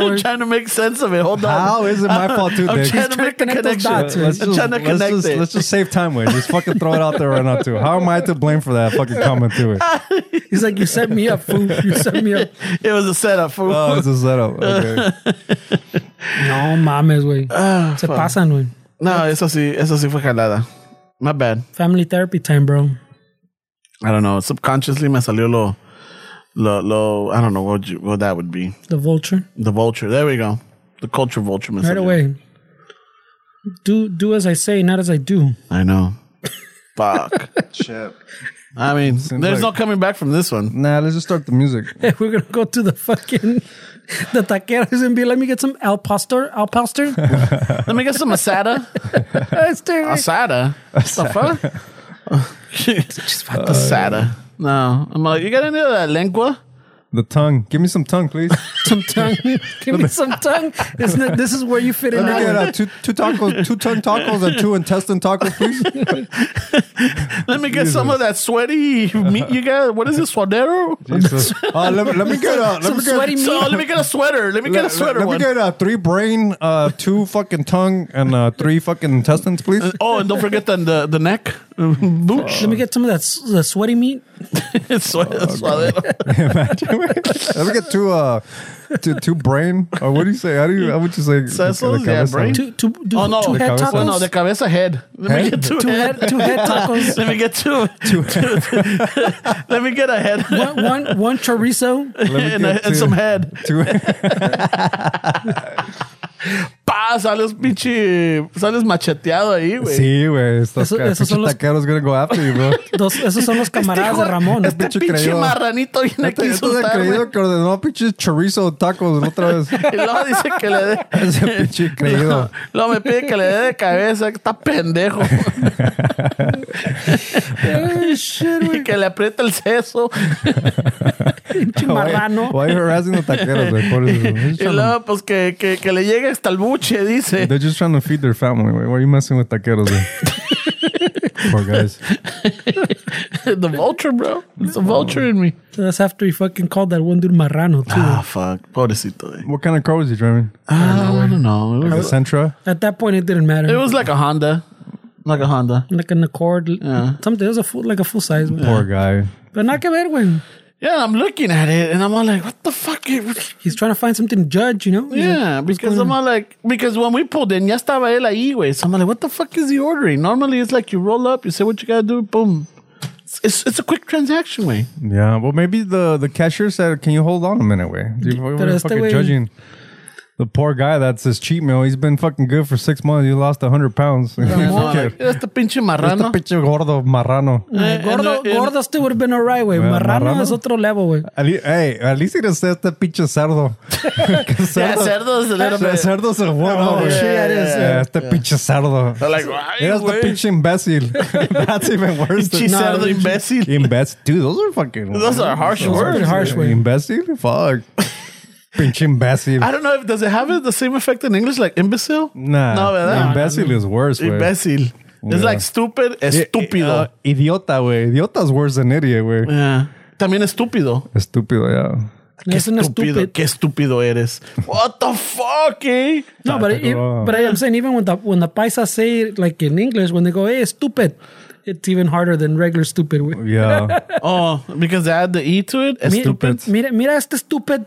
Speaker 1: [LAUGHS] I'm trying to make sense of it. Hold on.
Speaker 3: How is it my fault too,
Speaker 1: I'm
Speaker 3: Dick?
Speaker 1: trying to make the
Speaker 4: Connect those
Speaker 1: connection.
Speaker 4: dots, man.
Speaker 3: Let's
Speaker 1: I'm
Speaker 3: just,
Speaker 1: trying to
Speaker 3: let's,
Speaker 1: connect
Speaker 3: just,
Speaker 1: it.
Speaker 3: let's just save time, wait. Just fucking throw it out there right now, too. How am I to blame for that fucking comment, too? [LAUGHS] Wait.
Speaker 4: he's like, you set me up, fool. You set me up.
Speaker 1: It was a setup. For,
Speaker 3: Oh, it's a setup. Okay.
Speaker 4: No mames, güey. Se pasan, güey.
Speaker 1: no, eso sí, eso sí fue jalada. My bad.
Speaker 4: Family therapy time, bro.
Speaker 1: I don't know. Subconsciously me salió lo, lo, lo I don't know what you, what that would be.
Speaker 4: The vulture.
Speaker 1: The vulture. There we go. The culture vulture. me
Speaker 4: Right
Speaker 1: salió.
Speaker 4: away. Do do as I say, not as I do. [LAUGHS]
Speaker 1: I
Speaker 3: [LAUGHS]
Speaker 1: know. Fuck.
Speaker 3: Shit.
Speaker 1: I mean, there's no
Speaker 3: like-
Speaker 1: coming back from this one.
Speaker 3: [LAUGHS] Nah, let's just start the music.
Speaker 4: Hey, we're gonna go to the fucking [LAUGHS] the taqueros and be. Let me get some al pastor. Al pastor.
Speaker 1: Let me get some asada.
Speaker 4: Let's do it.
Speaker 1: Asada. The fuck? [LAUGHS]
Speaker 4: Just fuck this.
Speaker 1: Asada. No, I'm like, you got any of that lengua?
Speaker 3: The tongue. Give me some tongue, please.
Speaker 4: some tongue. Give me some tongue. Isn't it, this is where you fit in.
Speaker 3: Let me get
Speaker 4: Alan.
Speaker 3: uh, two, two tacos, two tongue tacos, and two intestine tacos, please.
Speaker 1: Let me get some of that sweaty meat you got. What is it, suadero?
Speaker 3: [LAUGHS] Jesus. Uh, let, me- let me get uh, let
Speaker 4: Some
Speaker 3: me get
Speaker 4: sweaty meat.
Speaker 1: So let me get a sweater. Let me get a
Speaker 3: Let,
Speaker 1: sweater
Speaker 3: let me
Speaker 1: one.
Speaker 3: get uh, three brain, uh, two fucking tongue, and uh, three fucking intestines, please.
Speaker 1: Oh, and don't forget the the, the neck. Oh, Booch.
Speaker 4: Let me get some of that s- the sweaty meat.
Speaker 1: It's swe- suadero.
Speaker 3: Imagine. Let me get two, uh, two, two brain. Or what do you say? How do you? How would you say?
Speaker 1: Sesos, yeah, brain.
Speaker 4: Two, two, do,
Speaker 1: Oh no,
Speaker 4: two head
Speaker 3: cabeza.
Speaker 4: tacos.
Speaker 1: Well, no, the cabeza head. Let me
Speaker 3: Head?
Speaker 1: get two,
Speaker 4: two
Speaker 1: head.
Speaker 4: head, two head
Speaker 1: [LAUGHS]
Speaker 4: tacos.
Speaker 1: Let me get two. [LAUGHS] Let me get a head
Speaker 4: one, one, one chorizo.
Speaker 1: [LAUGHS] and, a, and some head.
Speaker 3: Two,
Speaker 1: Pa, sales pinche, sales macheteado ahí, güey.
Speaker 3: sí, güey. Estos
Speaker 4: Eso-
Speaker 3: ca-
Speaker 4: esos son
Speaker 3: pinches
Speaker 4: los-
Speaker 3: taqueros gonna go after you, bro.
Speaker 4: Dos, esos son los camaradas
Speaker 1: hijo-
Speaker 4: de Ramón.
Speaker 1: Este
Speaker 3: Pinche
Speaker 1: pinche
Speaker 3: creído.
Speaker 1: marranito viene aquí a
Speaker 3: Este este es el creído
Speaker 1: insultarme.
Speaker 3: que ordenó pinches chorizo tacos la otra vez.
Speaker 1: Y luego dice que le dé.
Speaker 3: Ese pinche creído.
Speaker 1: Luego me pide que le dé de cabeza, que está pendejo. y que le aprieta el seso.
Speaker 4: Chimarrano.
Speaker 3: Why, why you harassing the taqueros, güey? Por eso. They're just
Speaker 1: Y
Speaker 3: trying to-
Speaker 1: luego, pues que, que, que le llegue hasta el buche, dice.
Speaker 3: They're just trying to feed their family. Wait, why are you messing with taqueros? Güey? Poor guys.
Speaker 1: The vulture, bro. It's a vulture in me.
Speaker 4: That's after he fucking called that one dude marrano too.
Speaker 1: Ah, fuck. Pobrecito, eh.
Speaker 3: What kind of car was he driving?
Speaker 1: Ah, I don't know. It
Speaker 3: The
Speaker 1: was,
Speaker 3: Sentra?
Speaker 4: At that point, it didn't matter.
Speaker 1: it was like a Honda. Like a Honda.
Speaker 4: like an Accord, something. It was a full, like a full size. güey.
Speaker 3: Poor guy.
Speaker 4: But not que ver, güey.
Speaker 1: Yeah, I'm looking at it and I'm all like, what the fuck? is-
Speaker 4: He's trying to find something to judge, you know. He's like,
Speaker 1: Yeah, because I'm all like, because when we pulled in, ya estaba él ahí, güey. So I'm like, what the fuck is he ordering? Normally it's like you roll up, you say what you gotta do, boom. It's, it's, it's a quick transaction, way.
Speaker 3: Yeah. Well, maybe the, the cashier said, "Can you hold on a minute, way?" Dude, why- why
Speaker 4: Pero
Speaker 3: you
Speaker 4: este
Speaker 3: fucking
Speaker 4: güey-
Speaker 3: judging the poor guy that's his cheat meal. He's been fucking good for six months. He lost hundred pounds. [LAUGHS]
Speaker 1: Like,
Speaker 3: Este
Speaker 1: este pinche marrano.
Speaker 3: pinche gordo marrano.
Speaker 1: Eh,
Speaker 4: Gordo,
Speaker 1: and, uh, and-
Speaker 4: gordo still would have been alright, güey.
Speaker 3: Well,
Speaker 4: Marrano,
Speaker 3: marrano?
Speaker 4: es otro level, güey.
Speaker 3: At le- hey, at least he didn't say este pinche cerdo. [LAUGHS] Que
Speaker 1: Yeah, cerdo is a little
Speaker 3: Ce-
Speaker 1: bit.
Speaker 3: cerdo se fue,
Speaker 1: Oh,
Speaker 3: no, güey.
Speaker 1: shit, it is,
Speaker 3: Yeah, este pinche cerdo.
Speaker 1: They're like, "Ay,
Speaker 3: Eres the
Speaker 1: güey."
Speaker 3: pinche imbécil.
Speaker 1: [LAUGHS]
Speaker 3: [LAUGHS] That's even worse
Speaker 1: Pinche
Speaker 3: than
Speaker 1: cerdo imbécil.
Speaker 3: imbécil. Dude, those are fucking.
Speaker 1: Those are harsh
Speaker 4: Those are
Speaker 1: words.
Speaker 4: pretty harsh, güey.
Speaker 1: [LAUGHS]
Speaker 3: Imbécil? Fuck. pinche imbécil.
Speaker 1: I don't know if does it have the same effect in English like imbecile?
Speaker 3: Nah,
Speaker 1: No, ¿verdad?
Speaker 3: imbécil is worse, güey.
Speaker 1: Imbécil. It's
Speaker 3: Yeah.
Speaker 1: like stupid, estúpido.
Speaker 3: Uh, idiota, güey. Idiota's worse than idiot, güey.
Speaker 1: Yeah. También estúpido.
Speaker 3: Estúpido, yeah.
Speaker 4: No, Es un
Speaker 1: estúpido.
Speaker 4: estúpido.
Speaker 1: Qué estúpido eres. What the fuck, eh?
Speaker 4: No, but it,
Speaker 3: Wow.
Speaker 4: but I am saying even when the when the paisas say it, like in English when they go hey stupid, it's even harder than regular stupid.
Speaker 1: [LAUGHS]
Speaker 4: güey.
Speaker 3: Yeah.
Speaker 1: Oh, because they add the E to it?
Speaker 4: Mi-
Speaker 1: Estúpido.
Speaker 4: Mira, mira
Speaker 1: [LAUGHS]
Speaker 4: este stupid.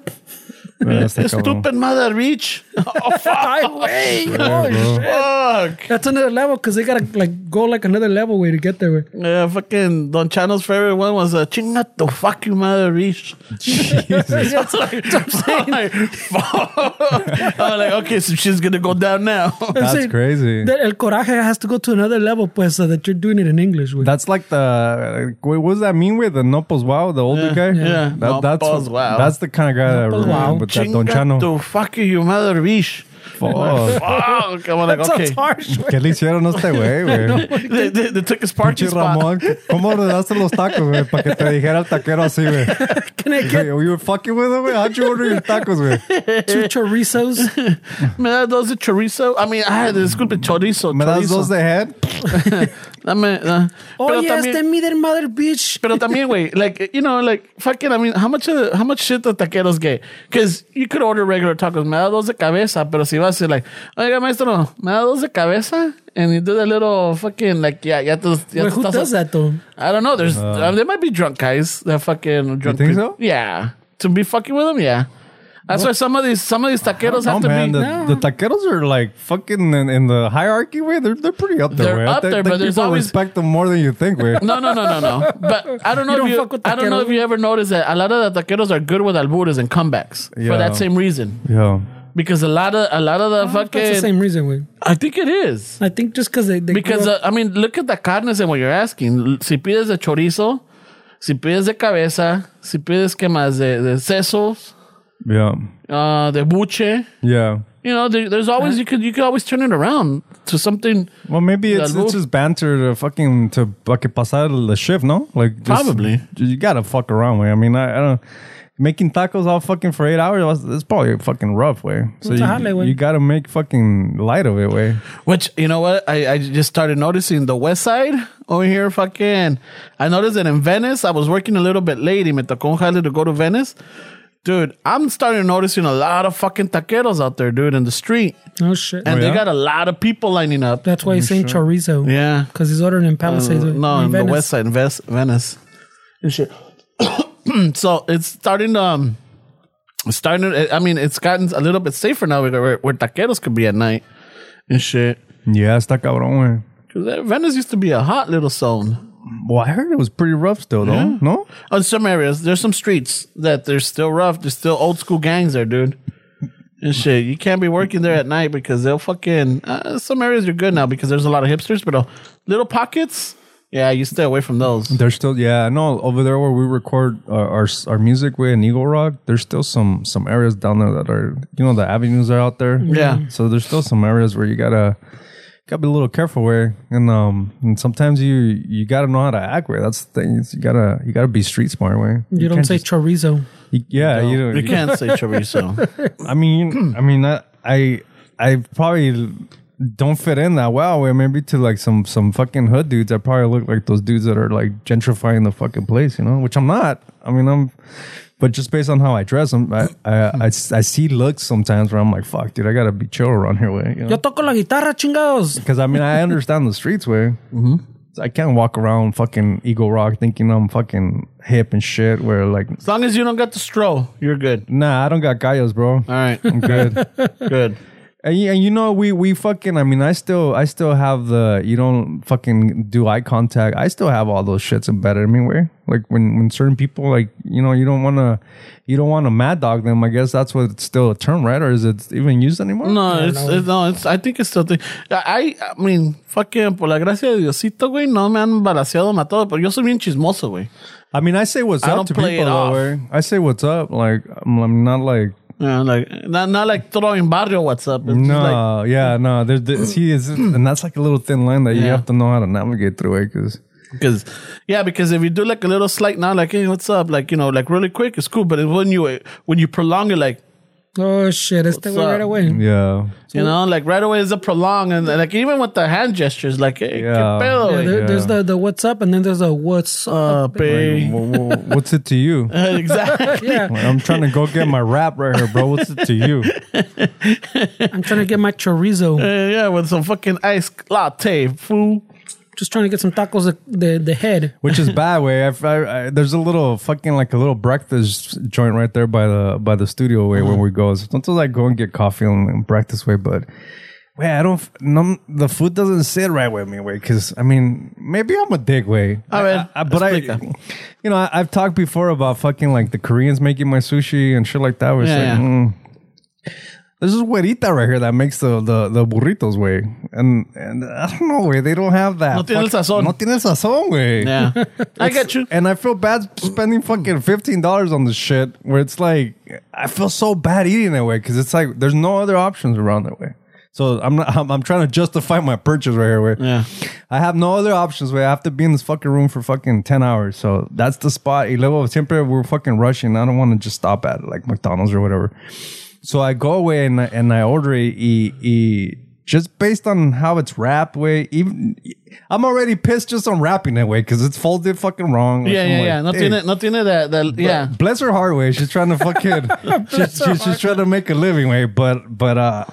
Speaker 3: Yeah, este cabrón.
Speaker 1: Stupid mother bitch. [LAUGHS] Oh,
Speaker 4: Ay,
Speaker 1: fuck.
Speaker 4: güey.
Speaker 3: Yeah, bro.
Speaker 1: fuck.
Speaker 4: That's another level because they gotta like go like another level way to get there. güey.
Speaker 1: Yeah, fucking Don Chano's favorite one was uh, chinga the fuck you mother bitch. [LAUGHS]
Speaker 4: That's what I'm saying.
Speaker 1: I'm like, fuck. I'm like, okay, so she's gonna go down now. [LAUGHS]
Speaker 4: I'm
Speaker 3: That's
Speaker 4: saying
Speaker 3: crazy.
Speaker 4: That el coraje has to go to another level, pues, so that you're doing it in English. güey.
Speaker 3: That's like the wait, what does that mean with the Nopos Wow, the older guy?
Speaker 1: yeah.
Speaker 3: That, that's
Speaker 1: Nopos Wow.
Speaker 3: that's the kind of guy that
Speaker 4: Nopos Wow.
Speaker 3: would that Don Chano.
Speaker 1: To fuck you, mother bitch. [LAUGHS]
Speaker 3: Fuck.
Speaker 1: Fuck. I'm like, okay.
Speaker 4: Sounds harsh, güey.
Speaker 3: [LAUGHS] ¿Qué le hicieron a este güey,
Speaker 1: [LAUGHS]
Speaker 3: güey?
Speaker 1: They, they, they took his parking
Speaker 3: Pinche
Speaker 1: spot.
Speaker 3: Ramón, ¿cómo ordenaste los tacos, güey? Para que te dijera el taquero
Speaker 1: [LAUGHS]
Speaker 3: así, güey.
Speaker 4: [LAUGHS] Can I get
Speaker 3: Güey, You were fucking with him, güey. How'd you order your tacos, güey?
Speaker 4: two chorizos?
Speaker 1: Me da dos de chorizo. I mean, ah, disculpe, chorizo.
Speaker 3: ¿Me das
Speaker 1: chorizo.
Speaker 3: dos de head?
Speaker 1: Dame, ah. Pero
Speaker 4: Eh, Oye,
Speaker 1: también-
Speaker 4: este middle mother bitch.
Speaker 1: Pero también, güey, like you know, like fucking. I mean, how much of the, how much shit the taqueros get? Because you could order regular tacos. Me da dos de cabeza, pero si vas to like, oiga maestro, me da dos de cabeza, and you do that little fucking like, yeah, ya te, ya
Speaker 4: Wait,
Speaker 1: te
Speaker 4: who
Speaker 1: estás-
Speaker 4: does that though?
Speaker 1: I don't know. There's uh, there might be drunk guys that fucking drunk.
Speaker 3: Uh-huh. think
Speaker 1: peop-
Speaker 3: so?
Speaker 1: Yeah, to be fucking with them, yeah. That's why some of these some of these taqueros
Speaker 3: No,
Speaker 1: have to
Speaker 3: Oh, man.
Speaker 1: be.
Speaker 3: The, the taqueros are like fucking in, in the hierarchy, way. They're, they're pretty up
Speaker 1: They're
Speaker 3: there, way.
Speaker 1: up there, but there's
Speaker 3: people
Speaker 1: always-
Speaker 3: respect them more than you think, way.
Speaker 1: [LAUGHS] No, no, no, no, no. But I don't know
Speaker 4: You don't
Speaker 1: if
Speaker 4: fuck
Speaker 1: you,
Speaker 4: with
Speaker 1: I don't know
Speaker 4: taqueros.
Speaker 1: if you ever noticed that a lot of the taqueros are good with albures and comebacks for
Speaker 3: Yeah.
Speaker 1: that same reason.
Speaker 3: Yeah.
Speaker 1: Because a lot of a lot of the fucking
Speaker 4: Ah, That's the same reason, güey.
Speaker 1: I think it is.
Speaker 4: I think just because they, they
Speaker 1: Because
Speaker 4: grew
Speaker 1: uh,
Speaker 4: up-
Speaker 1: I mean, look at the carnes and what you're asking. Si pides de chorizo, si pides de cabeza, si pides que más de, de sesos,
Speaker 3: Yeah.
Speaker 1: uh, de buche.
Speaker 3: Yeah.
Speaker 1: You know, there, there's always
Speaker 4: Uh-huh.
Speaker 1: you could you could always turn it around to something.
Speaker 3: Well, maybe it's,
Speaker 1: Algo.
Speaker 3: it's just banter to fucking to like pasar the shift, no? Like just,
Speaker 1: Probably.
Speaker 3: you gotta fuck around, way. I mean, I, I don't making tacos all fucking for eight hours. That's probably fucking rough, way. So
Speaker 4: It's a
Speaker 3: you,
Speaker 4: holiday, way.
Speaker 3: you gotta make fucking light of it, way.
Speaker 1: Which you know what I, I just started noticing the west side over here. Fucking, I noticed that in Venice, I was working a little bit late. y Me tocó un jale to go to Venice, dude. I'm starting noticing a lot of fucking taqueros out there, dude, in the street.
Speaker 4: oh shit.
Speaker 1: uh, and they
Speaker 3: yeah?
Speaker 1: got a lot of people lining up.
Speaker 4: That's why he's saying chorizo.
Speaker 1: Yeah.
Speaker 4: Because he's ordering in Palisades.
Speaker 1: Uh,
Speaker 4: güey,
Speaker 1: no,
Speaker 4: in
Speaker 1: in the
Speaker 4: Venice.
Speaker 1: west side, in Ves- Venice. [COUGHS] so it's starting to. Um, starting. I mean, it's gotten a little bit safer now where, where taqueros could be at night and shit.
Speaker 3: Yeah, está cabrón, way.
Speaker 1: 'Cause that- Venice used to be a hot little zone.
Speaker 3: Well, I heard it was pretty rough still, though. No,
Speaker 1: On some areas, there's some streets that they're still rough. There's still old school gangs there, dude. And shit, you can't be working there at night because they'll fucking. Uh, some areas are good now because there's a lot of hipsters, but uh, little pockets, yeah, you stay away from those.
Speaker 3: There's still, yeah, no, over there where we record our our, our music with in Eagle Rock, there's still some some areas down there that are, you know, the avenues are out there.
Speaker 4: Mm-hmm.
Speaker 1: Yeah.
Speaker 3: So there's still some areas where you gotta gotta be a little careful where, and um, and sometimes you you gotta know how to act where. That's the thing. is You gotta you gotta be street smart where.
Speaker 4: You, don't
Speaker 3: can't
Speaker 4: say
Speaker 3: just-
Speaker 4: chorizo.
Speaker 3: you- yeah, you don't.
Speaker 1: You can't say [LAUGHS] chorizo.
Speaker 3: I mean, I mean, I, I, I probably don't fit in that well. Where maybe to like some some fucking hood dudes, I probably look like those dudes that are like gentrifying the fucking place, you know. Which I'm not. I mean, I'm, but just based on how I dress, I'm, I, I, I, I see looks sometimes where I'm like, fuck, dude, I gotta be chill around here, way, you
Speaker 4: Yo
Speaker 3: know.
Speaker 4: toco la guitarra, chingados.
Speaker 3: Because I mean, I understand the streets way. Mm-hmm. I can't walk around fucking Eagle Rock thinking I'm fucking hip and shit. Where like,
Speaker 1: As long as you don't get the stroll, you're good.
Speaker 3: nah, I don't got gallos, bro.
Speaker 1: All right,
Speaker 3: I'm good.
Speaker 1: [LAUGHS] good.
Speaker 3: And you, and you know we we fucking I mean I still I still have the you don't fucking do eye contact I still have all those shits embedded in me where like when when certain people like you know you don't want to you don't want to mad dog them I guess that's what it's still a term right or is it even used anymore
Speaker 1: No, it's, it's no, it's. I think it's still. Thing. I, I mean, fucking por la gracia de Diosito, güey, no me han balaseado, matado, pero yo soy bien chismoso, güey.
Speaker 3: I mean I say what's
Speaker 1: I
Speaker 3: up
Speaker 1: don't
Speaker 3: to
Speaker 1: play
Speaker 3: people
Speaker 1: it off.
Speaker 3: though where I say what's up like I'm, I'm not like
Speaker 1: Yeah, like not not like throwing barrio what's up. It's just like,
Speaker 3: no yeah no there's there, see it's, and that's like a little thin line that you
Speaker 1: Yeah.
Speaker 3: have to know how to navigate through it because
Speaker 1: Because, yeah, because if you do like a little slight now, like, hey, what's up? Like, you know, like really quick, it's cool. But it- when you when you prolong it, like,
Speaker 4: Oh shit, este
Speaker 1: What's
Speaker 4: güey
Speaker 1: up?
Speaker 4: right away.
Speaker 3: yeah
Speaker 1: you know, like right away is a prolong. And like, even with the hand gestures, like, hey,
Speaker 3: Yeah.
Speaker 1: qué pedo,
Speaker 4: Yeah,
Speaker 1: güey?
Speaker 4: there-
Speaker 3: yeah.
Speaker 4: There's the, the what's up, and then there's the what's up.
Speaker 1: Up, eh?
Speaker 3: Wha- wha- what's it
Speaker 1: [LAUGHS]
Speaker 3: to you
Speaker 1: exactly.
Speaker 4: Yeah,
Speaker 3: Like, I'm trying to go get my rap right here, bro. What's it to you?
Speaker 4: I'm trying to get my chorizo.
Speaker 1: Yeah, yeah, with some fucking ice latte, fool.
Speaker 4: Just trying to get some tacos the the, the head.
Speaker 3: Which is bad way. I, I, I, there's a little fucking like a little breakfast joint right there by the by the studio way
Speaker 1: Uh-huh.
Speaker 3: where we go. Sometimes I go and get coffee and, and breakfast way, but wait, I don't. f- None, the food doesn't sit right with me way because I mean maybe I'm a dick way.
Speaker 1: A ver,
Speaker 3: I- I- but I,
Speaker 1: explica.
Speaker 3: you know, I, I've talked before about fucking like the Koreans making my sushi and shit like that. Where it's
Speaker 1: Yeah, yeah.
Speaker 3: like, mm, This is Huerita right here that makes the the, the burritos, way. And and I don't know, way. They don't have that.
Speaker 1: No tiene el
Speaker 3: fuck-
Speaker 1: sazón.
Speaker 3: No tiene sazón, way. [LAUGHS]
Speaker 1: Yeah, I get you.
Speaker 3: And I feel bad spending fucking fifteen dollars on this shit. Where it's like, I feel so bad eating that way because it's like there's no other options around that way. So I'm not. [LAUGHS] I'm, I'm trying to justify my purchase right here. Where
Speaker 1: Yeah.
Speaker 3: I have no other options. Where I have to be in this fucking room for fucking ten hours. So that's the spot. A level of temperature. We're fucking rushing. I don't want to just stop at like McDonald's or whatever. So I go away and I, and I order it e, e, just based on how it's wrapped. Way even I'm already pissed just on wrapping it way because it's folded fucking wrong. Like,
Speaker 1: Yeah,
Speaker 3: I'm
Speaker 1: yeah,
Speaker 3: like,
Speaker 1: yeah. No
Speaker 3: "Hey,
Speaker 1: tiene, no tiene that, that yeah.
Speaker 3: Bless her heart way. She's trying to
Speaker 1: [LAUGHS]
Speaker 3: fucking. she's, she's, she's trying to make a living way, but but uh,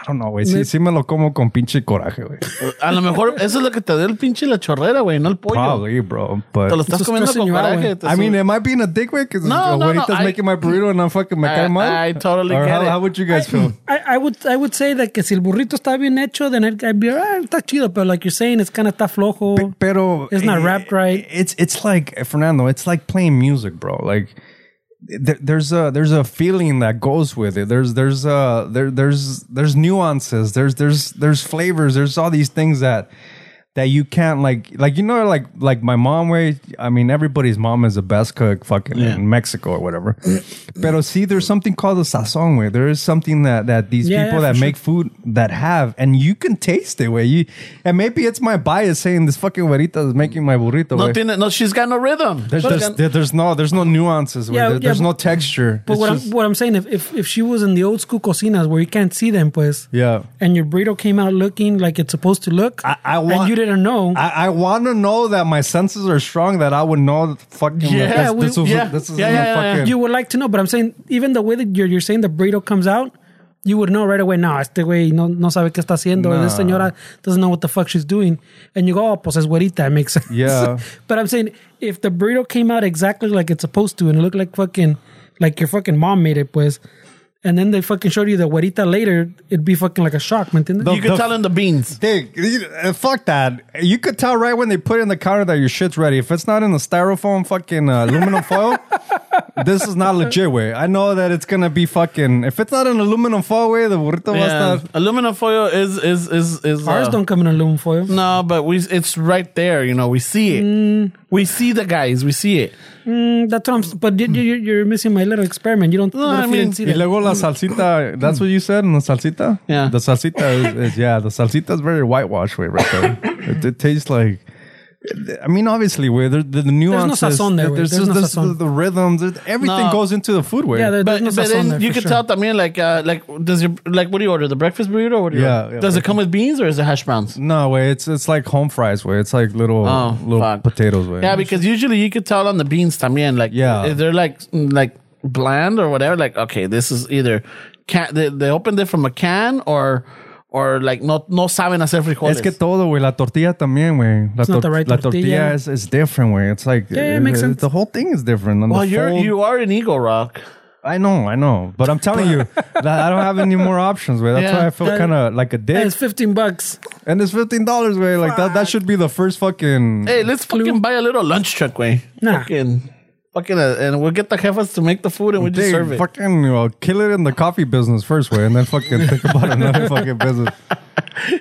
Speaker 3: I don't know. Way. Si, si me lo como con pinche coraje way.
Speaker 1: A lo mejor eso es lo que te da el pinche la chorrera, güey, no el pollo.
Speaker 3: Probably, bro.
Speaker 1: Te lo
Speaker 3: But
Speaker 1: estás
Speaker 4: Eso
Speaker 1: comiendo
Speaker 4: está
Speaker 1: con
Speaker 4: señora,
Speaker 1: coraje.
Speaker 4: güey.
Speaker 1: te
Speaker 3: I mean,
Speaker 1: sube.
Speaker 3: am I being a dick way? Because
Speaker 1: No, no, no,
Speaker 3: Juanita's
Speaker 1: I-
Speaker 3: making my burrito and I'm fucking me
Speaker 1: I-
Speaker 3: cae mal.
Speaker 1: I totally
Speaker 3: Or
Speaker 1: get
Speaker 3: how,
Speaker 1: it.
Speaker 3: how would you guys feel?
Speaker 4: I, I would I would say that que si el burrito está bien hecho, then I'd, I'd be alright, está chido, but like you're saying, it's kind of está flojo.
Speaker 3: Pero eh,
Speaker 4: It's not wrapped right.
Speaker 3: It's it's like eh, Fernando. It's like playing music, bro. Like there, there's a there's a feeling that goes with it. There's there's uh there there's there's nuances. There's there's there's flavors. There's all these things that that you can't like like you know like like my mom way. I mean everybody's mom is the best cook fucking in Mexico or whatever. Pero see, there's something called a sazon way. There is something that that these
Speaker 4: Yeah,
Speaker 3: people
Speaker 4: yeah,
Speaker 3: that
Speaker 4: for sure.
Speaker 3: make food that have and you can taste it way you and maybe it's my bias saying this fucking guarita is making my burrito.
Speaker 1: no
Speaker 3: way.
Speaker 1: tiene, no, she's got no rhythm.
Speaker 3: There's,
Speaker 1: She's
Speaker 3: there's,
Speaker 1: got-
Speaker 3: there- there's no there's no nuances. where
Speaker 4: Yeah,
Speaker 3: there-
Speaker 4: yeah,
Speaker 3: there's
Speaker 4: but-
Speaker 3: no texture.
Speaker 4: But
Speaker 3: It's
Speaker 4: what
Speaker 3: just-
Speaker 4: I'm what I'm saying, if, if if she was in the old school cocinas where you can't see them, pues,
Speaker 3: yeah.
Speaker 4: and your burrito came out looking like it's supposed to look,
Speaker 3: I, I
Speaker 4: and
Speaker 3: want
Speaker 4: you didn't know.
Speaker 3: I, I want to know that my senses are strong that I would know that fucking
Speaker 1: Yeah,
Speaker 3: that this,
Speaker 4: we-
Speaker 3: this was
Speaker 1: yeah.
Speaker 3: this is
Speaker 1: Yeah,
Speaker 3: in the
Speaker 1: yeah, yeah, yeah.
Speaker 3: fucking
Speaker 4: you would like to know, but I'm saying even the way that you're, you're saying the burrito comes out, you would know right away. No, este güey no, no sabe qué está haciendo. or This señora doesn't know what the fuck she's doing, and you go, oh, pues es güerita. It makes sense.
Speaker 3: Yeah.
Speaker 4: [LAUGHS] but I'm saying if the burrito came out exactly like it's supposed to, and it looked like fucking like your fucking mom made it, pues, and then they fucking showed you the güerita later, it'd be fucking like a shock, ¿me entiendes?
Speaker 1: you can
Speaker 3: the-
Speaker 1: tell in the beans.
Speaker 3: Dude, you- uh, fuck that. You could tell right when they put it in the counter that your shit's ready. If it's not in the styrofoam fucking uh, aluminum [LAUGHS] foil, this is not legit way. I know that it's gonna be fucking. If it's not an aluminum foil way, the burrito
Speaker 1: Yeah.
Speaker 3: was not.
Speaker 1: Aluminum foil is is is is.
Speaker 4: Ours
Speaker 1: uh,
Speaker 4: don't come in aluminum foil.
Speaker 1: no, but we it's right there. You know, we see it.
Speaker 3: Mm.
Speaker 1: We see the guys. We see it.
Speaker 4: Mm, That's what I'm. s- But you, you, you're missing my little experiment. You don't. what
Speaker 1: I
Speaker 4: if you
Speaker 1: mean-
Speaker 4: didn't see
Speaker 3: Y
Speaker 4: that?
Speaker 3: luego la salsita, that's what you said, and the salsita?
Speaker 1: Yeah.
Speaker 3: The salsita is, is yeah, the salsita is very whitewashed way right there. it, it tastes like, I mean, obviously, where the, the, the
Speaker 4: no
Speaker 3: nuances,
Speaker 4: sazón there, güey.
Speaker 3: there's,
Speaker 4: There's
Speaker 3: just
Speaker 4: no
Speaker 3: this-
Speaker 4: sazón.
Speaker 3: the, the rhythms, there's- everything
Speaker 1: No.
Speaker 3: goes into the food way.
Speaker 4: Yeah, there-
Speaker 1: But,
Speaker 4: there's no
Speaker 1: but
Speaker 4: sazón
Speaker 1: then
Speaker 4: there,
Speaker 1: you
Speaker 4: for
Speaker 1: can
Speaker 4: sure.
Speaker 1: tell. I mean, like uh, like does your like what do you order? The breakfast burrito? Or what do you
Speaker 3: Yeah,
Speaker 1: order?
Speaker 3: yeah, Mm,
Speaker 1: does it
Speaker 3: like-
Speaker 1: come with beans or is it hash browns?
Speaker 3: No way, it's it's like home fries way. It's like little
Speaker 1: Oh,
Speaker 3: little
Speaker 1: fuck.
Speaker 3: potatoes way.
Speaker 1: Yeah, because usually you could tell on the beans también. Like,
Speaker 3: Yeah.
Speaker 1: if they're like like bland or whatever. Like, okay, this is either can they, they opened it from a can or or like no no saben hacer frijoles.
Speaker 3: es que todo way. La tortilla también way. La,
Speaker 4: It's not the right
Speaker 3: la
Speaker 4: tortilla.
Speaker 3: tortilla is, is different way. It's like
Speaker 4: yeah, it makes
Speaker 3: uh,
Speaker 4: sense.
Speaker 3: The whole thing is different. and
Speaker 1: well,
Speaker 3: the
Speaker 1: Oh, you're
Speaker 3: fold-
Speaker 1: you are an Eagle Rock.
Speaker 3: I know, I know, but I'm telling
Speaker 1: [LAUGHS]
Speaker 3: you, that I don't have any more options way. That's
Speaker 1: Yeah.
Speaker 3: why I feel
Speaker 4: That-
Speaker 3: kind of like a dick.
Speaker 4: Yeah, it's fifteen bucks.
Speaker 3: and it's fifteen dollars way. Like that, that should be the first fucking.
Speaker 1: Hey, let's fucking buy a little lunch truck way.
Speaker 4: Nah.
Speaker 1: Fucking fucking uh, and we'll get the jefas to make the food and we just
Speaker 3: Hey,
Speaker 1: serve it.
Speaker 3: fucking you know, kill it in the coffee business first way, and then fucking think about another
Speaker 1: [LAUGHS]
Speaker 3: fucking business.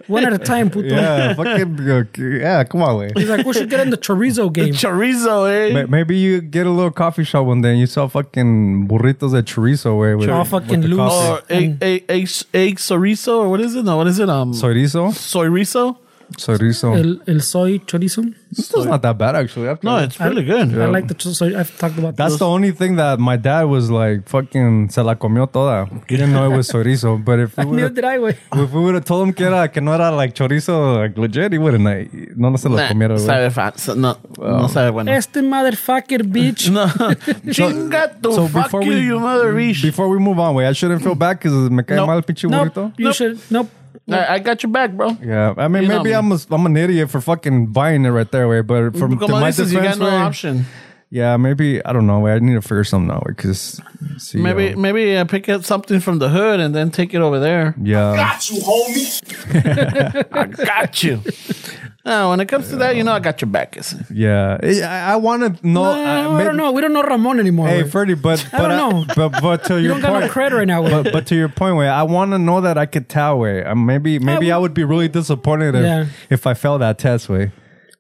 Speaker 4: One at a time, puto.
Speaker 3: Yeah, fucking uh, yeah, come on, way.
Speaker 4: He's like, we should get in the chorizo game.
Speaker 1: Chorizo, eh?
Speaker 3: Ma- Maybe you get a little coffee shop one day and you sell fucking burritos at chorizo way with,
Speaker 4: All
Speaker 3: with
Speaker 4: fucking
Speaker 3: the
Speaker 4: loose.
Speaker 3: coffee.
Speaker 1: or Oh, egg, egg, egg, egg chorizo or what is it? No, what is it? Um,
Speaker 3: Chorizo,
Speaker 1: soy rizo.
Speaker 3: chorizo.
Speaker 4: El, el soy chorizo.
Speaker 3: It's not that bad actually. After
Speaker 1: No, Oh, it's really good.
Speaker 4: I like the chorizo. I've talked about
Speaker 3: That's the only thing that my dad was like, fucking, se la comió toda. He didn't know it was chorizo, but if we
Speaker 4: that. Neither
Speaker 3: would
Speaker 4: did I, güey.
Speaker 3: if we would have told him que era que no era like chorizo like legit, he wouldn't like, no no se lo
Speaker 1: Nah,
Speaker 3: comiera. güey.
Speaker 1: sabe fa- so- no, no sabe bueno.
Speaker 4: Este motherfucker bitch.
Speaker 1: [LAUGHS]
Speaker 3: [LAUGHS]
Speaker 1: No. Chinga tu
Speaker 3: so
Speaker 1: fuck
Speaker 3: before
Speaker 1: you,
Speaker 3: we-
Speaker 1: you mother bitch.
Speaker 3: Before we move on, way I shouldn't feel bad because me cae
Speaker 1: Nope.
Speaker 3: mal el pinche
Speaker 4: Nope.
Speaker 3: burrito.
Speaker 4: You
Speaker 1: Nope.
Speaker 4: should. Nope.
Speaker 1: I, I got your back, bro.
Speaker 3: Yeah, I mean
Speaker 1: You know
Speaker 3: maybe
Speaker 1: me.
Speaker 3: I'm a, I'm an idiot for fucking buying it right there, way. But from to
Speaker 1: Come
Speaker 3: my
Speaker 1: on, this is-
Speaker 3: defense,
Speaker 1: you got no
Speaker 3: way,
Speaker 1: option.
Speaker 3: Yeah, maybe I don't know. I need to figure something out E because
Speaker 1: Maybe maybe uh, pick up something from the hood and then take it over there.
Speaker 3: yeah.
Speaker 1: [LAUGHS] Got you. No, Ah, when it comes to that, you know, I got your back. It's-
Speaker 3: Yeah, I, I want to know. I,
Speaker 4: I, don't know. We don't know Ramon anymore.
Speaker 3: uh, Hey,
Speaker 4: güey.
Speaker 3: Freddie, but
Speaker 4: I
Speaker 3: but,
Speaker 4: don't know.
Speaker 3: but but to
Speaker 4: you
Speaker 3: your
Speaker 4: don't got no
Speaker 3: point,
Speaker 4: credit right now. güey.
Speaker 3: but, but to your point, way I want to know that I could tell. Way uh, maybe maybe
Speaker 4: we-
Speaker 3: I would be really disappointed if,
Speaker 4: Yeah.
Speaker 3: if I failed that test. Way,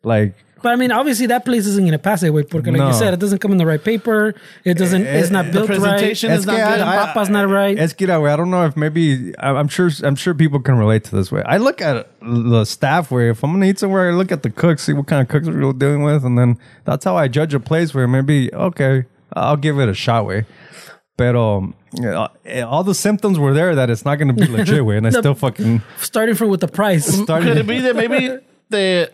Speaker 3: like
Speaker 4: But I mean, obviously, that place isn't going to pass it, wait, porque like
Speaker 3: No. Eh,
Speaker 4: you said, it doesn't come in the right paper. It doesn't. it's not built right.
Speaker 1: presentation is not
Speaker 3: I-
Speaker 1: good.
Speaker 3: I-
Speaker 4: papa's not right.
Speaker 3: Es que, that way, I don't know if maybe I- I'm sure I'm sure people can relate to this way. I look at the staff way. If I'm gonna eat somewhere, I look at the cooks, see what kind of cooks we're dealing with, and then that's how I judge a place where maybe okay, I'll give it a shot way. But um, yeah, all the symptoms were there that it's not gonna
Speaker 4: [LAUGHS]
Speaker 3: be legit way, and I
Speaker 4: The-
Speaker 3: still fucking
Speaker 4: Starting from with the price.
Speaker 1: Could
Speaker 3: started.
Speaker 1: it be that maybe the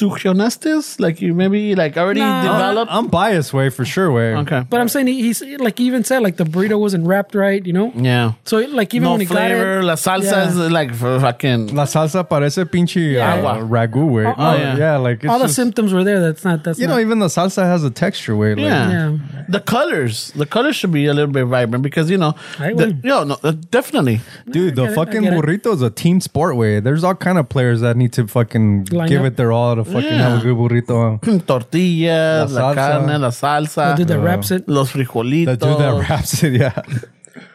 Speaker 1: autosugestionistes, like you maybe like already
Speaker 4: Nah.
Speaker 1: developed?
Speaker 3: I'm biased way for sure way.
Speaker 1: okay.
Speaker 4: But I'm saying he, he's like he even said like the burrito wasn't wrapped right. You know.
Speaker 1: yeah.
Speaker 4: So like even
Speaker 1: No
Speaker 4: when he
Speaker 1: flavor.
Speaker 4: got it,
Speaker 1: La salsa
Speaker 4: Yeah.
Speaker 1: is like f- fucking.
Speaker 3: La salsa parece pinche uh,
Speaker 4: Agua.
Speaker 3: ragu way.
Speaker 4: Oh,
Speaker 1: yeah.
Speaker 3: yeah, like it's
Speaker 4: all the
Speaker 3: just-
Speaker 4: symptoms were there. That's not. That's
Speaker 3: You
Speaker 4: not,
Speaker 3: know, even the salsa has a texture way. Like,
Speaker 1: Yeah.
Speaker 4: Yeah.
Speaker 1: The colors. The colors should be a little bit vibrant because, you know,
Speaker 4: I
Speaker 1: the,
Speaker 4: will.
Speaker 1: you know, no, uh, definitely.
Speaker 3: Dude,
Speaker 4: I
Speaker 3: the
Speaker 4: get it, I
Speaker 3: fucking
Speaker 4: get it.
Speaker 3: burrito is a team sport way. There's all kind of players that need to fucking
Speaker 4: Line
Speaker 3: give
Speaker 4: up.
Speaker 3: it their all to fucking
Speaker 1: Yeah.
Speaker 3: have a
Speaker 4: [LAUGHS]
Speaker 3: good burrito.
Speaker 1: Mm, Tortillas,
Speaker 3: La
Speaker 1: la,
Speaker 3: salsa.
Speaker 1: carne, la salsa.
Speaker 4: the dude that wraps it.
Speaker 1: Los
Speaker 3: The
Speaker 1: frijolitos.
Speaker 3: dude that wraps it, [LAUGHS] yeah.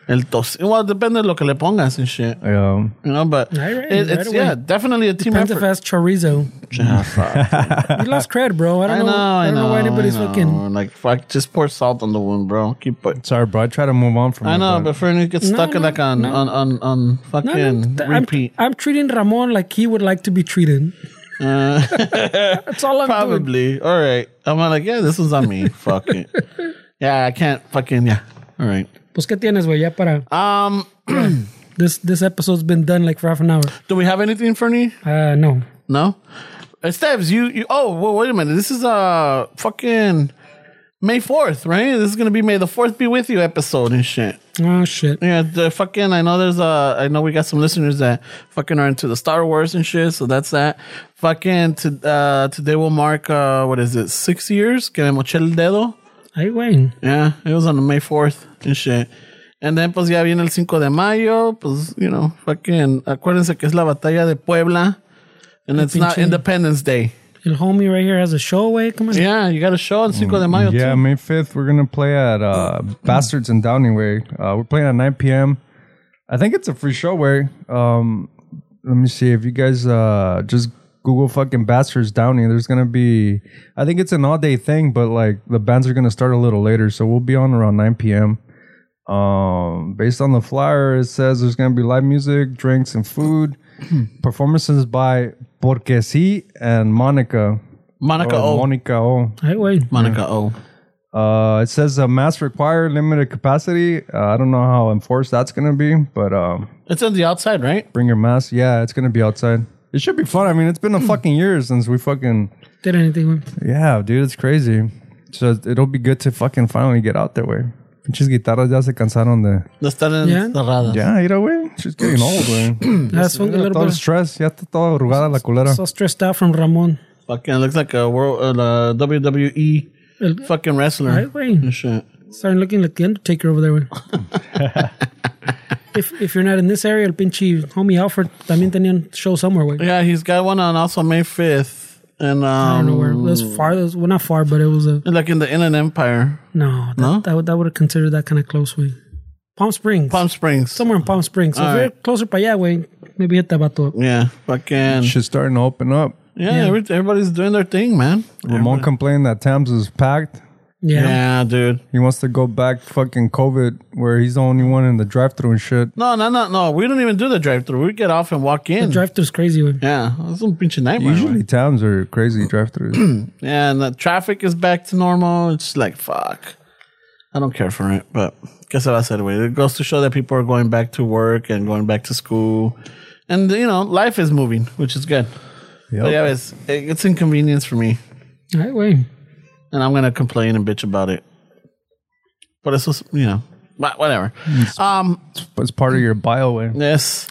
Speaker 1: El tos. Well, depende de lo que le pongas and shit.
Speaker 3: yeah.
Speaker 1: You know, but
Speaker 4: Right, right,
Speaker 1: it, it's
Speaker 4: right away.
Speaker 1: yeah, definitely a team
Speaker 4: Penta
Speaker 1: effort.
Speaker 4: fast chorizo. you lost cred, bro. I don't
Speaker 1: I
Speaker 4: know.
Speaker 1: know,
Speaker 4: I don't know, why anybody's fucking.
Speaker 1: like fuck. Just pour salt on the wound, bro. Keep it.
Speaker 3: Sorry, bro. I try to move on from
Speaker 1: I
Speaker 3: it,
Speaker 1: know,
Speaker 3: but-
Speaker 1: but for you get
Speaker 4: No,
Speaker 1: stuck
Speaker 4: no,
Speaker 1: like on,
Speaker 4: no.
Speaker 1: on on on
Speaker 4: No, no,
Speaker 1: fucking
Speaker 4: th- I'm,
Speaker 1: repeat.
Speaker 4: I'm treating Ramon like he would like to be treated. Uh. [LAUGHS] That's all I'm doing.
Speaker 1: Probably. All right. I'm like, yeah, this was on
Speaker 4: [LAUGHS]
Speaker 1: me. fuck it. Yeah, I can't fucking yeah. All right.
Speaker 4: Pues qué tienes, güey, ya para.
Speaker 1: Um,
Speaker 4: This this episode's been done like for half an hour.
Speaker 1: do we have anything for me?
Speaker 4: Uh, no.
Speaker 1: No. Uh, Steves, you you. Oh, well, wait a minute. This is uh fucking May fourth, right? This is gonna be May the fourth be with you episode and shit.
Speaker 4: Oh shit.
Speaker 1: Yeah, the fucking. I know there's a. I know we got some listeners that fucking are into the Star Wars and shit. So that's that. Fucking to, uh, today will mark uh, what is it? Six years. Que me moché el dedo.
Speaker 4: Ay, güey.
Speaker 1: Yeah, it was on May fourth and shit. And then pues ya viene el 5 de mayo. Pues you know, fucking. Acuérdense que es la batalla de Puebla, and it's not
Speaker 4: pinche-
Speaker 1: Independence Day.
Speaker 4: El homie right here has a show, güey. Come on.
Speaker 1: Yeah, you got a show on Cinco de Mayo
Speaker 3: Mm, Yeah,
Speaker 1: too.
Speaker 3: May 5th, we're going to play
Speaker 1: [CLEARS THROAT]
Speaker 3: at uh, Bastards and Downey Way. Uh, we're playing at 9 p.m. I think it's a free show way. Um, let me see. If you guys uh, just Google fucking Bastards Downey, there's going to be, I think it's an all day thing, but like the bands are going to start a little later. So we'll be on around 9 p.m. Um, based on the flyer, it says there's going to be live music, drinks,
Speaker 1: [CLEARS THROAT]
Speaker 3: and food. Performances by Porque Si and Monica.
Speaker 1: Monica
Speaker 3: Or
Speaker 1: O.
Speaker 3: Monica O.
Speaker 4: Ay, güey.
Speaker 1: Monica O.
Speaker 3: Uh, it says uh, mass required, limited capacity. Uh, I don't know how enforced that's going to be, but um,
Speaker 1: It's on the outside, right?
Speaker 3: bring your mask. Yeah, it's going to be outside. It should be fun. I mean, it's been a fucking year since we fucking.
Speaker 4: Did anything, güey.
Speaker 3: Yeah, dude, it's crazy. So it'll be good to fucking finally get out there, way. Pinches guitarras ya se cansaron de.
Speaker 1: The están
Speaker 4: Yeah.
Speaker 1: encerradas.
Speaker 3: Yeah, you know, way. She's getting old, way.
Speaker 4: That's a little
Speaker 3: Todo
Speaker 4: bit.
Speaker 3: el stress. Ya está toda arrugada la culera.
Speaker 4: So stressed out from Ramon.
Speaker 1: Fucking looks like a world uh, the WWE
Speaker 4: El-
Speaker 1: fucking
Speaker 4: Ay,
Speaker 1: wrestler.
Speaker 4: güey.
Speaker 1: And shit.
Speaker 4: Starting looking like the Undertaker over there, güey.
Speaker 1: [LAUGHS]
Speaker 4: if, if you're not in this area, el pinche homie Alfred también tenía un show somewhere, güey.
Speaker 1: Yeah, he's got one on also May fifth, and um,
Speaker 4: I don't know where. It was far. It was, well, not far, but it was a.
Speaker 1: like in the Inland Empire,
Speaker 4: No, that,
Speaker 1: No?
Speaker 4: that would that would have considered that kind of close way. Palm Springs,
Speaker 1: Palm Springs.
Speaker 4: somewhere in Palm Springs. So if
Speaker 1: All
Speaker 4: you're
Speaker 1: right.
Speaker 4: closer by that way, maybe hit that bato up.
Speaker 1: yeah, fucking
Speaker 3: She's starting to open up.
Speaker 1: yeah. every- everybody's doing their thing, man.
Speaker 3: Ramon complained that Tams is packed.
Speaker 4: Yeah.
Speaker 1: Yeah, dude.
Speaker 3: He wants to go back fucking COVID where he's the only one in the drive through and shit.
Speaker 1: No, no, no, no. We don't even do the drive-through. We get off and walk in.
Speaker 4: drive through's crazy. Way.
Speaker 1: yeah, that's some pinche nightmare.
Speaker 3: Usually
Speaker 1: man.
Speaker 3: towns are crazy drive throughs.
Speaker 1: yeah, and the traffic is back to normal. It's like fuck. I don't care for it, but guess what I said. Wait, it goes to show that people are going back to work and going back to school, and you know, life is moving, which is good. But yeah, it's it's inconvenience for me.
Speaker 4: All right,
Speaker 1: [LAUGHS]
Speaker 4: way.
Speaker 1: and I'm gonna complain and bitch about it. But it's just you know, wha- whatever. Um,
Speaker 3: It's part of your bio way.
Speaker 1: yes,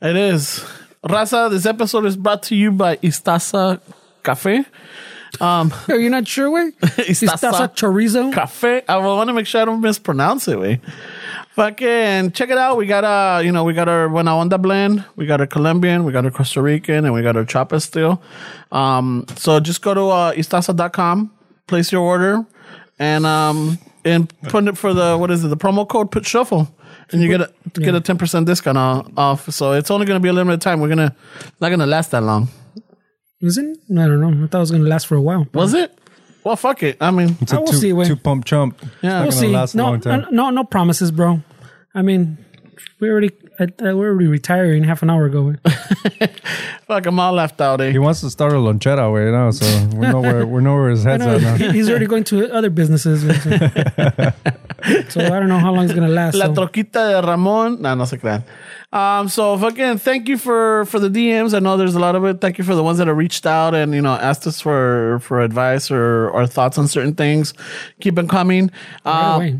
Speaker 1: it is. Raza, this episode is brought to you by Istasa Cafe.
Speaker 4: Yo, you're
Speaker 1: [LAUGHS]
Speaker 4: not sure, way? Is that
Speaker 1: Istaza.
Speaker 4: chorizo?
Speaker 1: Cafe. I want to make sure I don't mispronounce it. Way. Fucking check it out. We got uh, you know, we got our Buena Onda blend, we got our Colombian, we got our Costa Rican, and we got our Chapa still. Um, so just go to uh, istasa.com, place your order, and um, and put it for the what is it? The promo code put shuffle, and you get a get a ten percent discount o- off. So it's only gonna be a limited time. We're gonna not gonna last that long.
Speaker 4: Isn't? I don't know. I thought it was gonna last for a while.
Speaker 1: Was it? Well, fuck it. I mean,
Speaker 3: It's a
Speaker 4: I will
Speaker 3: two,
Speaker 4: see, güey.
Speaker 3: two pump chump.
Speaker 1: Yeah.
Speaker 3: Yeah,
Speaker 1: We'll
Speaker 3: it's not
Speaker 4: We'll
Speaker 3: gonna
Speaker 4: see.
Speaker 3: last
Speaker 4: no,
Speaker 3: a long time.
Speaker 4: no, no promises, bro. I mean, we already, I, I, we're already retiring half an hour
Speaker 3: [LAUGHS]
Speaker 4: ago. güey.
Speaker 1: fuck, I'm all left out. Eh?
Speaker 3: He wants to start a lonchera way
Speaker 4: [LAUGHS]
Speaker 3: now, so we know where we know where his
Speaker 4: I
Speaker 3: head's
Speaker 4: know,
Speaker 3: at now.
Speaker 4: he- he's already going to other
Speaker 3: [LAUGHS]
Speaker 4: businesses. [LAUGHS] güey, So, so I don't know how long it's gonna last.
Speaker 1: La
Speaker 4: So.
Speaker 1: troquita de Ramón. No, no se crean. Um, so fucking thank you for for the DMs. I know there's a lot of it. Thank you for the ones that have reached out and you know asked us for for advice or or thoughts on certain things. Keep them coming.
Speaker 4: By the
Speaker 1: Um,
Speaker 4: way,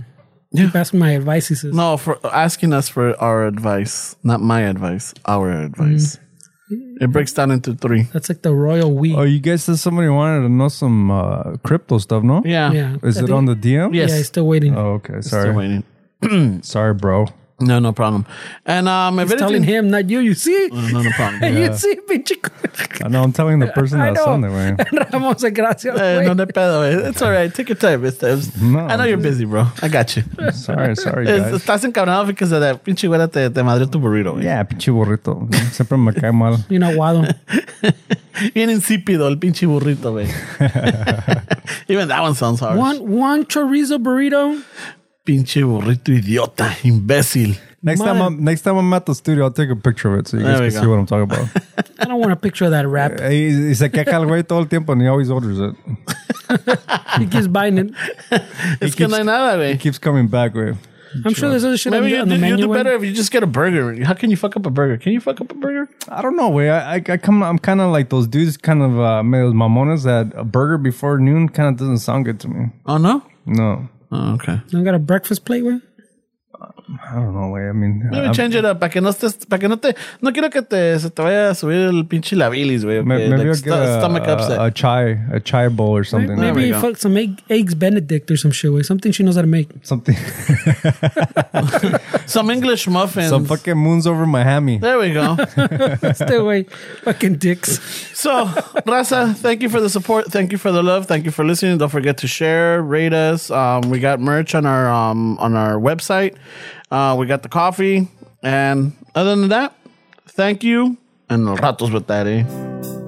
Speaker 4: Keep asking my advice. He says,
Speaker 1: no, for asking us for our advice, not my advice, our advice.
Speaker 4: Mm.
Speaker 1: It breaks down into three.
Speaker 4: "That's like the royal we."
Speaker 3: Oh, you guys said somebody wanted to know some uh, crypto stuff, no?
Speaker 1: Yeah.
Speaker 4: yeah,
Speaker 3: Is
Speaker 4: I
Speaker 3: it
Speaker 4: think-
Speaker 3: on the DM?
Speaker 1: Yes.
Speaker 4: Yeah, he's still waiting.
Speaker 3: Oh, okay.
Speaker 1: Still
Speaker 3: Sorry.
Speaker 1: waiting.
Speaker 3: Sorry, bro.
Speaker 1: No, no problem. And um, if
Speaker 4: He's telling
Speaker 1: anything,
Speaker 4: him, not you. You see,
Speaker 1: no, no problem.
Speaker 4: [LAUGHS] you see, pinche.
Speaker 3: I know I'm telling the person
Speaker 4: I
Speaker 3: that's
Speaker 4: know.
Speaker 3: on there, man.
Speaker 4: [LAUGHS] Ramos, said, gracias.
Speaker 1: Eh,
Speaker 4: güey."
Speaker 1: no, no pedo. eh. It's all right. Take your time. It's, it's-
Speaker 3: No,
Speaker 1: I know you're
Speaker 3: just-
Speaker 1: busy, bro. I got
Speaker 4: [LAUGHS]
Speaker 1: you.
Speaker 3: Sorry, sorry,
Speaker 1: Es-
Speaker 3: guys.
Speaker 1: Estás encabronado because de la pinche güera te, te madrió tu burrito, güey.
Speaker 3: Yeah, pinche burrito. Siempre me
Speaker 4: [LAUGHS]
Speaker 3: cae mal.
Speaker 4: You know,
Speaker 3: [LAUGHS]
Speaker 4: Wado.
Speaker 1: Bien insípido el pinche burrito, [LAUGHS] güey. Even that one sounds harsh.
Speaker 4: one one chorizo burrito.
Speaker 1: Pinche burrito idiota, imbécil.
Speaker 3: Next time, I'm, next time I'm at the studio, I'll take a picture of it so you guys
Speaker 1: There we
Speaker 3: can see
Speaker 1: go.
Speaker 3: what I'm talking
Speaker 4: [LAUGHS]
Speaker 3: about.
Speaker 4: I don't want a picture of that wrap.
Speaker 3: [LAUGHS] He, he se queja el güey todo el tiempo and he always orders it.
Speaker 4: He keeps buying it.
Speaker 1: Es que no hay nada,
Speaker 3: He
Speaker 1: güey.
Speaker 3: keeps coming back, güey.
Speaker 4: I'm sure there's other shit on
Speaker 1: Maybe
Speaker 4: the,
Speaker 1: you,
Speaker 4: on the
Speaker 1: do, you
Speaker 4: menu.
Speaker 1: do
Speaker 4: güey.
Speaker 1: better if you just get a burger. How can you fuck up a burger? Can you fuck up a burger?
Speaker 3: I don't know, way. I, I, I come. I'm kind of like those dudes, kind of uh, those mamones that a burger before noon kind of doesn't sound good to me.
Speaker 1: Oh, no?
Speaker 3: No,
Speaker 1: Oh, okay.
Speaker 4: You got a breakfast plate, güey.
Speaker 3: I don't know, way. I mean,
Speaker 1: Maybe
Speaker 3: I'm-
Speaker 1: change it up para que no estés, para que no te, no quiero que te, se te vaya a subir el pinche la bilis, güey.
Speaker 3: ma-
Speaker 1: okay?
Speaker 3: maybe
Speaker 1: Like,
Speaker 3: I'll
Speaker 1: sto-
Speaker 3: get a,
Speaker 1: stomach upset.
Speaker 3: a, a chai, a chai bowl or something.
Speaker 4: Maybe
Speaker 1: we
Speaker 4: he
Speaker 1: go.
Speaker 4: fucked some egg, eggs Benedict or some shit, güey. Something she knows how to make. [LAUGHS]
Speaker 3: something. [LAUGHS]
Speaker 1: Some English muffins.
Speaker 3: Some fucking moons over Miami.
Speaker 1: there we [LAUGHS] go.
Speaker 4: Still, way fucking dicks.
Speaker 1: So, Raza, thank you for the support. Thank you for the love. Thank you for listening. Don't forget to share, rate us. Um, we got merch on our um, on our website. Uh, we got the coffee. And other than that, thank you. And ratos with that, eh?